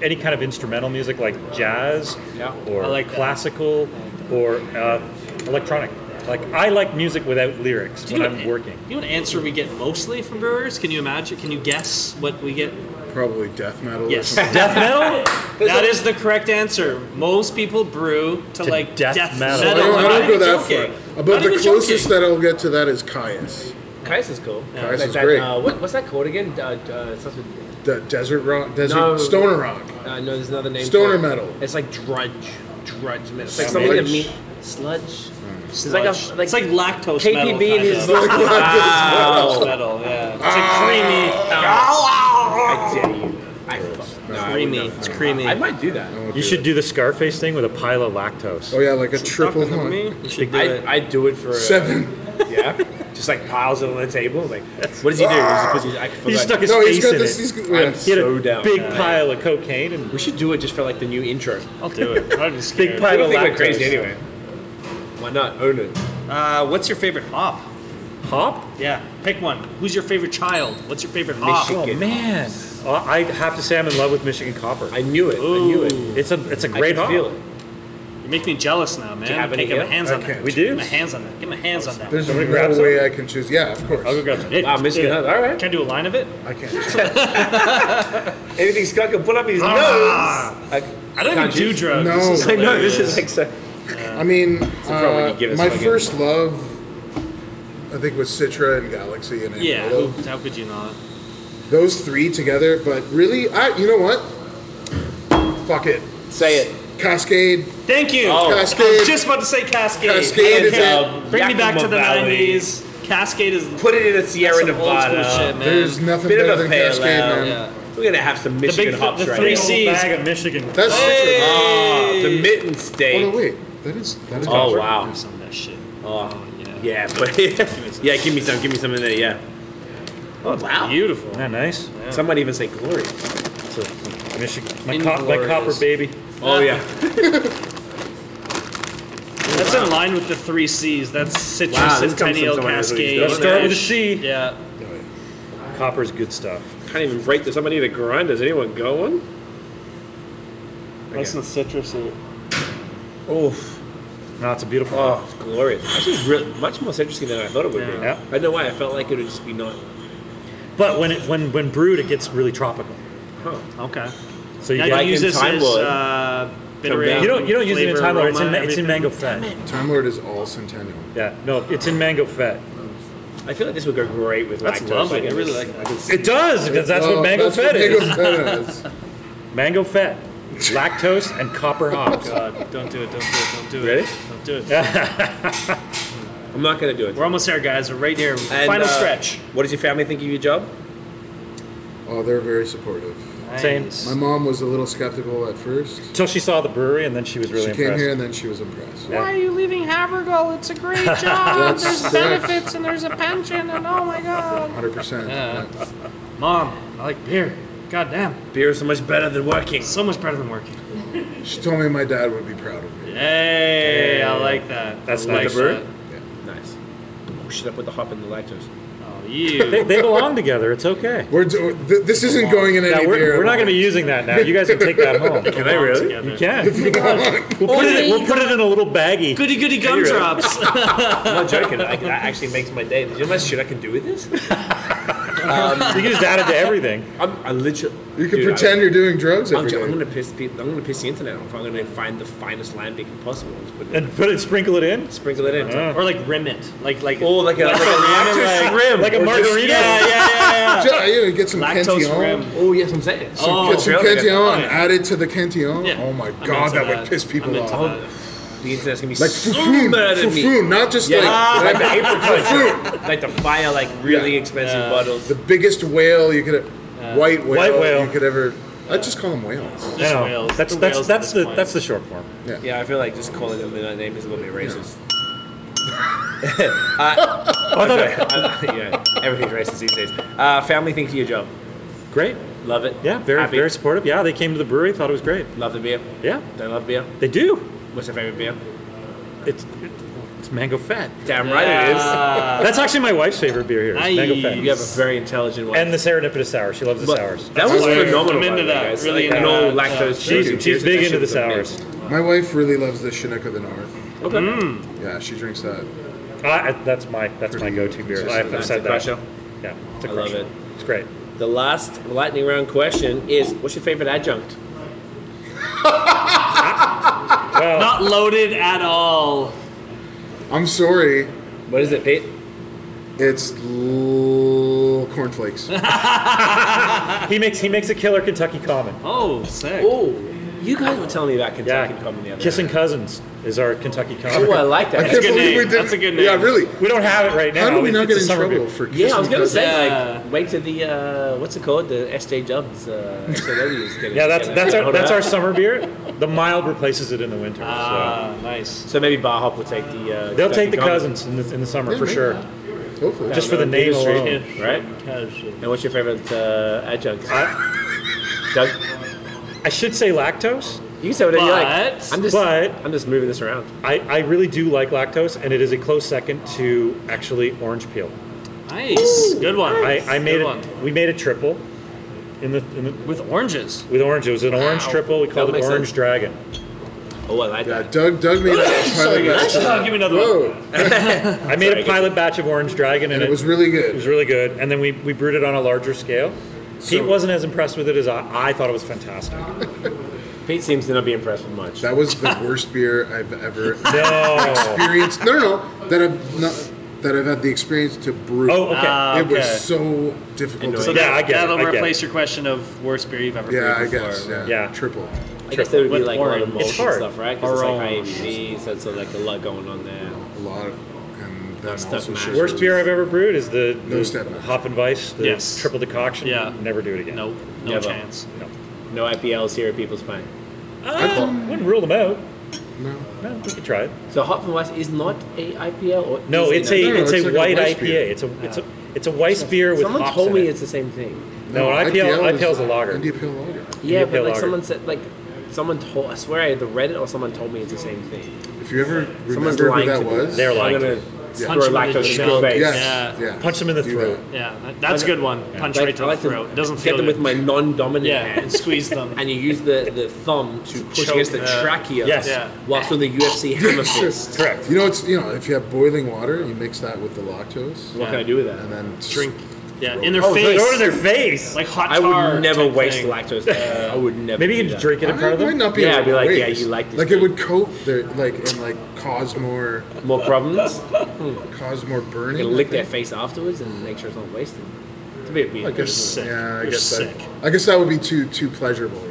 Speaker 4: any kind of instrumental music, like jazz,
Speaker 2: Yeah.
Speaker 4: or
Speaker 3: I like that.
Speaker 4: classical, or uh, electronic. Like I like music without lyrics
Speaker 3: Do
Speaker 4: when
Speaker 3: you
Speaker 4: I'm
Speaker 3: know,
Speaker 4: working.
Speaker 3: You know an answer we get mostly from brewers? Can you imagine? Can you guess what we get?
Speaker 5: Probably death metal. Or
Speaker 3: Yes.
Speaker 5: something.
Speaker 4: Death metal.
Speaker 3: That is the correct answer. Most people brew to,
Speaker 4: To
Speaker 3: like
Speaker 4: death
Speaker 3: death,
Speaker 4: metal.
Speaker 3: metal.
Speaker 5: I don't, I
Speaker 3: Not
Speaker 5: don't go
Speaker 3: even
Speaker 5: that
Speaker 3: joking.
Speaker 5: far. About
Speaker 3: Not
Speaker 5: the
Speaker 3: even
Speaker 5: closest
Speaker 3: joking.
Speaker 5: that I'll get to that is Caius.
Speaker 2: Kais is cool.
Speaker 5: Kais
Speaker 2: Like
Speaker 5: is
Speaker 2: that,
Speaker 5: great.
Speaker 2: Uh, what, what's that called again? Uh, uh, it's not with-
Speaker 5: The desert rock, desert
Speaker 2: No.
Speaker 5: stoner rock.
Speaker 2: uh, no, there's another name.
Speaker 5: Stoner
Speaker 2: for it.
Speaker 5: metal.
Speaker 2: It's like drudge, drudge metal. It's like
Speaker 5: Sludge.
Speaker 2: something to meet sludge. It's like a like,
Speaker 3: it's like lactose
Speaker 2: KPB
Speaker 3: metal.
Speaker 2: and
Speaker 3: kind
Speaker 2: his
Speaker 3: of.
Speaker 2: wow.
Speaker 3: lactose metal. Yeah, it's like creamy.
Speaker 2: I dare you. I fuck. No, I,
Speaker 3: creamy. It's creamy.
Speaker 2: I might do that.
Speaker 5: I'll do
Speaker 4: You should
Speaker 5: it.
Speaker 4: do the Scarface thing with a pile of lactose.
Speaker 5: Oh yeah, like a
Speaker 3: Fuck
Speaker 5: triple
Speaker 3: with
Speaker 5: one.
Speaker 3: me. You should do
Speaker 2: I
Speaker 3: it.
Speaker 2: I do it for uh,
Speaker 5: Seven.
Speaker 2: Yeah, just like piles it on the table. Like, what does he do? He just puts his, I
Speaker 4: He
Speaker 2: forgot.
Speaker 4: stuck his
Speaker 5: No,
Speaker 4: face
Speaker 5: he's got
Speaker 4: in
Speaker 5: this.
Speaker 4: it.
Speaker 5: He's got, yeah.
Speaker 4: he had
Speaker 2: so
Speaker 4: a
Speaker 2: down.
Speaker 4: big
Speaker 2: Yeah.
Speaker 4: pile of cocaine and
Speaker 2: We should do it just for like the new intro.
Speaker 3: I'll do it. I'm just
Speaker 4: big
Speaker 3: scared.
Speaker 4: pile
Speaker 2: People
Speaker 4: of
Speaker 2: think
Speaker 4: lactose.
Speaker 2: we're crazy anyway. Why not own it?
Speaker 3: Uh, what's your favorite hop?
Speaker 4: Hop?
Speaker 3: Yeah, pick one. Who's your favorite child? What's your favorite hop?
Speaker 2: Michigan.
Speaker 4: Oh man, Uh, I have to say I'm in love with Michigan Copper.
Speaker 2: I knew it. I knew it.
Speaker 4: It's a it's a
Speaker 2: I
Speaker 4: great
Speaker 2: could
Speaker 4: hop.
Speaker 2: feel it.
Speaker 3: You make me jealous now, man.
Speaker 2: you have
Speaker 3: I
Speaker 2: any
Speaker 3: can't get my
Speaker 2: here?
Speaker 3: hands on
Speaker 5: Okay.
Speaker 3: that.
Speaker 4: We do?
Speaker 3: Get my hands on that. Get my hands on that.
Speaker 5: There's
Speaker 4: Somebody
Speaker 5: no
Speaker 4: grab
Speaker 5: way
Speaker 4: some?
Speaker 5: I can choose. Yeah, of course.
Speaker 4: I'll go grab some.
Speaker 2: Wow, Michigan Hut. All right.
Speaker 3: Can I do a line of it?
Speaker 5: I can't.
Speaker 2: Anything Scott can put up his
Speaker 3: Ah.
Speaker 2: nose. Like,
Speaker 3: I don't even
Speaker 2: Can't
Speaker 3: do
Speaker 2: you-
Speaker 3: drugs.
Speaker 5: No.
Speaker 3: This is
Speaker 2: I know this is
Speaker 3: hilarious.
Speaker 2: like so.
Speaker 5: I mean,
Speaker 2: problem when you
Speaker 5: uh,
Speaker 2: give us
Speaker 5: my
Speaker 2: fucking-
Speaker 5: first love, I think, was Citra and Galaxy and
Speaker 3: Yeah,
Speaker 5: Amarillo.
Speaker 3: who- how could you not?
Speaker 5: Those three together, but really, I you know what? Fuck it.
Speaker 2: Say it.
Speaker 5: Cascade.
Speaker 3: Thank you.
Speaker 2: Oh.
Speaker 3: I
Speaker 5: Cascade.
Speaker 3: was just about to say Cascade.
Speaker 5: Cascade is
Speaker 3: Okay.
Speaker 5: it.
Speaker 3: Bring me back to the
Speaker 2: Yakima Valley.
Speaker 3: 90s. Cascade is
Speaker 2: Put it in a Sierra
Speaker 3: some old school shit,
Speaker 2: Nevada.
Speaker 3: man.
Speaker 5: There's nothing
Speaker 2: Bit
Speaker 5: better
Speaker 2: of a
Speaker 5: than
Speaker 2: pale
Speaker 5: Cascade,
Speaker 2: ale.
Speaker 5: man.
Speaker 3: Yeah.
Speaker 2: We're gonna have some
Speaker 3: The big
Speaker 2: Michigan
Speaker 3: th-
Speaker 2: hops
Speaker 3: the
Speaker 2: right
Speaker 3: three
Speaker 2: now.
Speaker 3: C's.
Speaker 4: Bag of Michigan.
Speaker 5: That's Citra.
Speaker 2: Oh, the mitten steak.
Speaker 5: Oh no, wait. That is that is.
Speaker 2: Oh wow.
Speaker 3: Some of that shit.
Speaker 2: Oh
Speaker 3: yeah.
Speaker 2: yeah, but yeah, give me some, give me some in there. Yeah. Oh wow.
Speaker 3: Beautiful.
Speaker 4: Yeah, nice.
Speaker 2: Some might even say glory.
Speaker 4: It's a- Michigan. My, cop, my
Speaker 3: Inglorious.
Speaker 4: copper baby.
Speaker 2: Oh yeah.
Speaker 3: That's in line with the three C's. That's Citrus,
Speaker 2: Wow, this comes from
Speaker 3: Centennial,
Speaker 2: someone who really
Speaker 3: Cascade.
Speaker 2: does
Speaker 4: Let's start with a
Speaker 3: Orange.
Speaker 4: C.
Speaker 3: Yeah.
Speaker 4: copper's good stuff.
Speaker 2: Can't even break this. Somebody need a grinder. Is anyone going?
Speaker 8: That's the citrus in it.
Speaker 2: Oof.
Speaker 4: No, it's a beautiful.
Speaker 2: Oh, it's glorious. Actually, it's really, much more citrusy than I thought it would be.
Speaker 4: Yeah.
Speaker 2: I don't know why. I felt like it would just be not.
Speaker 4: But when it when when brewed, it gets really tropical.
Speaker 3: Okay.
Speaker 4: So you
Speaker 3: Yeah,
Speaker 4: get,
Speaker 3: I do use
Speaker 2: in
Speaker 3: this
Speaker 2: Time
Speaker 3: as
Speaker 2: Lord.
Speaker 3: uh, bitter
Speaker 2: down.
Speaker 3: ale.
Speaker 4: you don't you don't use it in
Speaker 3: flavor,
Speaker 4: time. Lord, It's in
Speaker 3: aroma,
Speaker 4: ma- it's in
Speaker 3: everything.
Speaker 4: mango fat.
Speaker 5: Time Lord is all Centennial.
Speaker 4: Yeah, no, it's in mango fat.
Speaker 2: I feel like this would go great with
Speaker 3: That's
Speaker 2: lactose.
Speaker 3: lovely.
Speaker 2: Like,
Speaker 3: I really like
Speaker 2: I can see-
Speaker 4: It does because that's what
Speaker 5: Oh,
Speaker 4: mango
Speaker 5: that's
Speaker 4: fat
Speaker 5: what
Speaker 4: is.
Speaker 5: Mango Fett is.
Speaker 4: Mango fat, lactose, and copper hops.
Speaker 3: Oh, God, don't do it, don't do it, don't do it.
Speaker 2: Ready?
Speaker 3: Don't do it.
Speaker 2: I'm not gonna do it.
Speaker 3: We're almost there, guys. We're right near
Speaker 2: And,
Speaker 3: final
Speaker 2: uh,
Speaker 3: stretch.
Speaker 2: What does your family think of your job?
Speaker 5: Oh, they're very supportive.
Speaker 4: Same.
Speaker 3: Nice.
Speaker 5: My mom was a little skeptical at first.
Speaker 4: Until she saw the brewery, and then she was really
Speaker 5: she came
Speaker 4: impressed.
Speaker 5: here and then she was impressed.
Speaker 4: Yeah. Why
Speaker 5: are you leaving Havergal? It's a great job. There's benefits and there's a pension and oh my god. 100%. yeah.
Speaker 3: Mom, I like beer. God damn.
Speaker 2: Beer is so much better than working.
Speaker 3: So much better than working.
Speaker 5: She told me my dad would be proud of me.
Speaker 3: Hey, I like that.
Speaker 4: That's
Speaker 3: I like
Speaker 4: nice. Bird?
Speaker 2: Nice. Oh shit! I put the hop in the lactose.
Speaker 3: that. Oh, you.
Speaker 4: They, they belong together. It's okay.
Speaker 5: We're, do- th- this isn't going in
Speaker 4: Yeah,
Speaker 5: any beer.
Speaker 4: we're, we're not going to be using that now. You guys can take that home.
Speaker 2: Can I really?
Speaker 4: You can. We'll put, it, we'll put it in a little baggie.
Speaker 3: Goody goody gumdrops.
Speaker 2: I'm not joking. I can, that actually makes my day. Do you know how much shit I can do with this?
Speaker 4: You can just add it to everything.
Speaker 2: I'm, I literally.
Speaker 5: You can
Speaker 2: Dude,
Speaker 5: pretend you're doing drugs
Speaker 2: I, I'm,
Speaker 5: every
Speaker 2: ju-
Speaker 5: day.
Speaker 2: I'm gonna piss people. I'm gonna piss the internet off. I'm gonna find the finest lambic possible. and Just put it in.
Speaker 4: And put it, sprinkle it in.
Speaker 2: Sprinkle it in.
Speaker 3: or like Rimit. Like, like.
Speaker 2: Oh, like a, like a lactose rim.
Speaker 4: Like a
Speaker 2: Or just-
Speaker 4: margarita.
Speaker 3: yeah, yeah, yeah,
Speaker 5: Ju- you know, get some
Speaker 3: Lactose
Speaker 5: Cantillon.
Speaker 3: rim.
Speaker 2: Oh yes, I'm saying.
Speaker 5: Some,
Speaker 3: Oh,
Speaker 5: get some
Speaker 2: really?
Speaker 5: Cantillon
Speaker 3: Okay.
Speaker 5: added to the Cantillon.
Speaker 3: Yeah.
Speaker 5: Oh my
Speaker 3: I'm
Speaker 5: god,
Speaker 3: into
Speaker 5: that, would
Speaker 3: that.
Speaker 5: piss people
Speaker 3: I'm
Speaker 5: off.
Speaker 3: into that.
Speaker 2: The internet's gonna be
Speaker 5: Like
Speaker 2: so
Speaker 5: fufu,
Speaker 2: mad at me.
Speaker 5: fufu, not just
Speaker 2: Yeah,
Speaker 5: like,
Speaker 4: Ah.
Speaker 2: like the apricot,
Speaker 5: Fufu.
Speaker 2: like the fire, like really
Speaker 5: Yeah.
Speaker 2: expensive
Speaker 3: Yeah.
Speaker 2: bottles.
Speaker 5: the biggest whale you could, white whale,
Speaker 4: White whale.
Speaker 5: you could ever. I just call them whales.
Speaker 4: I know.
Speaker 3: whales.
Speaker 4: That's
Speaker 3: The
Speaker 4: that's
Speaker 3: whales
Speaker 4: that's
Speaker 3: at
Speaker 4: the
Speaker 3: this point.
Speaker 4: that's the short form.
Speaker 2: Yeah, I feel like just calling them their name is a little bit racist.
Speaker 4: Oh, I thought it-
Speaker 2: I'm- yeah, everything's racist these days. Uh, family, thank you, your job.
Speaker 4: great.
Speaker 2: Love it.
Speaker 4: Yeah, very
Speaker 2: Happy.
Speaker 4: very supportive. Yeah, they came to the brewery, thought it was great.
Speaker 2: Love the beer.
Speaker 4: Yeah,
Speaker 2: Don't love beer.
Speaker 4: they do.
Speaker 2: What's your favorite beer?
Speaker 4: It's it's mango fat.
Speaker 2: Damn right
Speaker 4: That's actually my wife's favorite beer here. It's mango
Speaker 2: it
Speaker 4: fat.
Speaker 2: is. You have a very intelligent one.
Speaker 4: And the serendipitous sour. She loves the
Speaker 2: But
Speaker 4: sours.
Speaker 2: That was
Speaker 3: hilarious.
Speaker 2: phenomenal.
Speaker 3: I'm
Speaker 2: by
Speaker 3: into
Speaker 2: the way,
Speaker 3: that.
Speaker 2: guys.
Speaker 3: Really
Speaker 2: like,
Speaker 3: into
Speaker 2: no
Speaker 3: that.
Speaker 2: lactose.
Speaker 4: She's,
Speaker 2: cheese.
Speaker 4: she's big into the
Speaker 2: That shit was
Speaker 4: sours. Mm.
Speaker 5: My wife really loves the Chinook of the North.
Speaker 2: amazing. Okay.
Speaker 5: Yeah, she drinks that.
Speaker 4: I, I- that's my that's my go-to beer.
Speaker 5: Just
Speaker 4: I've
Speaker 2: That's
Speaker 4: said
Speaker 2: a
Speaker 4: that.
Speaker 2: crusher.
Speaker 4: Yeah, it's a
Speaker 2: I love
Speaker 4: crusher.
Speaker 2: it.
Speaker 4: It's great.
Speaker 2: The last lightning round question is: What's your favorite adjunct?
Speaker 3: Not loaded at all.
Speaker 5: I'm sorry,
Speaker 2: What is it, Pete?
Speaker 5: it's l- cornflakes.
Speaker 4: He makes he makes a killer Kentucky common.
Speaker 3: Oh, sick.
Speaker 2: Oh, you guys were telling me about
Speaker 4: Yeah,
Speaker 2: Kentucky Common the other
Speaker 4: kissing
Speaker 2: night.
Speaker 4: cousins is our Kentucky common.
Speaker 2: Oh, I like
Speaker 5: I
Speaker 2: that.
Speaker 5: can't
Speaker 3: good
Speaker 5: believe
Speaker 3: name.
Speaker 5: we didn't.
Speaker 3: That's a good
Speaker 5: Yeah,
Speaker 3: name.
Speaker 5: really.
Speaker 4: We don't have it right now.
Speaker 5: How do we
Speaker 4: It's-
Speaker 5: not
Speaker 4: it's
Speaker 5: get
Speaker 4: a
Speaker 5: in
Speaker 4: summer
Speaker 5: trouble
Speaker 4: beer.
Speaker 5: for kissing
Speaker 2: Yeah, I was gonna
Speaker 5: cousins?
Speaker 2: say
Speaker 3: Yeah.
Speaker 2: like wait till the uh, what's it called the SJ Jubs uh, SJWs get it-
Speaker 4: Yeah, that's
Speaker 2: get it.
Speaker 4: that's our
Speaker 2: Hold
Speaker 4: that's
Speaker 2: up.
Speaker 4: our summer beer. The mild replaces it in the winter. So.
Speaker 3: Ah, nice.
Speaker 2: So maybe Bar Hop will take the. Uh,
Speaker 4: They'll take
Speaker 2: Kentucky
Speaker 4: the
Speaker 2: Common,
Speaker 4: cousins in the, in the summer
Speaker 5: Yeah,
Speaker 4: for
Speaker 5: maybe.
Speaker 4: sure,
Speaker 5: Hopefully.
Speaker 4: just for the name alone.
Speaker 2: right? And what's your favorite uh, adjunct? Doug,
Speaker 4: I should say lactose.
Speaker 2: you can say whatever you like.
Speaker 3: But-
Speaker 2: I'm just
Speaker 4: but-
Speaker 2: I'm just moving this around.
Speaker 4: I, I really do like lactose, and it is a close second to actually orange peel.
Speaker 3: Nice. Good one.
Speaker 4: I, I made
Speaker 3: Good
Speaker 4: it.
Speaker 3: one.
Speaker 4: We made a triple in the, in the
Speaker 3: With oranges.
Speaker 4: with orange. It was an orange triple. We called
Speaker 2: That
Speaker 4: it
Speaker 2: makes
Speaker 4: Orange
Speaker 2: sense.
Speaker 4: Dragon.
Speaker 2: Oh, I like
Speaker 5: Yeah,
Speaker 2: that.
Speaker 5: Doug, Doug made that pilot batch.
Speaker 3: Oh, give me another one.
Speaker 5: Whoa,
Speaker 4: I made a pilot batch of Orange Dragon, and,
Speaker 5: and it was really
Speaker 4: it was
Speaker 5: good.
Speaker 4: really good. And then we, we brewed it on a larger scale. Pete
Speaker 5: So-
Speaker 4: wasn't as impressed with it as I, I thought it was fantastic.
Speaker 2: Pete seems to not be impressed with much.
Speaker 5: That was the worst beer I've ever
Speaker 4: No.
Speaker 5: experienced. No, no, no. That I've not. That I've had the experience to brew.
Speaker 4: Oh, okay.
Speaker 3: Ah,
Speaker 5: It was
Speaker 3: okay.
Speaker 5: so difficult.
Speaker 2: So
Speaker 5: to
Speaker 3: So
Speaker 5: do.
Speaker 4: Yeah,
Speaker 3: that,
Speaker 4: I get it,
Speaker 3: that'll
Speaker 4: I get
Speaker 3: replace your question of worst beer you've ever
Speaker 5: yeah, I
Speaker 3: brewed before.
Speaker 5: guess. Yeah.
Speaker 4: Yeah.
Speaker 5: triple.
Speaker 2: I guess there would be
Speaker 3: With
Speaker 2: like a lot of
Speaker 3: orange.
Speaker 2: mold and
Speaker 4: It's hard.
Speaker 2: stuff, right? Because it's like
Speaker 3: Orange.
Speaker 2: IMG, so it's like a lot going on there.
Speaker 5: A lot, of, and then
Speaker 2: Stuff
Speaker 5: also
Speaker 2: matters.
Speaker 5: shit
Speaker 4: Worst
Speaker 5: was-
Speaker 4: beer I've ever brewed is the,
Speaker 5: No
Speaker 4: the
Speaker 5: step.
Speaker 4: Hop and Vice, the
Speaker 3: Yes.
Speaker 4: triple decoction.
Speaker 3: Yeah.
Speaker 4: Never do it again.
Speaker 3: Nope. No
Speaker 2: Never.
Speaker 3: chance.
Speaker 2: No IPLs here at People's Pint.
Speaker 4: Um, wouldn't rule them out.
Speaker 5: No.
Speaker 4: No, we could try it.
Speaker 2: So Hop and Weiss is not a IPL. Or
Speaker 4: No,
Speaker 2: is it
Speaker 4: it's a
Speaker 5: No, no,
Speaker 4: it's,
Speaker 5: it's
Speaker 4: a
Speaker 5: like a
Speaker 4: white
Speaker 5: Weiss
Speaker 4: IPA.
Speaker 5: beer.
Speaker 4: It's a it's a it's a Weiss beer with
Speaker 2: Someone
Speaker 4: hops
Speaker 2: told
Speaker 4: in
Speaker 2: me
Speaker 4: it.
Speaker 2: it's the same thing.
Speaker 4: no, IPL IPL is a lager.
Speaker 5: India Pale Lager.
Speaker 2: Yeah,
Speaker 4: India
Speaker 2: but
Speaker 4: Pale
Speaker 2: like
Speaker 4: Lager.
Speaker 2: someone said, like someone told. I swear I either read it or someone told me it's the same thing.
Speaker 5: If you ever
Speaker 2: Someone's
Speaker 5: remember who
Speaker 2: lying
Speaker 5: that
Speaker 2: to me.
Speaker 5: was,
Speaker 4: They're lying
Speaker 2: I'm
Speaker 4: to
Speaker 2: gonna,
Speaker 5: Yeah.
Speaker 3: punch
Speaker 2: Throw
Speaker 3: him in the
Speaker 2: lactose in
Speaker 3: junk.
Speaker 2: your face.
Speaker 5: Yes.
Speaker 3: Yeah.
Speaker 5: Yeah.
Speaker 4: Punch them in the
Speaker 5: Do
Speaker 4: throat.
Speaker 5: that.
Speaker 3: Yeah, that- that's a good one. Punch
Speaker 2: Like-
Speaker 3: right to
Speaker 2: I like
Speaker 3: the throat. Doesn't
Speaker 2: get
Speaker 3: feel
Speaker 2: them
Speaker 3: good.
Speaker 2: with my non-dominant
Speaker 3: yeah, and
Speaker 2: hand,
Speaker 3: squeeze them.
Speaker 2: and you use the, the thumb to push
Speaker 3: choke
Speaker 2: against the
Speaker 3: the-
Speaker 2: trachea,
Speaker 4: Yes.
Speaker 3: Yeah.
Speaker 2: whilst on the UFC hammer
Speaker 5: Sure.
Speaker 2: fist.
Speaker 4: Correct.
Speaker 5: You know, it's you know, if you have boiling water, you mix that with the lactose,
Speaker 2: What can I do with
Speaker 5: and
Speaker 2: that?
Speaker 5: then just-
Speaker 3: Drink. Yeah, in their
Speaker 4: Oh,
Speaker 3: face.
Speaker 4: throw it in their face.
Speaker 3: like hot
Speaker 2: I
Speaker 3: tar.
Speaker 2: would never
Speaker 3: type
Speaker 2: waste
Speaker 3: thing.
Speaker 2: lactose. I would never.
Speaker 4: Maybe you
Speaker 2: do
Speaker 4: can just
Speaker 2: that.
Speaker 4: drink it in front
Speaker 5: It
Speaker 4: of
Speaker 5: might
Speaker 4: them.
Speaker 5: not be.
Speaker 2: Yeah,
Speaker 5: a
Speaker 2: I'd be like, yeah,
Speaker 5: waste.
Speaker 2: you like this
Speaker 5: Like
Speaker 2: drink.
Speaker 5: it would coat their like and like cause more
Speaker 2: more problems.
Speaker 5: cause more burning.
Speaker 2: You can lick
Speaker 5: I
Speaker 2: their
Speaker 5: think.
Speaker 2: face afterwards and make sure it's not wasted. It's a bit
Speaker 5: I
Speaker 2: weird.
Speaker 5: guess.
Speaker 3: sick.
Speaker 5: Yeah, I
Speaker 3: You're
Speaker 5: guess
Speaker 3: sick.
Speaker 5: That, I guess that would be too too pleasurable, right?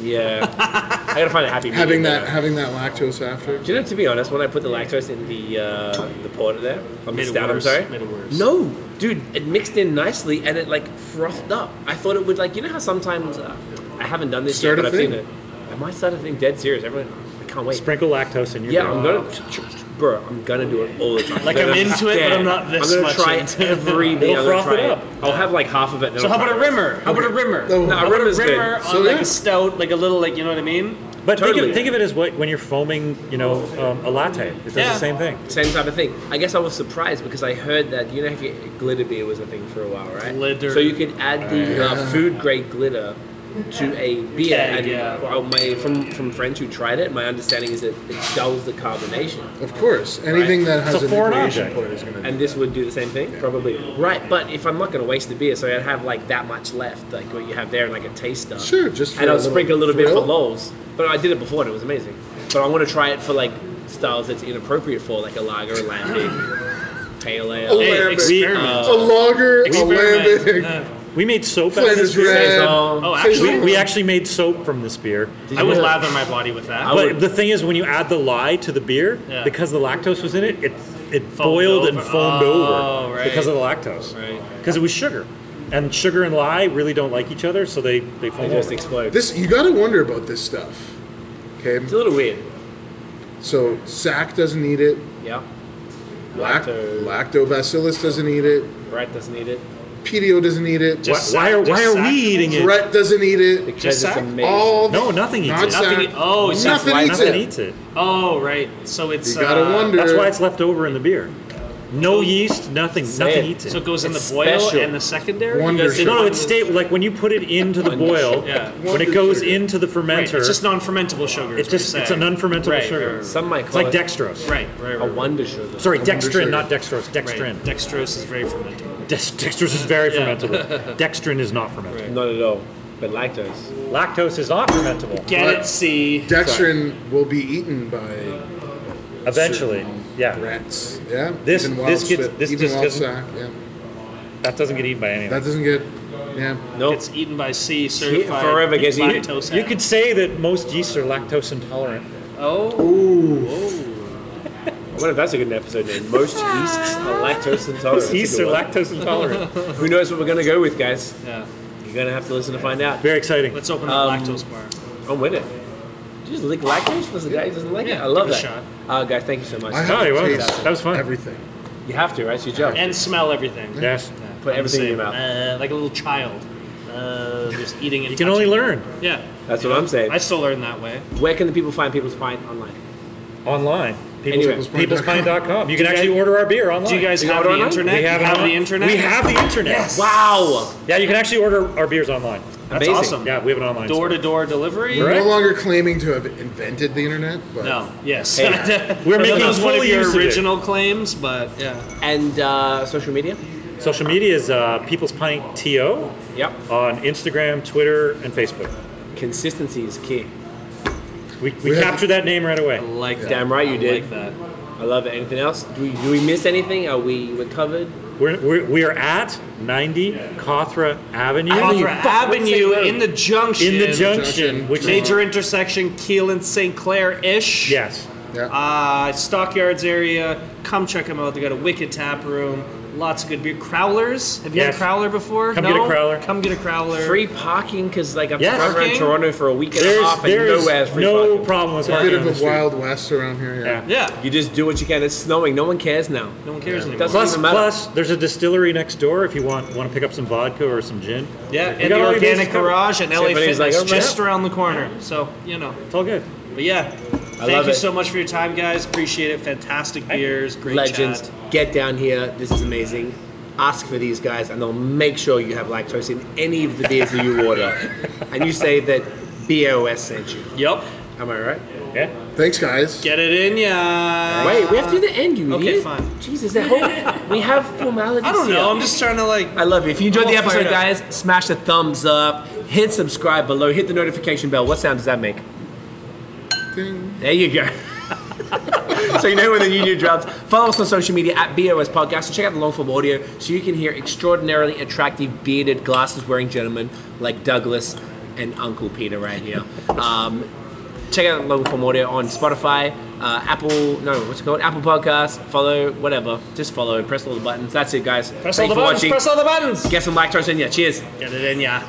Speaker 2: Yeah, I gotta find a happy. medium
Speaker 5: Having that
Speaker 2: there.
Speaker 5: having that lactose after.
Speaker 2: Do you know? To be honest, when I put the lactose in the uh, the porter there, on the
Speaker 3: Made it
Speaker 2: stout, I'm
Speaker 3: worse.
Speaker 2: sorry.
Speaker 3: Made it worse.
Speaker 2: No, dude, it mixed in nicely and it like frothed up. I thought it would like you know how sometimes uh, I haven't done this
Speaker 5: Start
Speaker 2: yet,
Speaker 5: a
Speaker 2: but I've seen
Speaker 5: thing.
Speaker 2: it. I might start a thing dead serious. Everyone, I can't wait.
Speaker 4: Sprinkle lactose in your
Speaker 2: Yeah,
Speaker 4: beer.
Speaker 2: I'm gonna, bro. I'm gonna do it all the time.
Speaker 3: Like, I'm
Speaker 2: gonna
Speaker 3: into it, but
Speaker 2: stand.
Speaker 3: I'm not this
Speaker 2: I'm gonna
Speaker 3: much
Speaker 2: try
Speaker 3: into it.
Speaker 2: every day.
Speaker 4: We'll
Speaker 2: I'm gonna
Speaker 4: froth it
Speaker 2: try it.
Speaker 4: up.
Speaker 2: I'll have like half of it. and
Speaker 3: So
Speaker 2: then
Speaker 3: how
Speaker 2: I'll
Speaker 3: about
Speaker 2: try
Speaker 3: a
Speaker 2: the rest.
Speaker 3: rimmer? How about a rimmer?
Speaker 5: No,
Speaker 2: No,
Speaker 3: How
Speaker 2: a
Speaker 3: about
Speaker 2: rimmer's
Speaker 3: a rimmer
Speaker 2: good.
Speaker 3: on
Speaker 5: So,
Speaker 3: like
Speaker 5: yeah.
Speaker 3: a stout, like a little, like you know what I mean?
Speaker 4: But think,
Speaker 2: Totally.
Speaker 4: of, think of it as what when you're foaming, you know, um, a latte. It does
Speaker 3: Yeah.
Speaker 4: the same thing.
Speaker 2: Same type of thing. I guess I was surprised because I heard that you know if you, glitter beer was a thing for a while, right?
Speaker 3: Glitter.
Speaker 2: So you could add the uh, food grade glitter to a beer,
Speaker 3: Keg,
Speaker 2: and
Speaker 3: yeah.
Speaker 2: well, my from from friends who tried it, my understanding is that it dulls the carbonation,
Speaker 5: Of course, anything that has
Speaker 4: It's a
Speaker 5: an
Speaker 4: foreign
Speaker 5: ignition
Speaker 4: object.
Speaker 5: point is going to.
Speaker 2: and this would do the same thing, probably. Right, but if I'm not going to waste the beer, so I'd have like that much left, like what you have there, and like a taster.
Speaker 5: Sure, just for
Speaker 2: and
Speaker 5: a
Speaker 2: I'll
Speaker 5: little
Speaker 2: sprinkle a little bit for
Speaker 5: thrill.
Speaker 2: lols. But I did it before, and it was amazing. But I want to try it for like styles that's inappropriate for, like a lager, a lambic, pale ale.
Speaker 5: Hey,
Speaker 3: Hey,
Speaker 5: Lambic.
Speaker 3: experiment.
Speaker 4: uh,
Speaker 5: a lager, a
Speaker 3: Experiment.
Speaker 5: lambic,
Speaker 4: We made soap out of this
Speaker 5: Flanders
Speaker 4: beer.
Speaker 5: red.
Speaker 2: Saison.
Speaker 3: oh, actually,
Speaker 4: We, we actually made soap from this beer.
Speaker 3: I would lather my body with that.
Speaker 2: I
Speaker 4: But
Speaker 2: would-
Speaker 4: the thing is, when you add the lye to the beer,
Speaker 3: Yeah.
Speaker 4: because the lactose was in it, it it boiled and
Speaker 3: over.
Speaker 4: foamed
Speaker 3: Oh,
Speaker 4: over
Speaker 3: right.
Speaker 4: because of the lactose.
Speaker 3: Right.
Speaker 4: Because it was sugar, and sugar and lye really don't like each other, so they they
Speaker 2: It
Speaker 4: foam
Speaker 2: just
Speaker 4: over.
Speaker 2: explodes.
Speaker 5: Oh. This you got to wonder about this stuff. Okay,
Speaker 2: It's a little weird.
Speaker 5: so Sac doesn't eat it.
Speaker 2: Yeah.
Speaker 5: Lact-
Speaker 2: Lacto-
Speaker 5: Lactobacillus doesn't eat it.
Speaker 2: Brett doesn't eat it
Speaker 5: PDO doesn't eat it.
Speaker 4: Why,
Speaker 3: Just
Speaker 4: why
Speaker 3: sack-
Speaker 4: are
Speaker 3: just
Speaker 4: why are we
Speaker 3: sack.
Speaker 4: eating it?
Speaker 5: Brett doesn't eat it.
Speaker 2: because
Speaker 3: Just
Speaker 2: it's
Speaker 3: sac?
Speaker 2: amazing.
Speaker 5: All
Speaker 4: No, nothing e- eats it.
Speaker 5: non-Sac-
Speaker 3: Nothing eat- oh, so that's
Speaker 5: nothing
Speaker 2: why
Speaker 5: eats
Speaker 4: Nothing
Speaker 5: it.
Speaker 4: eats it.
Speaker 3: Oh, right. So it's
Speaker 5: You gotta
Speaker 3: uh,
Speaker 5: wonder.
Speaker 4: That's why it's left over in the beer. No yeast, nothing, nothing
Speaker 2: it.
Speaker 4: eats it.
Speaker 3: So it goes in
Speaker 2: It's
Speaker 3: the boil
Speaker 2: special.
Speaker 3: and the secondary. You
Speaker 5: Wonder
Speaker 3: guys did
Speaker 5: sugar.
Speaker 4: no, no,
Speaker 3: one
Speaker 4: it's
Speaker 3: with-
Speaker 4: stable. Like when you put it into the boil,
Speaker 3: Yeah.
Speaker 4: when it goes into the
Speaker 3: Right,
Speaker 4: fermenter,
Speaker 3: it's just non-fermentable sugar.
Speaker 4: it's
Speaker 3: is what
Speaker 4: just-
Speaker 3: you're
Speaker 4: it's an
Speaker 3: saying.
Speaker 4: unfermentable
Speaker 3: Right,
Speaker 4: sugar.
Speaker 3: right,
Speaker 2: Some might
Speaker 4: it's
Speaker 2: call
Speaker 4: like
Speaker 2: it
Speaker 4: dextrose.
Speaker 3: Right, right, right.
Speaker 2: a
Speaker 3: right.
Speaker 2: wonder sugar.
Speaker 4: Sorry,
Speaker 5: sure.
Speaker 4: dextrin, not dextrose.
Speaker 3: Right.
Speaker 4: Dextrin.
Speaker 3: Dextrose is very fermentable.
Speaker 4: Dex- dextrose is very
Speaker 3: Yeah.
Speaker 4: fermentable. dextrin is not fermentable.
Speaker 2: Not at all. But lactose.
Speaker 4: Lactose is not fermentable.
Speaker 3: Get
Speaker 5: But-
Speaker 3: it? See.
Speaker 5: Dextrin will be eaten by
Speaker 4: Eventually, yeah,
Speaker 5: rats. Yeah.
Speaker 4: This-
Speaker 5: even wild
Speaker 4: this gets-
Speaker 5: spit-
Speaker 4: this
Speaker 5: even
Speaker 4: just
Speaker 5: wild
Speaker 4: doesn't-
Speaker 5: sac, Yeah.
Speaker 4: that doesn't get eaten by anyone.
Speaker 5: That doesn't get. Yeah.
Speaker 2: No.
Speaker 3: uh, It's eaten by C certified.
Speaker 2: forever gets eaten.
Speaker 3: lactose
Speaker 4: you could say that most yeasts are lactose intolerant.
Speaker 3: Oh,
Speaker 2: I wonder if that's a good episode name. Most yeasts are lactose intolerant.
Speaker 4: Most yeasts
Speaker 2: That's a
Speaker 4: are
Speaker 2: good one.
Speaker 4: lactose intolerant.
Speaker 2: Who knows what we're gonna go with, guys?
Speaker 3: yeah.
Speaker 2: You're gonna have to listen to find out.
Speaker 4: very exciting.
Speaker 3: Let's open the
Speaker 2: Um,
Speaker 3: lactose bar.
Speaker 2: I'm with it. Did you just lick lactose for the guy who doesn't like it.
Speaker 3: Yeah,
Speaker 2: I love
Speaker 3: give
Speaker 2: that.
Speaker 3: it a shot.
Speaker 2: Uh, guys, thank you so much.
Speaker 5: I
Speaker 4: Oh,
Speaker 5: have
Speaker 4: you're
Speaker 5: to
Speaker 4: welcome.
Speaker 5: taste
Speaker 4: That was fun.
Speaker 5: everything.
Speaker 2: you have to, right? It's your job.
Speaker 3: And smell everything.
Speaker 4: Yes.
Speaker 2: Put everything in your mouth.
Speaker 3: Uh, like a little child, uh, just eating and
Speaker 4: You can only
Speaker 3: touching.
Speaker 4: learn
Speaker 3: Yeah,
Speaker 2: That's what I'm saying.
Speaker 3: I still learn that way.
Speaker 2: Where can the people find People's Pint online?
Speaker 4: online.
Speaker 2: Anyway.
Speaker 4: Peoplespine.com. You can actually order our beer online.
Speaker 3: Do you guys
Speaker 2: You
Speaker 3: have
Speaker 2: order
Speaker 3: the
Speaker 2: online?
Speaker 3: internet?
Speaker 4: We have,
Speaker 3: you
Speaker 4: it
Speaker 3: have
Speaker 4: on-
Speaker 3: the internet.
Speaker 4: We have the internet.
Speaker 2: Wow!
Speaker 4: Yeah, you can actually order our beers online.
Speaker 3: That's
Speaker 2: Amazing.
Speaker 3: awesome.
Speaker 4: Yeah, we have an online
Speaker 3: Door
Speaker 4: store.
Speaker 3: to door delivery.
Speaker 5: We're
Speaker 4: Right?
Speaker 5: no longer claiming to have invented the internet, but
Speaker 3: No. Yes.
Speaker 2: Hey.
Speaker 4: We're
Speaker 3: That
Speaker 4: making
Speaker 3: was one of
Speaker 4: fully
Speaker 3: your
Speaker 4: use of it.
Speaker 3: original claims, but yeah.
Speaker 2: And uh, social media?
Speaker 4: Social media is uh, People's Pint TO
Speaker 2: Yep.
Speaker 4: on Instagram, Twitter, and Facebook.
Speaker 2: Consistency is key.
Speaker 4: We, we,
Speaker 5: We have-
Speaker 4: captured that name right away.
Speaker 3: I like that.
Speaker 2: Damn right you
Speaker 3: I
Speaker 2: did.
Speaker 3: Like that.
Speaker 2: I love it. Anything else? Do we, do we miss anything? Are we we're covered?
Speaker 4: We're, we're, we are at 90 Cawthra Avenue.
Speaker 3: Cawthra
Speaker 2: fuck, what's that
Speaker 3: Avenue
Speaker 2: road?
Speaker 3: in the junction.
Speaker 4: In the junction, which is
Speaker 3: Major intersection, Keel and St. Clair ish.
Speaker 4: yes,
Speaker 5: yeah.
Speaker 3: Uh, Stockyards area. Come check them out. They got a wicked tap room. Lots of good beer. Crowlers. Have you
Speaker 4: Yes.
Speaker 3: had a Crowler before?
Speaker 4: Come
Speaker 3: no?
Speaker 4: get a Crowler.
Speaker 3: Come get a Crowler.
Speaker 2: Free parking because like I've
Speaker 4: Yes.
Speaker 2: been around
Speaker 3: Parking?
Speaker 2: Toronto for a week and a
Speaker 4: there's
Speaker 2: half and
Speaker 4: there is
Speaker 2: nowhere has free
Speaker 4: no
Speaker 2: parking.
Speaker 4: problem with
Speaker 5: a
Speaker 4: parking
Speaker 5: bit
Speaker 4: on the
Speaker 5: of a
Speaker 4: street.
Speaker 5: wild west around here. Yeah.
Speaker 3: Yeah.
Speaker 4: Yeah.
Speaker 2: You just do what you can. It's snowing. No one cares now.
Speaker 3: No one cares anymore.
Speaker 2: Doesn't
Speaker 4: Plus,
Speaker 2: even matter.
Speaker 4: plus, there's a distillery next door if you want want to pick up some vodka or some gin.
Speaker 3: Yeah,
Speaker 4: We
Speaker 3: and
Speaker 4: got
Speaker 3: the
Speaker 4: all your
Speaker 3: organic
Speaker 4: basic-
Speaker 3: garage and LA
Speaker 2: Everybody's
Speaker 3: Fitness
Speaker 2: like, "Oh,
Speaker 3: just
Speaker 2: yeah."
Speaker 3: around the corner. So you know,
Speaker 4: It's all good.
Speaker 3: but yeah, thank
Speaker 2: love
Speaker 3: you
Speaker 2: it.
Speaker 3: so much for your time, guys. Appreciate it. Fantastic beers, great
Speaker 2: Legends.
Speaker 3: chat.
Speaker 2: get down here. This is amazing. Ask for these guys, and they'll make sure you have lactose in any of the beers that you order. and you say that BOS sent you.
Speaker 3: Yep.
Speaker 2: Am I right?
Speaker 4: Yeah.
Speaker 5: Thanks, guys.
Speaker 3: Get it in ya.
Speaker 2: Wait, we have to do the end, you
Speaker 3: Okay,
Speaker 2: idiot.
Speaker 3: fine.
Speaker 2: Jesus, that whole we have formalities.
Speaker 3: I don't
Speaker 2: here.
Speaker 3: know. I'm just trying to like.
Speaker 2: I love you. If you enjoyed
Speaker 3: I'm
Speaker 2: the
Speaker 3: all
Speaker 2: episode,
Speaker 3: fired
Speaker 2: guys, smash the thumbs up, hit subscribe below, hit the notification bell. What sound does that make?
Speaker 5: Ding.
Speaker 2: There you go. so you know when the new new drops. Follow us on social media at BOS Podcast and check out the long form audio so you can hear extraordinarily attractive bearded glasses wearing gentlemen like Douglas and Uncle Peter right here. Um, check out the long form audio on Spotify, uh, Apple, no, what's it called? Apple Podcasts. Follow, whatever. Just follow. Press all the buttons. That's it, guys.
Speaker 3: Press all the buttons. Press all the buttons.
Speaker 2: Get some lactose in ya. Cheers.
Speaker 3: Get it in ya.